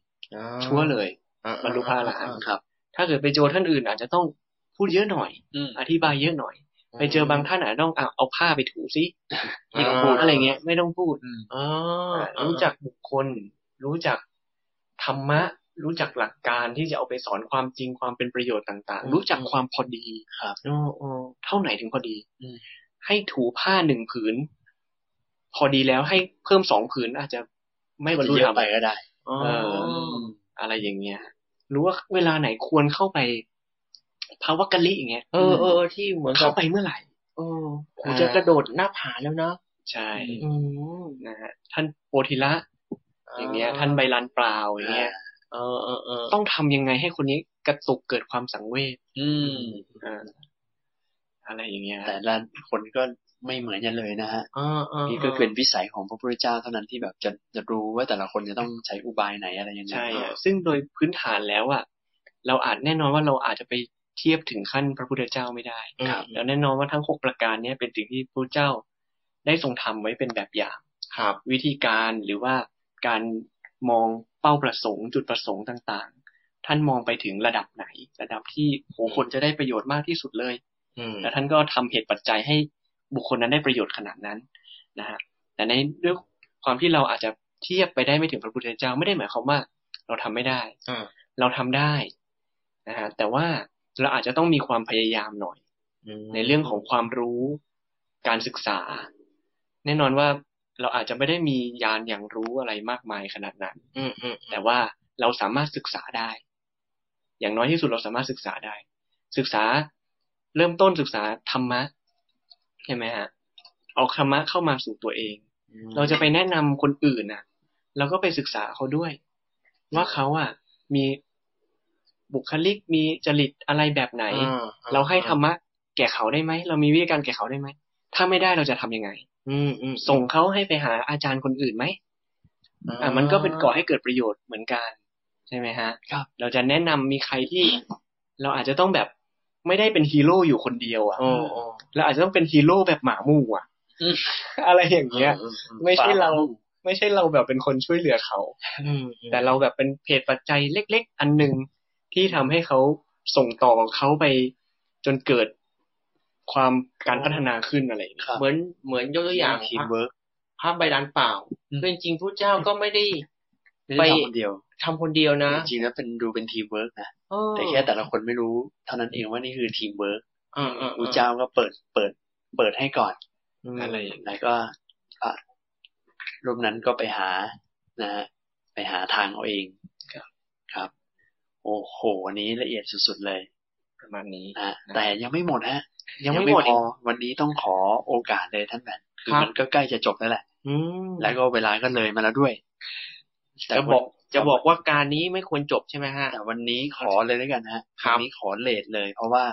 S5: ชั่วร์เลย
S2: อ่า
S5: บรรลุพระอรหันต์
S3: ครับ
S5: ถ้าเกิดไปเจอท่านอื่นอาจจะต้องพูดเยอะหน่อย
S3: อืม
S5: อธิบายเยอะหน่อย ไปเจอบางท่านอาจจะต้องเอาเอาผ้าไปถูซิหยิบถูอะไรเงี้ย ไม่ต้องพูด
S3: อืม
S2: อ๋อ
S5: อ่า
S2: อ่า
S5: รู้จักบุคคล รู้จักธรรมะ รู้จักหลักการที่จะเอาไปสอนความจริงความเป็นประโยชน์ต่าง ๆ รู้จักความพอดี
S3: ครับ
S5: โอ้โอ้เท่าไหนถึงพอดี
S3: อืม
S5: ให้ถูผ้าหนึ่งผืน พอดีแล้วให้เพิ่มสองผืนอาจจะไม่บรรลุ
S3: เย
S5: ธร
S3: อะ
S5: รม
S3: ไปก็ได้
S2: อ๋อ
S5: เออ อะไรอย่างเงี้ยหรือว่าเวลาไหนควรเข้าไปภาวะกะลิอย่างเงี้ย
S2: เออเออที่เหมือนกั
S5: เข้า
S2: บ
S5: ไปเมื่อไหร่
S2: เออผมจะกระโดดหน้าผาแล้วเนาะ
S5: ใช่
S3: อืม
S2: อืม
S5: นะฮะท่านโปธิละ อย่างเงี้ย ท่านใบลานเปล่าอย่างเงี้ย
S2: เออเออเออ
S5: ต้องทำยังไงให้คนนี้กระตุกเกิดความสังเวช
S3: อืม
S5: อ่าอะไรอย่างเงี้ย
S3: แต่ละคนก็ไม่เหมือนกันเลยนะฮะ
S2: เออเออ
S3: นี่ก็เป็นวิสัยของพระพุทธเจ้าเท่านั้นที่แบบจะจะรู้ว่าแต่ละคนจะต้องใช้อุบายไหนอะไรยังไง
S5: ใช่อะซึ่งโดยพื้นฐานแล้วอะเราอาจแน่นอนว่าเราอาจจะไปเทียบถึงขั้นพระพุทธเจ้าไม่ได้
S2: ครับ
S5: แล้วแน่นอนว่าทั้งหกประการเนี้ยเป็นสิ่งที่พระเจ้าได้ทรงทำไว้เป็นแบบอย่าง
S2: ครับ
S5: วิธีการหรือว่าการมองเป้าประสงค์จุดประสงค์ต่างๆ ท่านมองไปถึงระดับไหน ระดับที่โหคนจะได้ประโยชน์มากที่สุดเลย
S2: อืม
S5: แล้วท่านก็ทำเหตุปัจจัยให้บุคคลนั้นได้ประโยชน์ขนาดนั้นนะฮะแต่ในด้วยความที่เราอาจจะเทียบไปได้ไม่ถึงพระพุทธเจ้าไม่ได้หมายความว่า เราทำไม่ได้
S2: อ่า
S5: เราทำได้นะฮะแต่ว่าเราอาจจะต้องมีความพยายามหน่อย
S2: อืม
S5: ในเรื่องของความรู้การศึกษา แน่นอนว่าเราอาจจะไม่ได้มียานอย่างรู้อะไรมากมายขนาดนั้น
S2: อืมอืม
S5: แต่ว่าเราสามารถศึกษาได้ อย่างน้อยที่สุดเราสามารถศึกษาได้ ศึกษาเริ่มต้นศึกษาธรรมะใช่ไหมฮะเอาธรรมะเข้ามาสู่ตัวเอง เราจะไปแนะนำคนอื่นน่ะเราก็ไปศึกษาเขาด้วย ว่าเขาอ่ะมีบุคลิกมีจริตอะไรแบบไหน
S2: อ่อ่
S5: เราให้ธรรมะแก่เขาได้ไหม เรามีวิธีการแก่เขาได้ไหม ถ้าไม่ได้เราจะทำยังไง
S2: อืมอืม
S5: ส่งเขาให้ไปหาอาจารย์คนอื่นไหม อ่า มันก็เป็นก่อให้เกิดประโยชน์เหมือนกัน ใช่ไหมฮะ
S3: ครับ
S5: เราจะแนะนำมีใครที่ เราอาจจะต้องแบบไม่ได้เป็นฮีโร่อยู่คนเดียวอ่ะ
S2: โอ้โอ้
S5: เราอาจจะต้องเป็นฮีโร่แบบหมาหมู่อ่ะ
S3: อืม
S5: อะไรอย่างเงี้ย
S3: อือือื
S5: ไม่ใช่เรา ไม่ใช่เราแบบเป็นคนช่วยเหลือเขา
S2: อืม
S5: แต่เราแบบเป็นเพจปัจจัยเล็ก ๆ อันหนึ่งที่ทำให้เขาส่งต่อเขาไปจนเกิดความการพัฒนาขึ้นอะไรอย่างเงี้ย
S3: ครับ
S2: เหมือนเหมือนยกตัวอย่าง
S3: ทีมเวิร์ก
S2: ภาพใบลานเปล่า
S3: อืม
S2: คือจริงๆพระเจ้าก็ไม่ได้
S3: ไม่
S2: ไป
S3: ได้ทำคนเดียว
S2: ทำคนเดียวนะ
S3: จริงๆแล้วเป็นดูเป็นทีมเวิร์กนะ
S2: เออ
S3: แต่แค่แต่ละคนไม่รู้เท่านั้นเองว่านี่คือทีมเวิร์ก
S2: อ่าอ่า
S3: พระเจ้าก็เปิดเปิด เปิดให้ก่อน
S2: ม
S5: อะไรอย่างเงี้ย
S3: แล้วก็อ่ะรูปนั้นก็ไปหานะฮะไปหาทางเอาเอง
S5: ครับ
S3: ครับ โอ้โหวันนี้ละเอียดสุดๆเลย
S5: ประมาณนี้
S3: นะฮะแต่ยังไม่หมดฮะ
S5: ยังไม่หมด
S3: พ
S5: อี
S3: อก วันนี้ต้องขอโอกาสเลยท่านแบนคือ
S2: ครับ
S3: มันก็ใกล้จะจบแล้วแหละ
S2: อืม
S3: แล้วก็เวลาก็เลยมาแล้วด้วย แต่
S2: จะ
S3: วัน
S2: บอกจะบอกว่าการนี้ไม่ควรจบใช่ไหมฮะ
S3: แต่วันนี้ขอเลยแล้วกันฮะ
S2: ครับ
S3: วันนี้ขอเลทเลย เพราะว่า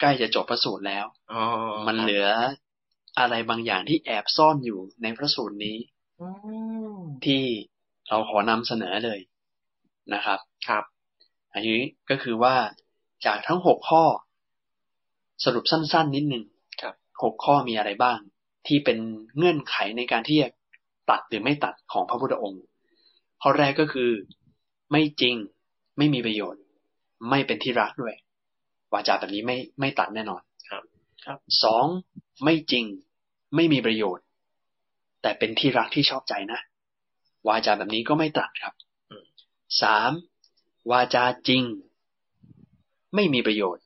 S3: ใกล้จะจบพระสูตรแล้ว
S2: อ๋อ
S3: มันเหลืออะไรบางอย่างที่แอบซ่อนอยู่ในพระสูตรนี้
S2: อืม
S3: ที่เราขอนำเสนอเลยนะครับ
S2: ครับ
S3: อันนี้ก็คือว่าจากทั้งหกข้อ สรุปสั้น ๆ นิดนึง
S5: ครับ
S3: หกข้อมีอะไรบ้าง ที่เป็นเงื่อนไขในการที่จะตัดหรือไม่ตัดของพระพุทธองค์ ข้อแรกก็คือไม่จริงไม่มีประโยชน์ ไม่เป็นที่รักด้วย วาจาแบบนี้ไม่ไม่ตัดแน่นอน
S2: ครับครับ
S3: สองไม่จริงไม่มีประโยชน์ แต่เป็นที่รักที่ชอบใจนะ วาจาแบบนี้ก็ไม่ตัดครับ
S2: อืม
S3: สามวาจาจริง ไม่มีประโยชน์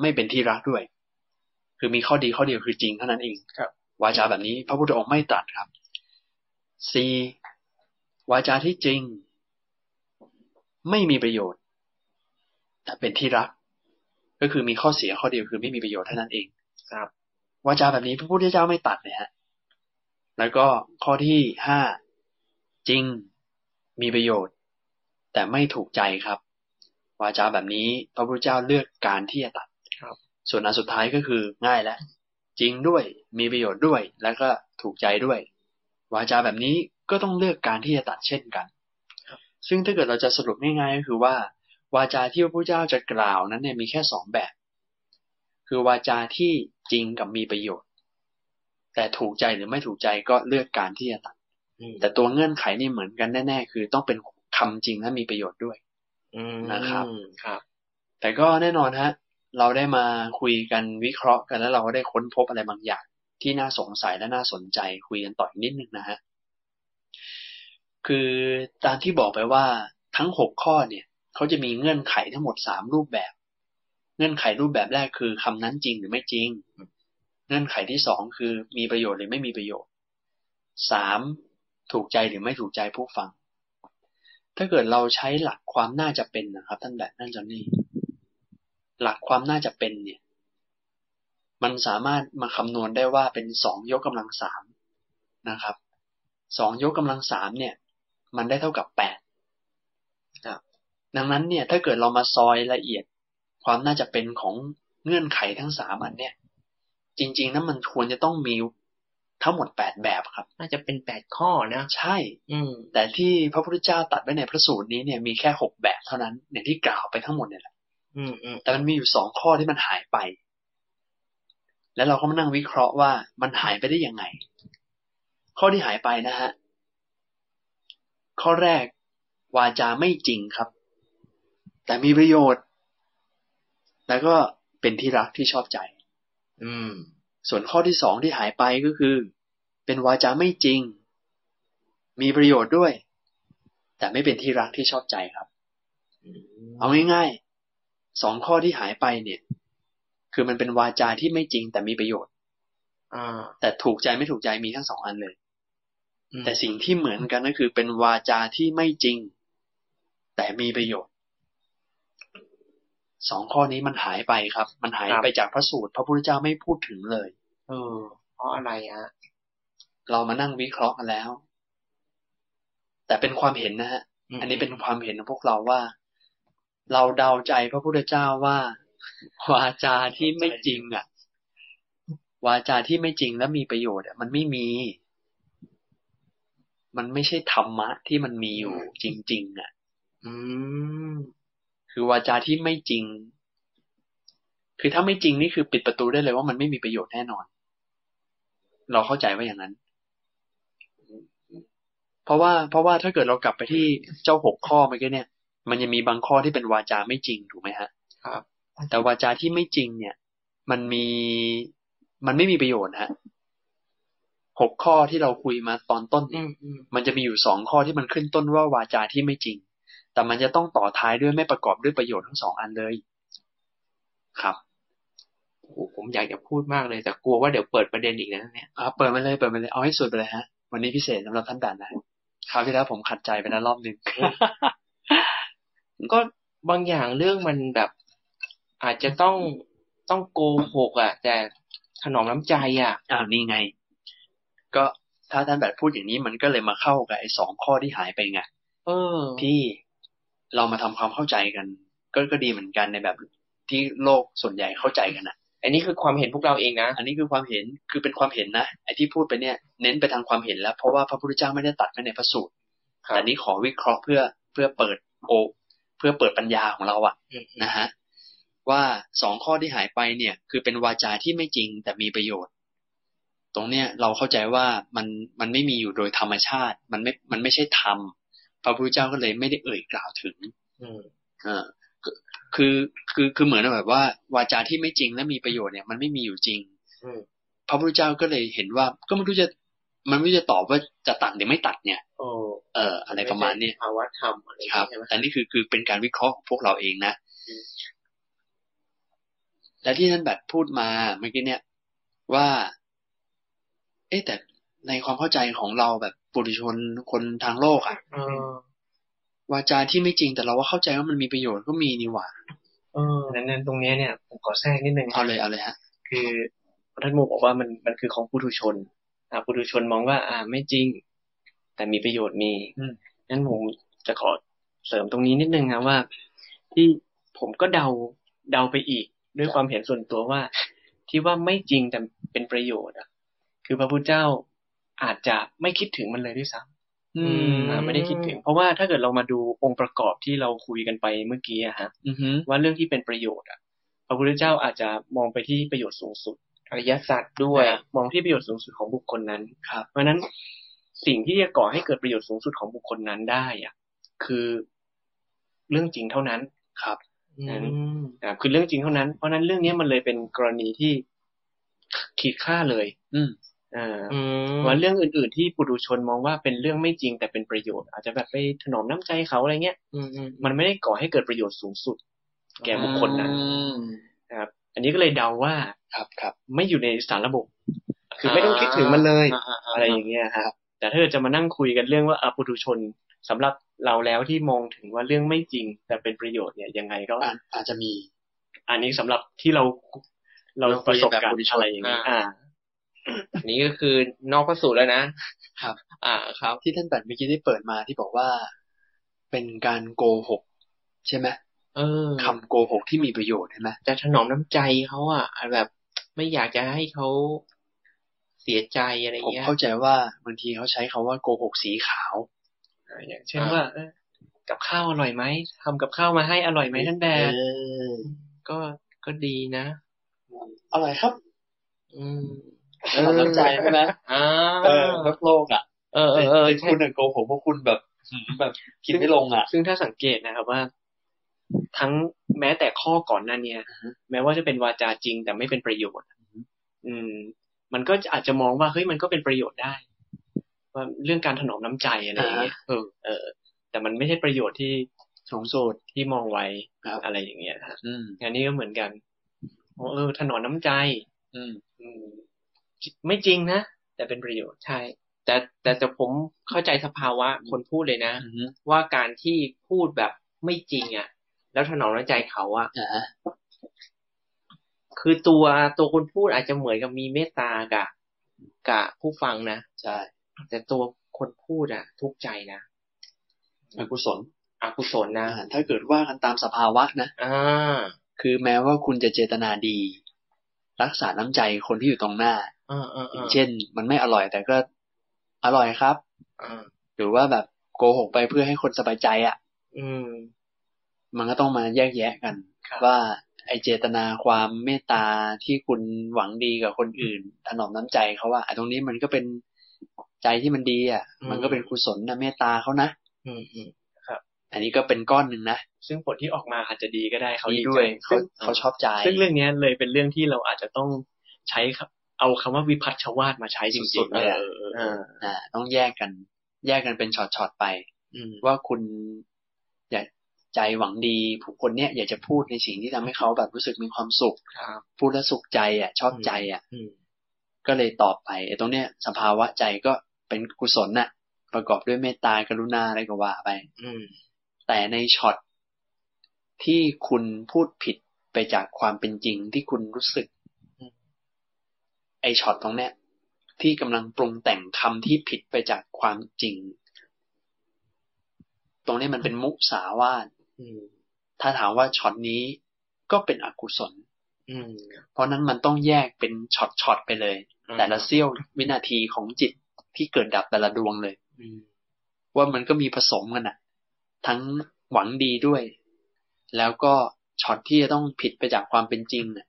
S3: ไม่เป็นที่รักด้วย คือมีข้อดีข้อเดียวคือจริงเท่านั้นเอง
S5: ครับ
S3: วาจาแบบนี้พระพุทธองค์ไม่ตัดครับสี่วาจาที่จริง ไม่มีประโยชน์ แต่เป็นที่รัก ก็คือมีข้อเสียข้อเดียวคือไม่มีประโยชน์เท่านั้นเอง
S2: ครับ
S3: วาจาแบบนี้พระพุทธเจ้าไม่ตัดนะฮะ แล้วก็ข้อที่ห้าจริงมีประโยชน์ แต่ไม่ถูกใจครับ วาจาแบบนี้พระพุทธเจ้าเลือกการที่จะตัด
S2: ครับ
S3: ส่วนอันสุดท้ายก็คือง่ายแล้ว จริงด้วย มีประโยชน์ด้วย แล้วก็ถูกใจด้วย วาจาแบบนี้ก็ต้องเลือกการที่จะตัดเช่นกัน ซึ่งถ้าเกิดเราจะสรุปง่ายๆก็คือว่า วาจาที่พระพุทธเจ้าจะกล่าวนั้นเนี่ยมีแค่สองแบบ คือวาจาที่จริงกับมีประโยชน์ แต่ถูกใจหรือไม่ถูกใจก็เลือกการที่จะตัด
S2: อืม
S3: แต่ตัวเงื่อนไขนี่เหมือนกันแน่ๆ คือต้องเป็นคำจริงและมีประโยชน์ด้วย
S2: อืม
S3: นะครับ
S5: ครับ
S3: แต่ก็แน่นอนฮะ เราได้มาคุยกันวิเคราะห์กันแล้วเราก็ได้ค้นพบอะไรบางอย่าง ที่น่าสงสัยและน่าสนใจคุยกันต่ออีกนิดนึงนะฮะ คือตามที่บอกไปว่าทั้งหกข้อเนี่ยเขาจะมีเงื่อนไขทั้งหมดสามรูปแบบ เงื่อนไขรูปแบบแรกคือคำนั้นจริงหรือไม่จริง เงื่อนไขที่สองคือมีประโยชน์หรือไม่มีประโยชน์สามถูกใจหรือไม่ถูกใจผู้ฟัง ถ้าเกิดเราใช้หลักความน่าจะเป็นนะครับ ท่านแบบนั่นจอนนี่ หลักความน่าจะเป็นเนี่ย มันสามารถมาคำนวณได้ว่าเป็นสองยกกำลังสามนะครับสองยกกำลังสามเนี่ย มันได้เท่ากับแปด
S5: ครับ
S3: ดังนั้นเนี่ย ถ้าเกิดเรามาซอยละเอียด ความน่าจะเป็นของเงื่อนไขทั้งสามอันเนี่ย จริงๆนั้นมันควรจะต้องมีทั้งหมดแปดแบบครับ
S2: น่าจะเป็นแปดข้อนะ
S3: ใช่
S2: อืม
S3: แต่ที่พระพุทธเจ้าตรัดไว้ในพระสูตรนี้เนี่ยมีแค่หกแบบเท่านั้นเนี่ยที่กล่าวไปทั้งหมดเนี่ยแหละ
S2: อืมอืม
S3: แต่มันมีอยู่สองข้อที่มันหายไป แล้วเราก็มานั่งวิเคราะห์ว่ามันหายไปได้ยังไง ข้อที่หายไปนะฮะ ข้อแรกวาจาไม่จริงครับ แต่มีประโยชน์ แล้วก็เป็นที่รักที่ชอบใจ
S2: อืม
S3: ส่วนข้อที่สองที่หายไปก็คือ เป็นวาจาไม่จริง มีประโยชน์ด้วย แต่ไม่เป็นที่รักที่ชอบใจครับ เอาง่ายๆสองข้อที่หายไปเนี่ย คือมันเป็นวาจาที่ไม่จริงแต่มีประโยชน์
S2: อ่า
S3: แต่ถูกใจไม่ถูกใจมีทั้งสองอันเลย
S2: อืม
S3: แต่สิ่งที่เหมือนกันก็คือเป็นวาจาที่ไม่จริง แต่มีประโยชน์สองข้อนี้มันหายไปครับ มันหายไปจากพระสูตร พระพุทธเจ้าไม่พูดถึงเลย
S2: เออ เพราะอะไรฮะ
S3: เรามานั่งวิเคราะห์กันแล้ว แต่เป็นความเห็นนะฮะ
S2: ม
S3: อันนี้เป็นความเห็นของพวกเราว่า เราเดาใจพระพุทธเจ้าว่า วาจาที่ไม่จริงอ่ะ วาจาที่ไม่จริงและมีประโยชน์อะมันไม่มี มันไม่ใช่ธรรมะที่มันมีอยู่จริง ๆ อ่ะ
S2: อืม
S3: คือวาจาที่ไม่จริง คือถ้าไม่จริงนี่คือปิดประตูได้เลยว่ามันไม่มีประโยชน์แน่นอน เราเข้าใจว่าอย่างนั้น เพราะว่า เพราะว่าถ้าเกิดเรากลับไปที่เจ้าหกข้อเมื่อกี้เนี่ย มันยังมีบางข้อที่เป็นวาจาไม่จริงถูกไหมฮะ
S2: ครับ
S3: แต่วาจาที่ไม่จริงเนี่ย มันมีมันไม่มีประโยชน์ฮะหกข้อที่เราคุยมาตอนต้น
S2: อื
S3: เนี่ย
S2: มอืม
S3: มันจะมีอยู่สองข้อที่มันขึ้นต้นว่าวาจาที่ไม่จริง แต่มันจะต้องต่อท้ายด้วยไม่ประกอบด้วยประโยชน์ทั้งสองอันเลย ครับ
S2: โอ้โหผมอยากจะพูดมากเลยแต่กลัวว่าเดี๋ยวเปิดประเด็นอีกนะเนี่ย
S3: อ่าเปิดมาเลยเปิดมาเลยเอาให้สุดไปเลยฮะ วันนี้พิเศษสำหรับท่านด่านนะคราวที่แล้วผมขัดใจไปนะรอบหนึ่ง
S2: ก็บางอย่างเรื่องมันแบบ อาจจะต้องต้องโกหกอ่ะ แต่ถนอมน้ำใจอ่ะ
S3: อ้าวนี่ไง ก็ถ้าท่านแบบพูดอย่างนี้มันก็เลยมาเข้ากับไอ้สองข้อที่หายไปไง
S2: เออ
S3: ที่เรามาทำความเข้าใจกัน ก็ก็ดีเหมือนกันในแบบที่โลกส่วนใหญ่เข้าใจกันนะ
S2: อันนี้คือความเห็นพวกเราเองนะ
S3: อันนี้คือความเห็นคือเป็นความเห็นนะไอ้ที่พูดไปเนี่ย เน้นไปทางความเห็นแล้วเพราะว่าพระพุทธเจ้าไม่ได้ตัดไว้ในพระสูตรแต่นี้ขอวิเคราะห์เพื่อเพื่อเปิดโอ เพื่อเปิดปัญญาของเราอะ
S2: อืม
S3: นะฮะว่าสองข้อที่หายไปเนี่ย คือเป็นวาจาที่ไม่จริงแต่มีประโยชน์ ตรงเนี้ยเราเข้าใจว่ามันมันไม่มีอยู่โดยธรรมชาติ มันไม่มันไม่ใช่ธรรมพระพุทธเจ้าก็เลยไม่ได้เอ่ยกล่าวถึง
S2: อืม
S3: เออคือคือคือเหมือนแบบว่า วาจาที่ไม่จริงและมีประโยชน์เนี่ยมันไม่มีอยู่จริง
S2: อืม
S3: พระพุทธเจ้าก็เลยเห็นว่า ก็ไม่รู้จะ มันไม่รู้จะตอบว่าจะตัดหรือไม่ตัดเนี่ย
S2: โอ้
S3: เอออะไรประมาณเนี้ย
S2: ภาวะธรรมอะไรอย่าง
S3: ครั
S2: เงี้ยใช่
S3: บ
S2: ไหม
S3: อันนี้คือคือเป็นการวิเคราะห์ของพวกเราเองนะและที่ท่านแบบพูดมาเมื่อกี้เนี่ย ว่า เอ๊ะแต่ในความเข้าใจของเราแบบปุถุชนคนทางโลกอะ
S2: เออ
S3: วาจาที่ไม่จริงแต่เราว่าเข้าใจว่ามันมีประโยชน์ก็มีนี่หว่า
S2: เออ
S5: ดังนั้นตรงเนี้ยเนี่ยผมขอแทรกนิดนึง
S3: เอาเลยเอาเลยฮะ
S5: คือท่านโมบอกว่ามันมันคือของผู้ทุชนอ่าผู้ทุชนมองว่า อ่าไม่จริง แต่มีประโยชน์มี
S3: อืม
S5: นั้นผมจะขอเสริมตรงนี้นิดนึงนะว่า ที่ผมก็เดาเดาไปอีก ด้วยความเห็นส่วนตัวว่า ที่ว่าไม่จริงแต่เป็นประโยชน์อ่ะ คือพระพุทธเจ้าอาจจะไม่คิดถึงมันเลยด้วยซ้ำ
S3: อืม
S5: อ่าไม่ได้คิดถึง เพราะว่าถ้าเกิดเรามาดูองค์ประกอบที่เราคุยกันไปเมื่อกี้อะฮะ
S3: อือฮึ
S5: ว่าเรื่องที่เป็นประโยชน์อ่ะ พระพุทธเจ้าอาจจะมองไปที่ประโยชน์สูงสุด
S2: อริยสัจด้วย
S5: นะมองที่ประโยชน์สูงสุดของบุคคลนั้นครับ เพราะฉะนั้นสิ่งที่จะก่อให้เกิดประโยชน์สูงสุดของบุคคลนั้นได้อะคือเรื่องจริงเท่านั้นครับ
S2: อืม
S5: นะครับคือเรื่องจริงเท่านั้น เพราะฉะนั้นเรื่องเนี้ยมันเลยเป็นกรณีที่ขีดค่าเลย
S3: อืม
S5: อ่า
S2: อืม
S5: ว่าเรื่องอื่น ๆ ที่ปุถุชนมองว่าเป็นเรื่องไม่จริงแต่เป็นประโยชน์ อาจจะแบบไปถนอมน้ำใจเขาอะไรเงี้ย
S2: อืมอืม
S5: มันไม่ได้ก่อให้เกิดประโยชน์สูงสุด แก่บุคคลนั้น
S3: อืม
S5: นะครับ อันนี้ก็เลยเดาว่า
S3: ครับครับ
S5: ไม่อยู่ในสารระบบ คือไม่ต้องคิดถึงมันเลย
S3: าๆๆ
S5: อะไรอย่างเงี้ยครับ แต่ถ้าเกิดจะมานั่งคุยกันเรื่องว่าอะปุถุชนสำหรับเราแล้วที่มองถึงว่าเรื่องไม่จริง แต่เป็นประโยชน์เนี่ยยังไงก็
S3: อาจอาจจะมี
S5: อันนี้สำหรับที่เราเรา
S3: เราคุ
S5: ป
S3: ย
S5: ระสบ
S3: แบบ
S5: การ
S3: ปุ
S5: ณ์
S3: ถุชน
S5: อะไรอย่างเงี้ย
S2: า
S5: อ่า
S2: อันนี้ก็คือนอกพระสูตรแล้วนะครับ อ่าครับ
S3: ที่ท่านปัดเมื่อกี้ที่เปิดมาที่บอกว่า เป็นการโกหก ใช่ไหม
S2: เออ
S3: คำโกหกที่มีประโยชน์ใช่ไหม
S2: จะถนอมน้ำใจเขาอ่ะแบบ ไม่อยากจะให้เขาเสียใจอะไร
S3: ผม
S2: เงี้ย
S3: เข้าใจว่าบางทีเขาใช้คำว่าโกหกสีขาว
S5: อย่างเช่น
S2: อ่า
S5: ว่าเอ้ยกับข้าวอร่อยไหมทำกับข้าวมาให้อร่อยไหมท่านแด
S3: เอ
S5: ด
S3: อ
S2: ก็ก็ดีนะ
S3: อร่อยครับ
S2: อืม
S3: ถนอมน้ำใจใช่ไหม
S2: อ่า
S3: เออโลกโลกอ่ะ
S2: เออเออเออ
S3: แต่
S2: ใช่
S3: คุณน่ะโกหกเพราะคุณแบบหืมแบบกินไม่ลงอ่ะ
S5: ซึ่งถ้าสังเกตนะครับว่า ทั้งแม้แต่ข้อก่อนหนั้นเนี่ยแม้ว่าจะเป็นวาจาจริง แต่ไม่เป็นประโยชน์ อืม มันก็อาจจะมองว่าเฮ้ยมันก็เป็นประโยชน์ได้ ว่าเรื่องการถนอมน้ำใจอะไรอย่างเงี้ยเออเออ แต่มันไม่ใช่ประโยชน์ที่
S3: สูงสุด
S5: ที่มองไว้
S3: ครับ
S5: อะไรอย่างเงี้ยครับ
S3: อืม
S5: งานนี้ก็เหมือนกันโอ้เออถนอมน้ำใจ
S3: อืม
S5: อืม ไม่จริงนะแต่เป็นประโยชน์
S2: ใช่ แต่แต่แต่ผมเข้าใจสภาวะคนพูดเลยนะ
S3: อืม
S2: ว่าการที่พูดแบบไม่จริงอ่ะ แล้วถนอมน้ำใจเขาอ่ะ
S3: อ่าฮะ
S2: คือตัวตัวคนพูดอาจจะเหมือนกับมีเมตตากับกับผู้ฟังนะ
S3: ใช่
S2: แต่ตัวคนพูดอ่ะ ทุกข์ใจนะ
S3: อกุศล
S2: อกุศลนะ
S3: อ่าถ้าเกิดว่ากันตามสภาวะนะ
S2: อ่า
S3: คือแม้ว่าคุณจะเจตนาดี รักษาน้ำใจคนที่อยู่ตรงหน้า
S2: อ่าอ่า
S3: อ
S2: อ่า
S3: ย่างเช่น มันไม่อร่อยแต่ก็อร่อยครับ
S2: อ่า
S3: หรือว่าแบบโกหกไปเพื่อให้คนสบายใจอะ่ะ
S2: อืม
S3: มันก็ต้องมาแยกแยะกัน
S5: ครับ
S3: ว่าไอเจตนาความเมตตาที่คุณหวังดีกับคนอื่น ถนอมน้ำใจเขาว่าไอตรงนี้มันก็เป็นใจที่มันดีอะ่ะ
S2: อืม
S3: มันก็เป็นกุศลนะเมตตาเขานะ
S2: อืมอืม
S3: อันนี้ก็เป็นก้อนหนึ่งนะ
S5: ซึ่งผลที่ออกมาอาจจะดีก็ได้เขาดีใจ
S3: เขา
S5: ซึ่ง
S3: เขาชอบใจ
S5: ซึ่งเรื่องเนี้ยเลยเป็นเรื่องที่เราอาจจะต้องใช้คำเอาคำว่าวิพัฒชวาทมาใช้จริงๆ
S3: เลยอะ
S5: เออ
S3: อ่าต้องแยกกัน แยกกันเป็นช็อตๆไป
S5: อืม
S3: ว่าคุณอยากใจหวังดีผู้คนเนี้ยอยากจะพูดในสิ่งที่ทำให้เขาแบบรู้สึกมีความสุข
S2: ครับ
S3: พูดแล้วสุขใจอ่ะ ชอบใจอ่ะ
S2: อืม
S3: ก็เลยตอบไปไอ้ตรงเนี้ยสภาวะใจก็เป็นกุศลน่ะ ประกอบด้วยเมตตากรุณาอะไรก็ว่าไป
S2: อืม
S3: แต่ในช็อตที่คุณพูดผิดไปจากความเป็นจริงที่คุณรู้สึก ไอช็อตตรงเนี้ย ที่กำลังปรุงแต่งคำที่ผิดไปจากความจริง ตรงนี้มันเป็นมุสาวาท
S2: อืม
S3: ถ้าถามว่าช็อตนี้ก็เป็นอกุศล
S2: อืม
S3: เพราะนั้นมันต้องแยกเป็นช็อตๆไปเลย แต่ละเสี้ยววินาทีของจิตที่เกิดดับแต่ละดวงเลย
S2: อืม
S3: ว่ามันก็มีผสมกันอะทั้งหวังดีด้วย แล้วก็ช็อตที่จะต้องผิดไปจากความเป็นจริงน่ะ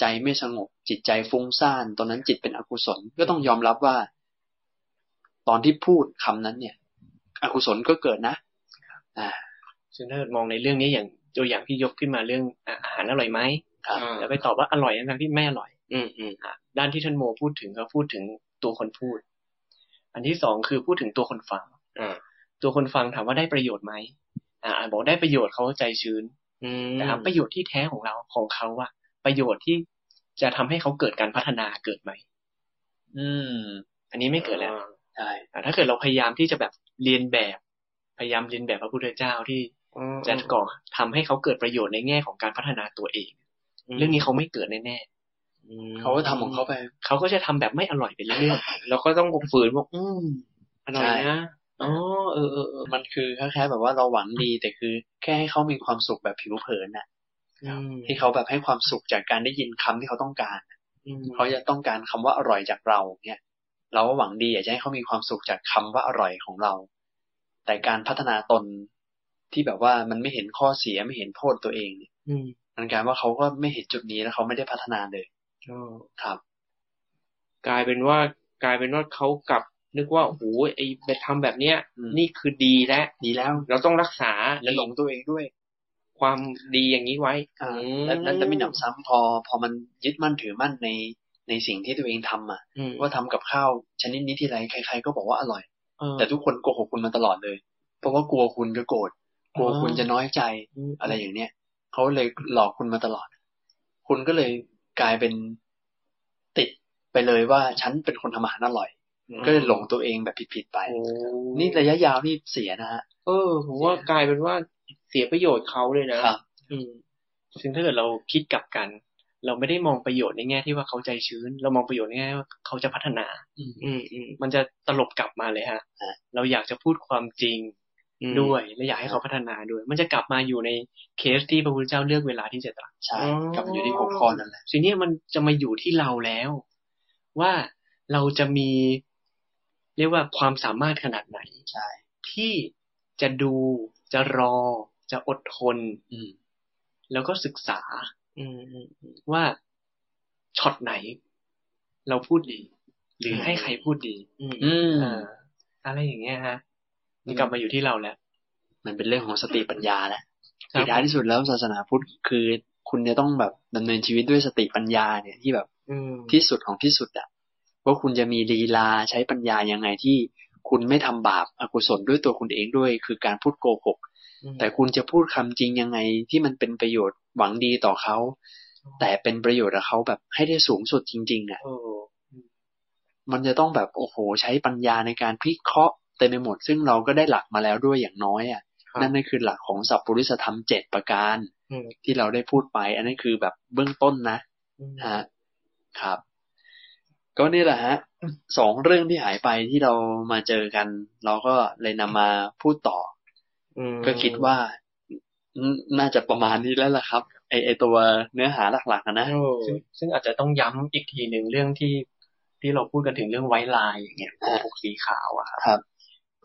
S3: ใจไม่สงบ จิตใจฟุ้งซ่านตอนนั้นจิตเป็นอกุศลก็ต้องยอมรับว่า ตอนที่พูดคำนั้นเนี่ย อกุศลก็เกิดนะ อ่า
S5: ซึ่งถ้ามองในเรื่องนี้อย่างตัวอย่างที่ยกขึ้นมาเรื่องอ่ะอาหารอร่อยไหม
S3: ครับ
S2: อ่า
S5: แล้วไปตอบว่าอร่อยทั้งที่ไม่อร่อย
S2: อืมอืม
S5: อ่ะด้านที่ท่านโมพูดถึงก็พูดถึงตัวคนพูด อันที่สองคือพูดถึงตัวคนฟัง
S2: อ่า
S5: ตัวคนฟังถามว่าได้ประโยชน์ไหมอ่าบอกได้ประโยชน์เขาใจชื้น
S2: อืม
S5: แต่ถามประโยชน์ที่แท้ของเราของเขาอะประโยชน์ที่จะทำให้เขาเกิดการพัฒนาเกิดไหม
S3: อืม
S5: อันนี้ไม่เกิดแล้ว
S2: อ่า
S3: ใช่
S5: อ่ะถ้าเกิดเราพยายามที่จะแบบเรียนแบบ พยายามเรียนแบบพระพุทธเจ้าที่
S2: อืม
S5: จะก่อทำให้เขาเกิดประโยชน์ในแง่ของการพัฒนาตัวเอง เรื่องนี้เขาไม่เกิดแน่
S2: อืม
S3: เขาก็ทำของเขาไป
S5: ๆเขาก็จะทำแบบไม่อร่อยไปเรื่อย
S2: เราก็ต้องฝืนว่าอืมอร่อย
S3: ใช่
S2: นะอ๋อเออเออเออ
S3: มันคือคล้ายๆแบบว่าเราหวังดีแต่คือ แค่ให้เขามีความสุขแบบผิวเผินน่ะ
S2: อืม
S3: ที่เขาแบบให้ความสุขจากการได้ยินคำที่เขาต้องการ
S2: อืม
S3: เขาจะต้องการคำว่าอร่อยจากเราเนี่ยเราก็หวังดีอยากจะให้เขามีความสุขจากคำว่าอร่อยของเรา แต่การพัฒนาตนที่แบบว่ามันไม่เห็นข้อเสียไม่เห็นโทษตัวเองเนี่ย
S2: อืม
S3: มันกลายว่าเขาก็ไม่เห็นจุดนี้แล้วเขาไม่ได้พัฒนาเลย
S2: ก็
S3: ครับ
S2: กลายเป็นว่ากลายเป็นว่าเขากลับนึกว่าโอ้โหไอ้ไปทำแบบเนี้ย
S3: อืม
S2: นี่คือดีและ
S3: ดีแล้ว
S2: เราต้องรักษา
S3: และหลงตัวเองด้วย
S2: ความดีอย่างนี้ไว้
S3: อ่า
S2: อืม
S3: แล้วแล้วจะไม่หนำซ้ำพอ พอมันยึดมั่นถือมั่นในในสิ่งที่ตัวเองทำอ่ะ
S2: อืม
S3: ว่าทำกับข้าวชนิดนี้ทีไรใคร ๆ ก็บอกว่าอร่อย
S2: เออ
S3: แต่ทุกคนโกหกคุณมาตลอดเลย เพราะว่ากลัวคุณจะโกรธกลัว
S2: อ๋อ
S3: คุณจะน้อยใจ
S2: ม
S3: อะไรอย่างเนี้ยเขาเลยหลอกคุณมาตลอด คุณก็เลยกลายเป็นติดไปเลยว่าฉันเป็นคนทำอาหารอร่อย ก็เลยหลงตัวเองแบบผิดๆไป
S2: โอ้
S3: นี่ระยะยาวนี่เสียนะฮะ
S2: เออผมว่ากลายเป็นว่าเสียประโยชน์เขาเลยนะครับ อืม
S5: ซึ่งถ้าเกิดเราคิดกลับกัน เราไม่ได้มองประโยชน์ในแง่ที่ว่าเขาใจชื้น เรามองประโยชน์ในแง่ว่าเขาจะพัฒนา
S2: อืมอืม
S5: มันจะตลบกลับมาเลยฮะ
S3: ฮะ
S5: เราอยากจะพูดความจริง
S2: อืม
S5: ด้วยและอยากให้เขาพัฒนาด้วย มันจะกลับมาอยู่ในเคสที่พระพุทธเจ้าเลือกเวลาที่จะตรัส
S3: ใช่กลับมาอยู่ที่หกข้อนั่นแหละ
S5: สิ่งเนี้ยมันจะมาอยู่ที่เราแล้ว ว่าเราจะมี เรียกว่าความสามารถขนาดไหน
S3: ใช่
S5: ที่จะดูจะรอ จะอดทน
S3: อืม
S5: แล้วก็ศึกษา
S2: อืมอืม
S5: ว่าช็อตไหน เราพูดดี หรือ
S3: ม
S5: ให้ใครพูดดี
S2: อืม
S3: อืม
S5: เอ่ออะไรอย่างเงี้ยฮะมันกลับมาอยู่ที่เราแล้ว
S3: มันเป็นเรื่องของสติปัญญาแหละ
S5: ครับ
S3: สุดท้ายที่สุดแล้วศาสนาพุทธคือ คุณจะต้องแบบดำเนินชีวิตด้วยสติปัญญาเนี่ยที่แบบ
S2: อืม
S3: ที่สุดของที่สุดอะว่าคุณจะมีลีลาใช้ปัญญายังไงที่คุณไม่ทำบาปอกุศลด้วยตัวคุณเองด้วย คือการพูดโกหก แต่คุณจะพูดคำจริงยังไงที่มันเป็นประโยชน์หวังดีต่อเขา แต่เป็นประโยชน์กับเขาแบบให้ได้สูงสุดจริงๆอะ
S2: โอ้
S3: มันจะต้องแบบโอ้โห ใช้ปัญญาในการพิเคราะห์เต็มไปหมด ซึ่งเราก็ได้หลักมาแล้วด้วยอย่างน้อยอะ
S2: ครับ
S3: นั่นนั่นคือหลักของสัพพุริสธรรมเจ็ดประการ
S2: อืม
S3: ที่เราได้พูดไป อันนั้นคือแบบเบื้องต้นนะ
S2: อืม
S3: ฮะครับ ก็นี่แหละฮะสองเรื่องที่หายไปที่เรามาเจอกัน เราก็เลยนำมาพูดต่อ
S2: อืม
S3: อก็คิดว่าอืมน่าจะประมาณนี้แล้วล่ะครับ ไอไอตัวเนื้อหาหลักๆอะนะ
S2: โอ้
S5: ซึ่งซึ่งอาจจะต้องย้ำอีกทีหนึ่งเรื่องที่ที่เราพูดกันถึงเรื่องไวท์ไลน์อย่างเงี้ย
S3: อ่า
S5: พวกสีขาวอะ
S3: ครับ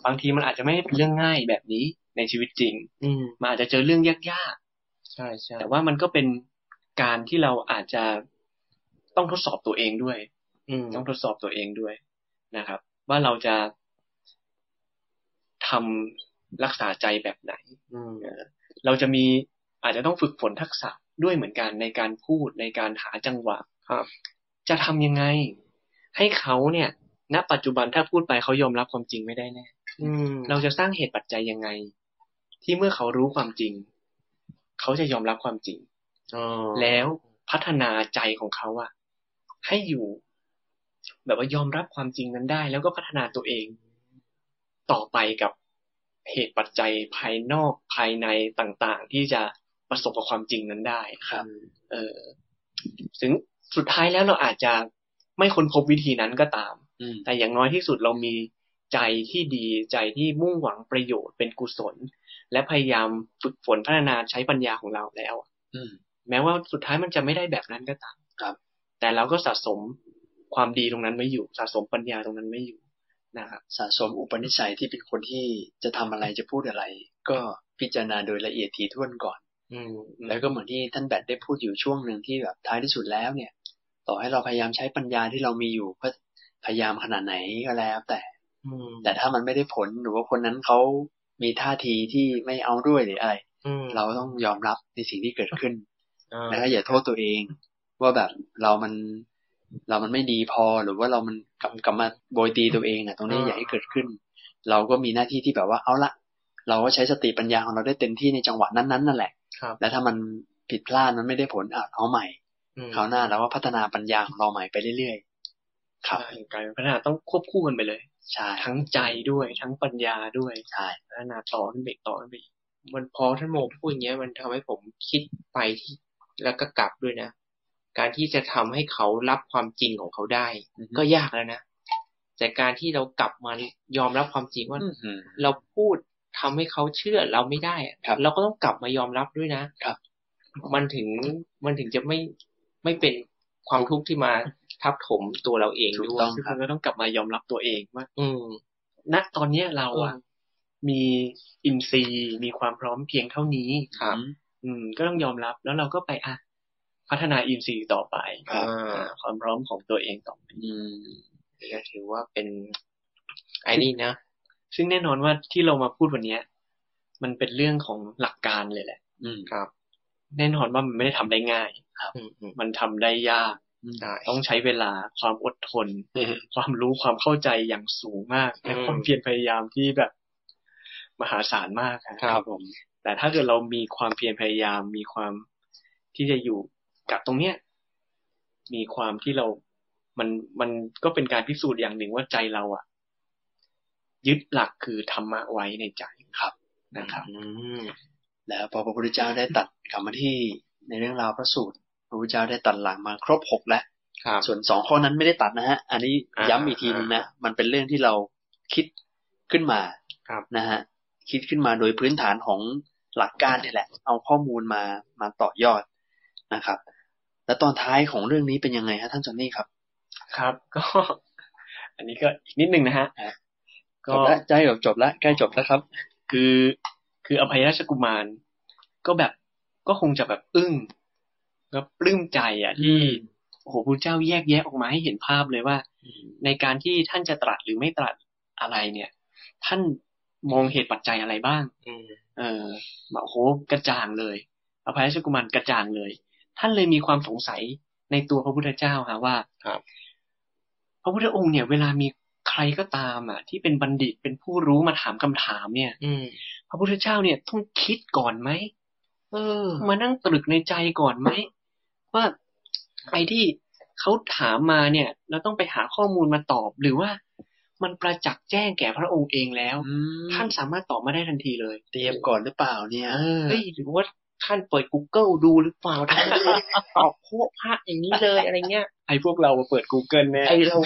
S5: บางทีมันอาจจะไม่ได้เป็นเรื่องง่ายแบบนี้ในชีวิตจริง
S2: อืม
S5: มันอาจจะเจอเรื่องยาก
S2: ใช่ใช่
S5: ๆแต่ว่ามันก็เป็นการที่เราอาจจะต้องทดสอบตัวเองด้วย
S2: อืม
S5: ต้องทดสอบตัวเองด้วยนะครับ ว่าเราจะทำรักษาใจแบบไหน
S2: อืม
S5: เราจะมีอาจจะต้องฝึกฝนทักษะด้วยเหมือนกันในการพูดในการหาจังหวะ
S2: ครับ
S5: จะทำยังไง ให้เขาเนี่ย ณ ปัจจุบันถ้าพูดไปเขายอมรับความจริงไม่ได้แน่
S2: อืม
S5: เราจะสร้างเหตุปัจจัยยังไง ที่เมื่อเขารู้ความจริง เขาจะยอมรับความจริง
S2: อ๋อ
S5: แล้วพัฒนาใจของเขาอะให้อยู่ แบบว่ายอมรับความจริงนั้นได้ แล้วก็พัฒนาตัวเอง ต่อไปกับเหตุปัจจัยภายนอกภายในต่างๆ ที่จะประสบกับความจริงนั้นได้
S3: ครับ
S5: เออถึงสุดท้ายแล้วเราอาจจะไม่ค้นพบวิธีนั้นก็ตาม
S3: อืม
S5: แต่อย่างน้อยที่สุดเรามีใจที่ดีใจที่มุ่งหวังประโยชน์เป็นกุศล และพยายามฝึกฝนพัฒนาใช้ปัญญาของเราแล้ว
S3: อืม
S5: แม้ว่าสุดท้ายมันจะไม่ได้แบบนั้นก็ตาม
S3: ครับ
S5: แต่เราก็สะสมความดีตรงนั้นไว้อยู่ สะสมปัญญาตรงนั้นไว้อยู่นะครับ
S3: สะสมอุปนิสัยที่เป็นคนที่จะทำอะไรจะพูดอะไร ก็พิจารณาโดยละเอียดถี่ถ้วนก่อน
S2: อืมอืม
S3: แล้วก็เหมือนที่ท่านแบทได้พูดอยู่ช่วงหนึ่งที่แบบท้ายที่สุดแล้วเนี่ย ต่อให้เราพยายามใช้ปัญญาที่เรามีอยู่เพื่อพยายามขนาดไหนก็แล้วแต่
S2: อืม
S3: แต่ถ้ามันไม่ได้ผลหรือว่าคนนั้นเขามีท่าทีที่ไม่เอาด้วยหรืออะไร
S2: อืม
S3: เราต้องยอมรับในสิ่งที่เกิดขึ้น
S2: อ่า
S3: แล้วก็อย่าโทษตัวเอง ว่าแบบเรามันเรามันไม่ดีพอหรือว่าเรามันกลับกลับมาโบยตีตัวเองอ่ะ ตรงนี้อย่าให้เกิดขึ้น เราก็มีหน้าที่ที่แบบว่าเอาละเราก็ใช้สติปัญญาของเราได้เต็มที่ในจังหวะนั้นๆนั่นแหละ
S2: ครับ
S3: แล้วถ้ามันผิดพลาดมันไม่ได้ผลอ่ะเอาใหม่
S2: อืม
S3: คราวหน้าเราก็พัฒนาปัญญาของเราใหม่ไปเรื่อยๆ ครับ
S5: การพัฒนาต้องควบคู่กันไปเลย
S3: ใช่
S5: ทั้งใจด้วย ทั้งปัญญาด้วย
S3: ใช่
S5: พัฒนาต่อขึ้นไปอีกต่อขึ้นไปอีก
S2: มันพอท่านโมพูดอย่างเงี้ย มันทำให้ผมคิดไปที่แล้วก็กลับด้วยนะ การที่จะทำให้เขารับความจริงของเขาได้ ก็ยากแล้วนะ แต่การที่เรากลับมายอมรับความจริงว่า
S3: อื้อหือ
S2: เราพูดทำให้เขาเชื่อเราไม่ได้อะ
S3: ครับ
S2: เราก็ต้องกลับมายอมรับด้วยนะครับ มันถึงมันถึงจะไม่ไม่เป็นความทุกข์ที่มาทับถมตัวเราเอง
S3: ถูก
S2: ด้วย
S3: ต้อง
S5: คือคุณก็ต้องกลับมายอมรับตัวเองว่า
S2: อืม
S5: ณตอนเนี้ยเราอะ
S2: อืม
S5: มีอินทรีย์มีความพร้อมเพียงเท่านี้
S2: ครับ
S5: อืม ก็ต้องยอมรับแล้วเราก็ไปอ่ะพัฒนาอินทรีย์ต่อไป
S3: ครับ
S2: อ่า
S5: อ่าความพร้อมของตัวเองต่อไป
S2: อืมนี่ก็ถือว่าเป็นไอ้นี่นะ
S5: ซึ่งแน่นอนว่าที่เรามาพูดวันเนี้ย มันเป็นเรื่องของหลักการเลยแหละ
S3: อืม
S2: ครับ
S5: แน่นอนว่ามันไม่ได้ทำได้ง่าย
S2: อืมอืม
S5: มันทำได้ยาก
S2: ได้
S5: ต้องใช้เวลาความอดทน ความรู้ความเข้าใจอย่างสูงมากและความเพียรพยายามที่แบบมหาศาลมากครับ
S3: ครับผม
S5: แต่ถ้าเกิดเรามีความเพียรพยายามมีความที่จะอยู่กับตรงเนี้ย มีความที่เรา มันมันก็เป็นการพิสูจน์อย่างหนึ่งว่าใจเราอะยึดหลักคือธรรมะไว้ในใจ
S3: ครับ
S5: นะครับ
S2: อืม
S3: แล้วพอพระพุทธเจ้าได้ตัดคำที่ในเรื่องราวพระสูตรพระพุทธเจ้าได้ตัดหลังมาครบหกแล้ว
S2: ครับ
S3: ส่วนสองข้อนั้นไม่ได้ตัดนะฮะ อันนี้
S2: อ่า
S3: ย้ำอีกทีนึงนะ มันเป็นเรื่องที่เราคิดขึ้นมา
S2: ครับ
S3: นะฮะ คิดขึ้นมาโดยพื้นฐานของหลักการนี่แหละ เอาข้อมูลมามาต่อยอดนะครับ แล้วตอนท้ายของเรื่องนี้เป็นยังไงฮะท่านจอนนี่ครับ
S5: ครับ ก็ อันนี้ก็อีกนิดนึงนะฮะ
S3: ครับ จ
S5: ก็
S3: บแล้วใกล้จบจบแล้วใกล้จบแล้วครับ
S5: คือคืออภัยราชกุมาร ก็แบบก็คงจะแบบอึ้งก็ปลื้มใจอ่ะ ที่โอ้โหพระเจ้าแยกแยะออกมาให้เห็นภาพเลยว่า ในการที่ท่านจะตรัสหรือไม่ตรัสอะไรเนี่ย ท่านมองเหตุปัจจัยอะไรบ้าง
S2: อืม
S5: เออบอกโหกระจ่างเลย อภัยราชกุมารกระจ่างเลย ท่านเลยมีความสงสัยในตัวพระพุทธเจ้าฮะว่า
S2: ครับ
S5: พระพุทธองค์เนี่ยเวลามีใครก็ตามอ่ะ ที่เป็นบัณฑิตเป็นผู้รู้มาถามคำถามเนี่ย
S2: อืม
S5: พระพุทธเจ้าเนี่ยต้องคิดก่อนไหม
S2: เออ
S5: ต้องมานั่งตรึกในใจก่อนไหมว่าไอ้ที่เขาถามมาเนี่ย เราต้องไปหาข้อมูลมาตอบ หรือว่ามันประจักษ์แจ้งแก่พระองค์เองแล้ว ท่านสามารถตอบมาได้ทันทีเลย
S3: เตรียมก่อนหรือเปล่าเนี่ย
S5: เฮ้
S2: เฮ้
S5: ย
S2: ยหรือว่าท่านเปิด Google ดูหรือเปล่าท่านดูตอบพวกพระ อย่างนี้เลยอะไรเงี้ย
S5: ไอ้พวกเรามาเปิด Google แน่
S2: ไอเรา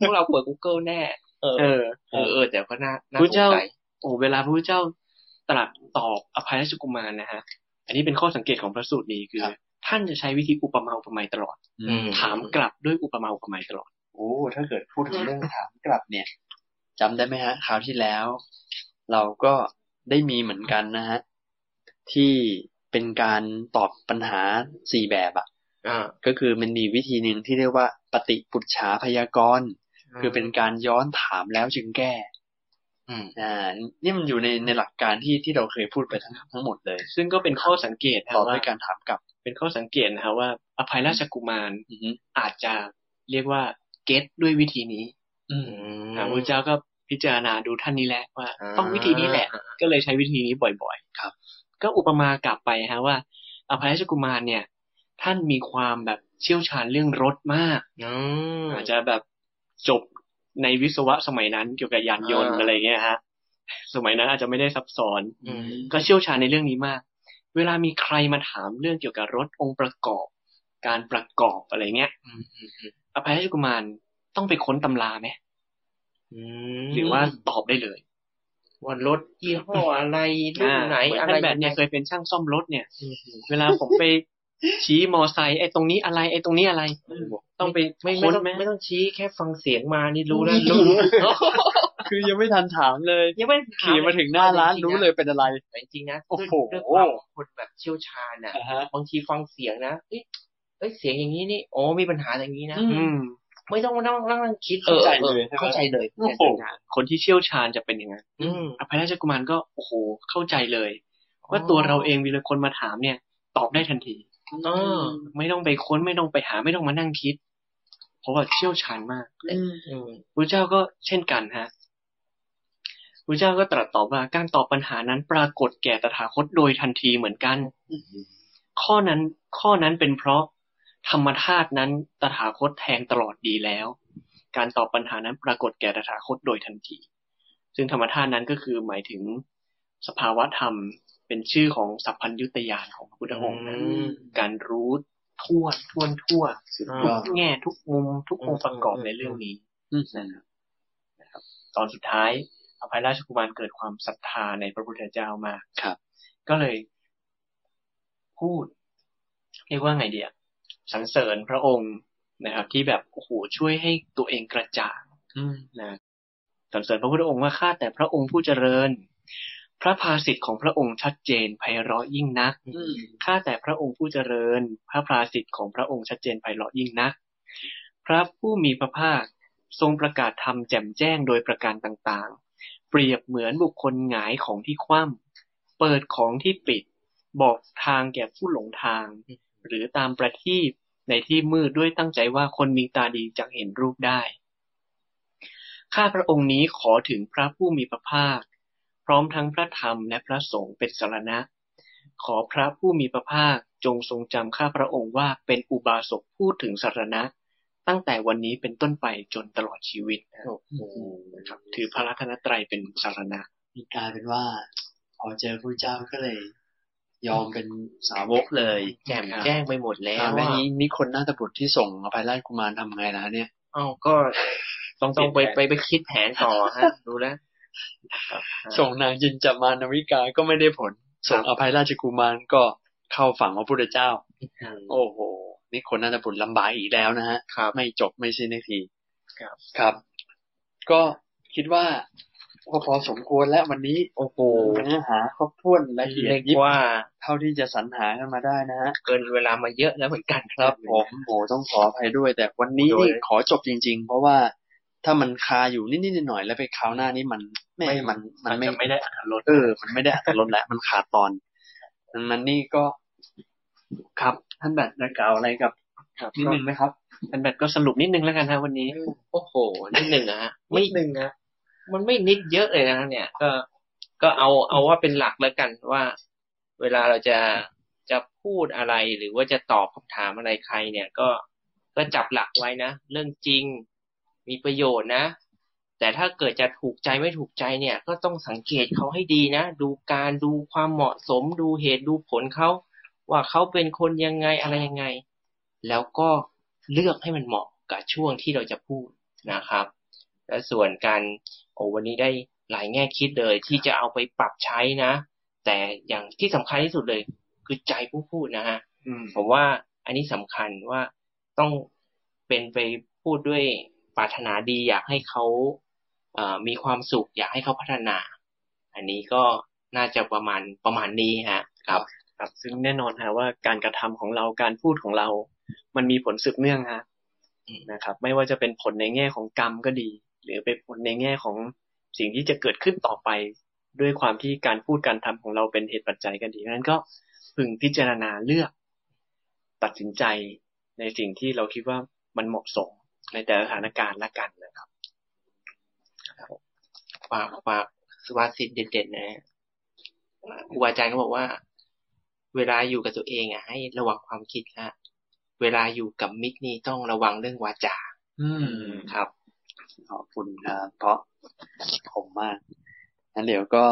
S2: พวกเราเปิด Google แน่ เออ
S5: เออ
S2: เออเออแต่ก็น่าน่า
S5: พุ
S2: ส
S5: ทธ
S2: ง
S5: เจ้า
S2: สัย
S5: โอ้เวลาพระพุทธเจ้าตรัสตอบอภัยราชกุมารนะฮะ อันนี้เป็นข้อสังเกตของพระสูตรนี้คือ ท่านจะใช้วิธีอุปมาอุปไมยตลอด
S2: อืม
S5: ถามกลับด้วยอุปมาอุปไมยตลอด
S3: โอ้ถ้าเกิดพูดถึงเรื่องถามกลับเนี่ยจำได้ไหมฮะ คราวที่แล้ว เราก็ได้มีเหมือนกันนะฮะ ที่เป็นการตอบปัญหาสี่แบบอะ
S2: อ่า
S3: ก็คือมันมีวิธีหนึ่งที่เรียกว่าปฏิปุจฉาพยากรณ์ คือเป็นการย้อนถามแล้วจึงแก้
S2: อืม
S3: อ่า นี่มันอยู่ในในหลักการที่ที่เราเคยพูดไปทั้งทั้งหมดเลย
S5: ซึ่งก็เป็นข้อสังเกตนะ
S3: ตอบ
S5: ว่า
S3: ด้วยการถามกลับ
S5: เป็นข้อสังเกตนะฮะว่า อภัยราชกุมาร
S3: อือฮึ
S5: อาจจะเรียกว่าเก็ตด้วยวิธีนี้พระพุทธเจ้าก็พิจารณาดูท่านนี้แหละว่า
S2: อ่า
S5: ต้องวิธีนี้แหละ ก็เลยใช้วิธีนี้บ่อยๆ
S3: ครับ
S5: ก็อุปมากลับไปฮะว่า อภัยราชกุมารเนี่ย ท่านมีความแบบเชี่ยวชาญเรื่องรถมาก
S2: อืม
S5: อาจจะแบบจบในวิศวะสมัยนั้นเกี่ยวกับยานยนต์
S2: อ่า
S5: อะไรเงี้ยฮะ สมัยนั้นอาจจะไม่ได้ซับซ้อน
S2: อืม
S5: ก็เชี่ยวชาญในเรื่องนี้มาก เวลามีใครมาถามเรื่องเกี่ยวกับรถองค์ประกอบ การประกอบอะไรเงี้ย
S2: อืมอืม
S5: อภัยราชกุมารต้องไปค้นตำราไหม
S2: อืม
S5: หรือว่าตอบได้เลย
S2: ว่ารถยี่ห้ออะไรรุ่น
S5: อ่า
S2: ไหน
S5: เหมือน
S2: อะไร
S5: ท่านแบบเนี่ยเคยเป็นช่างซ่อมรถเนี่ย
S2: อืมอืม
S5: เวลาผมไปชี้มอไซค์ไอ้ตรงนี้อะไรไอ้ตรงนี้อะไร ต้องไป
S2: ไม่ไม่
S5: ค้น
S2: ต้อง
S5: ไหม
S2: ไม่ต้องชี้แค่ฟังเสียงมานี่รู้แล้ว
S3: รู้
S2: รู้
S3: คือยังไม่ทันถามเลย
S2: ยังไม่ถ
S3: ขี่มาถึงหน้าร้านรู้เลยเป็นอะไร
S2: แต่จริงๆนะ
S3: โอ้โห
S2: ด้วยความคนแบบเชี่ยวชาญอ่ะ
S3: อ่าฮะ
S2: บางทีฟังเสียงนะเอ้ยเอ้ย เสียงอย่างนี้นี่ โอ้มีปัญหาอย่างนี้นะ
S3: อื
S5: อืม
S2: ไม่ต้องมานั่งนั่งนั่งคิด
S3: เข้าใจเลย
S2: ออออเข้าใจเลย
S5: โอ้โห คนที่เชี่ยวชาญจะเป็นอย่างนั้น
S2: อืม
S5: อภัยราชกุมารก็โอ้โหเข้าใจเลย ว่าตัวเราเองเวลาคนมาถามเนี่ย ตอบได้ทันที
S2: เออ
S5: ไม่ต้องไปค้นไม่ต้องไปหาไม่ต้องมานั่งคิด เพราะว่าเชี่ยวชาญมาก
S2: อืม
S5: พระเจ้าก็เช่นกันฮะพระเจ้าก็ตรัสตอบว่าการตอบปัญหานั้นปรากฏแก่ตถาคตโดยทันทีเหมือนกัน ข้อนั้นข้อนั้นเป็นเพราะธรรมธาตุนั้นตถาคตแทงตลอดดีแล้ว การตอบปัญหานั้นปรากฏแก่ตถาคตโดยทันที ซึ่งธรรมธาตุนั้นก็คือหมายถึงสภาวะธรรมเป็นชื่อของสัพพัญญุตยานของพระพุทธองค์นั้นการรู้ทั่วทั่วนทั่ว
S3: สุดย
S5: ทุ
S3: อด
S5: กแง่ทุกมุมทุกองค์ประกอบในเรื่องนี้ ตอนสุดท้ายอภัยราชกุมารเกิดความศรัทธาในพระพุทธเจ้ามาก
S3: ครับ
S5: ก็เลยพูด เรียกว่าไงเดียสรรเสริญพระองค์นะครับ ที่แบบโอ้โหช่วยให้ตัวเองกระจ่างนะสรรเสริญพระพุทธองค์ว่าข้าแต่พระองค์ผู้เจริญ พระภาสิทธิ์ของพระองค์ชัดเจนไพเราะยิ่งนัก ข้าแต่พระองค์ผู้เจริญ พระภาสิทธิ์ของพระองค์ชัดเจนไพเราะยิ่งนัก พระผู้มีพระภาคทรงประกาศธรรมแจ่มแจ้งโดยประการต่างๆ เปรียบเหมือนบุคคลหงายของที่คว่ำเปิดของที่ปิด บอกทางแก่ผู้หลงทาง หรือตามประทีปในที่มืดด้วยตั้งใจว่าคนมีตาดีจะเห็นรูปได้ ข้าพระองค์นี้ขอถึงพระผู้มีพระภาค พร้อมทั้งพระธรรมและพระสงฆ์เป็นสรณะ ขอพระผู้มีพระภาคจงทรงจำข้าพระองค์ว่าเป็นอุบาสกพูดถึงสรณะ ตั้งแต่วันนี้เป็นต้นไปจนตลอดชีวิตนะ
S2: โอ้โห
S5: นะครับถือพระรัตนตรัยเป็นสรณะ
S3: นี่กลายเป็นว่า พอเจอพระเจ้าก็เลย ยอมเป็นสาวกเลย
S2: แจ่มแจ้งไปหมดแล้
S3: แล้ว ว
S2: อะ
S3: นี้นี่คนน่าจะบุตรที่ส่งอภัยราชกุมารทำไงนะเนี่ย
S2: เอ้าก็
S5: ต้อง
S2: ต้องไป
S5: เปลี่ยนแผน
S2: ไปไปคิดแผนต่อ ฮะดูแล้ว
S3: ส่งนางจินจามานวิกาก็ไม่ได้ผล ส่งอภัยราชกุมารก็เข้าฝั่งพระพุทธเจ้า โอ้โห นี่คนน่าจะบุตรลำบากอีกแล้วนะฮะ
S2: ครับ
S3: ไม่จบไม่สิ้นสักที
S5: ครับ
S3: ครับ ก็คิดว่าก็พอสมควรแล้ววันนี้
S2: โอ้โห
S3: เนื้อหาครบถ้วนละเอียด
S2: เรียก
S3: ยิบ
S2: ว่า
S3: เท่าที่จะสรรหากันมาได้นะฮะ
S2: เกินเวลามาเยอะแล้วเหมือนกัน
S3: ครับผมโหต้องขออภัยด้วย แต่วันนี้
S2: โดย
S3: นี่ขอจบจริง ๆ เพราะว่าถ้ามันคาอยู่นิดๆหน่อยๆแล้วไปคราวหน้านี่มันแม่
S2: ไม่
S3: มันมันไม่
S5: จะไม่ได้อ่านรส
S3: เออ มันไม่ได้อัตลดแล้วมันขาดตอนดังนั้นนี่ก็ครับท่านแบบจะกล่าวอะไรกับ
S5: ครับ
S3: นิด
S5: ก็
S3: นึงไหมครับ
S5: ท่านแบทก็สรุปนิดนึงแล้วกันฮะวันนี้
S2: โอ้โหนิดหนึ่งนะฮะไม่หนึ่งนะมันไม่นิดเยอะเลยนะเนี่ย ก็ก็เอาเอาว่าเป็นหลักแล้วกันว่าเวลาเราจะจะพูดอะไรหรือว่าจะตอบคำถามอะไรใคร เนี่ย ก็ก็จับหลักไว้นะเรื่องจริงมีประโยชน์นะ แต่ถ้าเกิดจะถูกใจไม่ถูกใจเนี่ย ก็ต้องสังเกตเขาให้ดีนะดูการดูความเหมาะสม ดูเหตุดูผลเขาว่าเขาเป็นคนยังไงอะไรยังไง แล้วก็เลือกให้มันเหมาะกับช่วงที่เราจะพูดนะครับ และส่วนการโอ้วันนี้ได้หลายแง่คิดเลยที่จะเอาไปปรับใช้นะ แต่อย่างที่สำคัญที่สุดเลย คือใจผู้พูดนะฮะ
S5: อืม
S2: ผมว่าอันนี้สำคัญว่าต้องเป็นไปพูดด้วยปรารถนาดีอยากให้เขาเอ่อมีความสุข อยากให้เขาพัฒนา อันนี้ก็น่าจะประมาณประมาณนี้ฮะ ครับ
S5: ครับซึ่งแน่นอนฮะว่าการกระทำของเราการพูดของเรา มันมีผลสืบเนื่องฮะ
S2: อืม
S5: นะครับ ไม่ว่าจะเป็นผลในแง่ของกรรมก็ดี หรือเป็นผลในแง่ของสิ่งที่จะเกิดขึ้นต่อไป ด้วยความที่การพูดการทำของเราเป็นเหตุปัจจัยก็ดีเพราะฉะนั้นก็พึงพิจารณาเลือก ตัดสินใจในสิ่งที่เราคิดว่ามันเหมาะสมในแต่ละสถานการณ์ละกันนะครับ
S2: ฝากฝากสุภาษิตเด็ดๆนะฮะครูอาจารย์ก็บอกว่า เวลาอยู่กับตัวเองอ่ะ ให้ระวังความคิดฮะเวลาอยู่กับมิตรนี่ต้องระวังเรื่องวาจา
S3: อืม
S2: ครับ
S3: ขอบคุณครับเพราะผมมากงั้นเดี๋ยวก็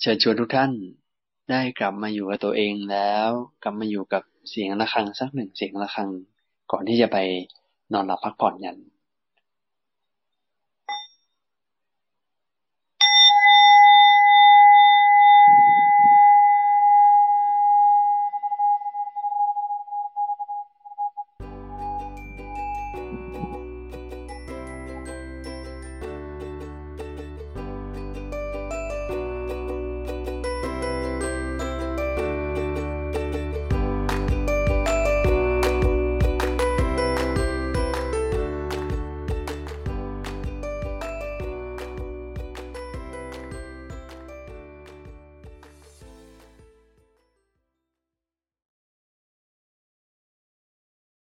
S3: เชิญชวนทุกท่านได้กลับมาอยู่กับตัวเองแล้ว กลับมาอยู่กับเสียงะระฆังสักหนึ่งเสียงะระฆัง ก่อนที่จะไปนอนหลับพักผ่อนกัน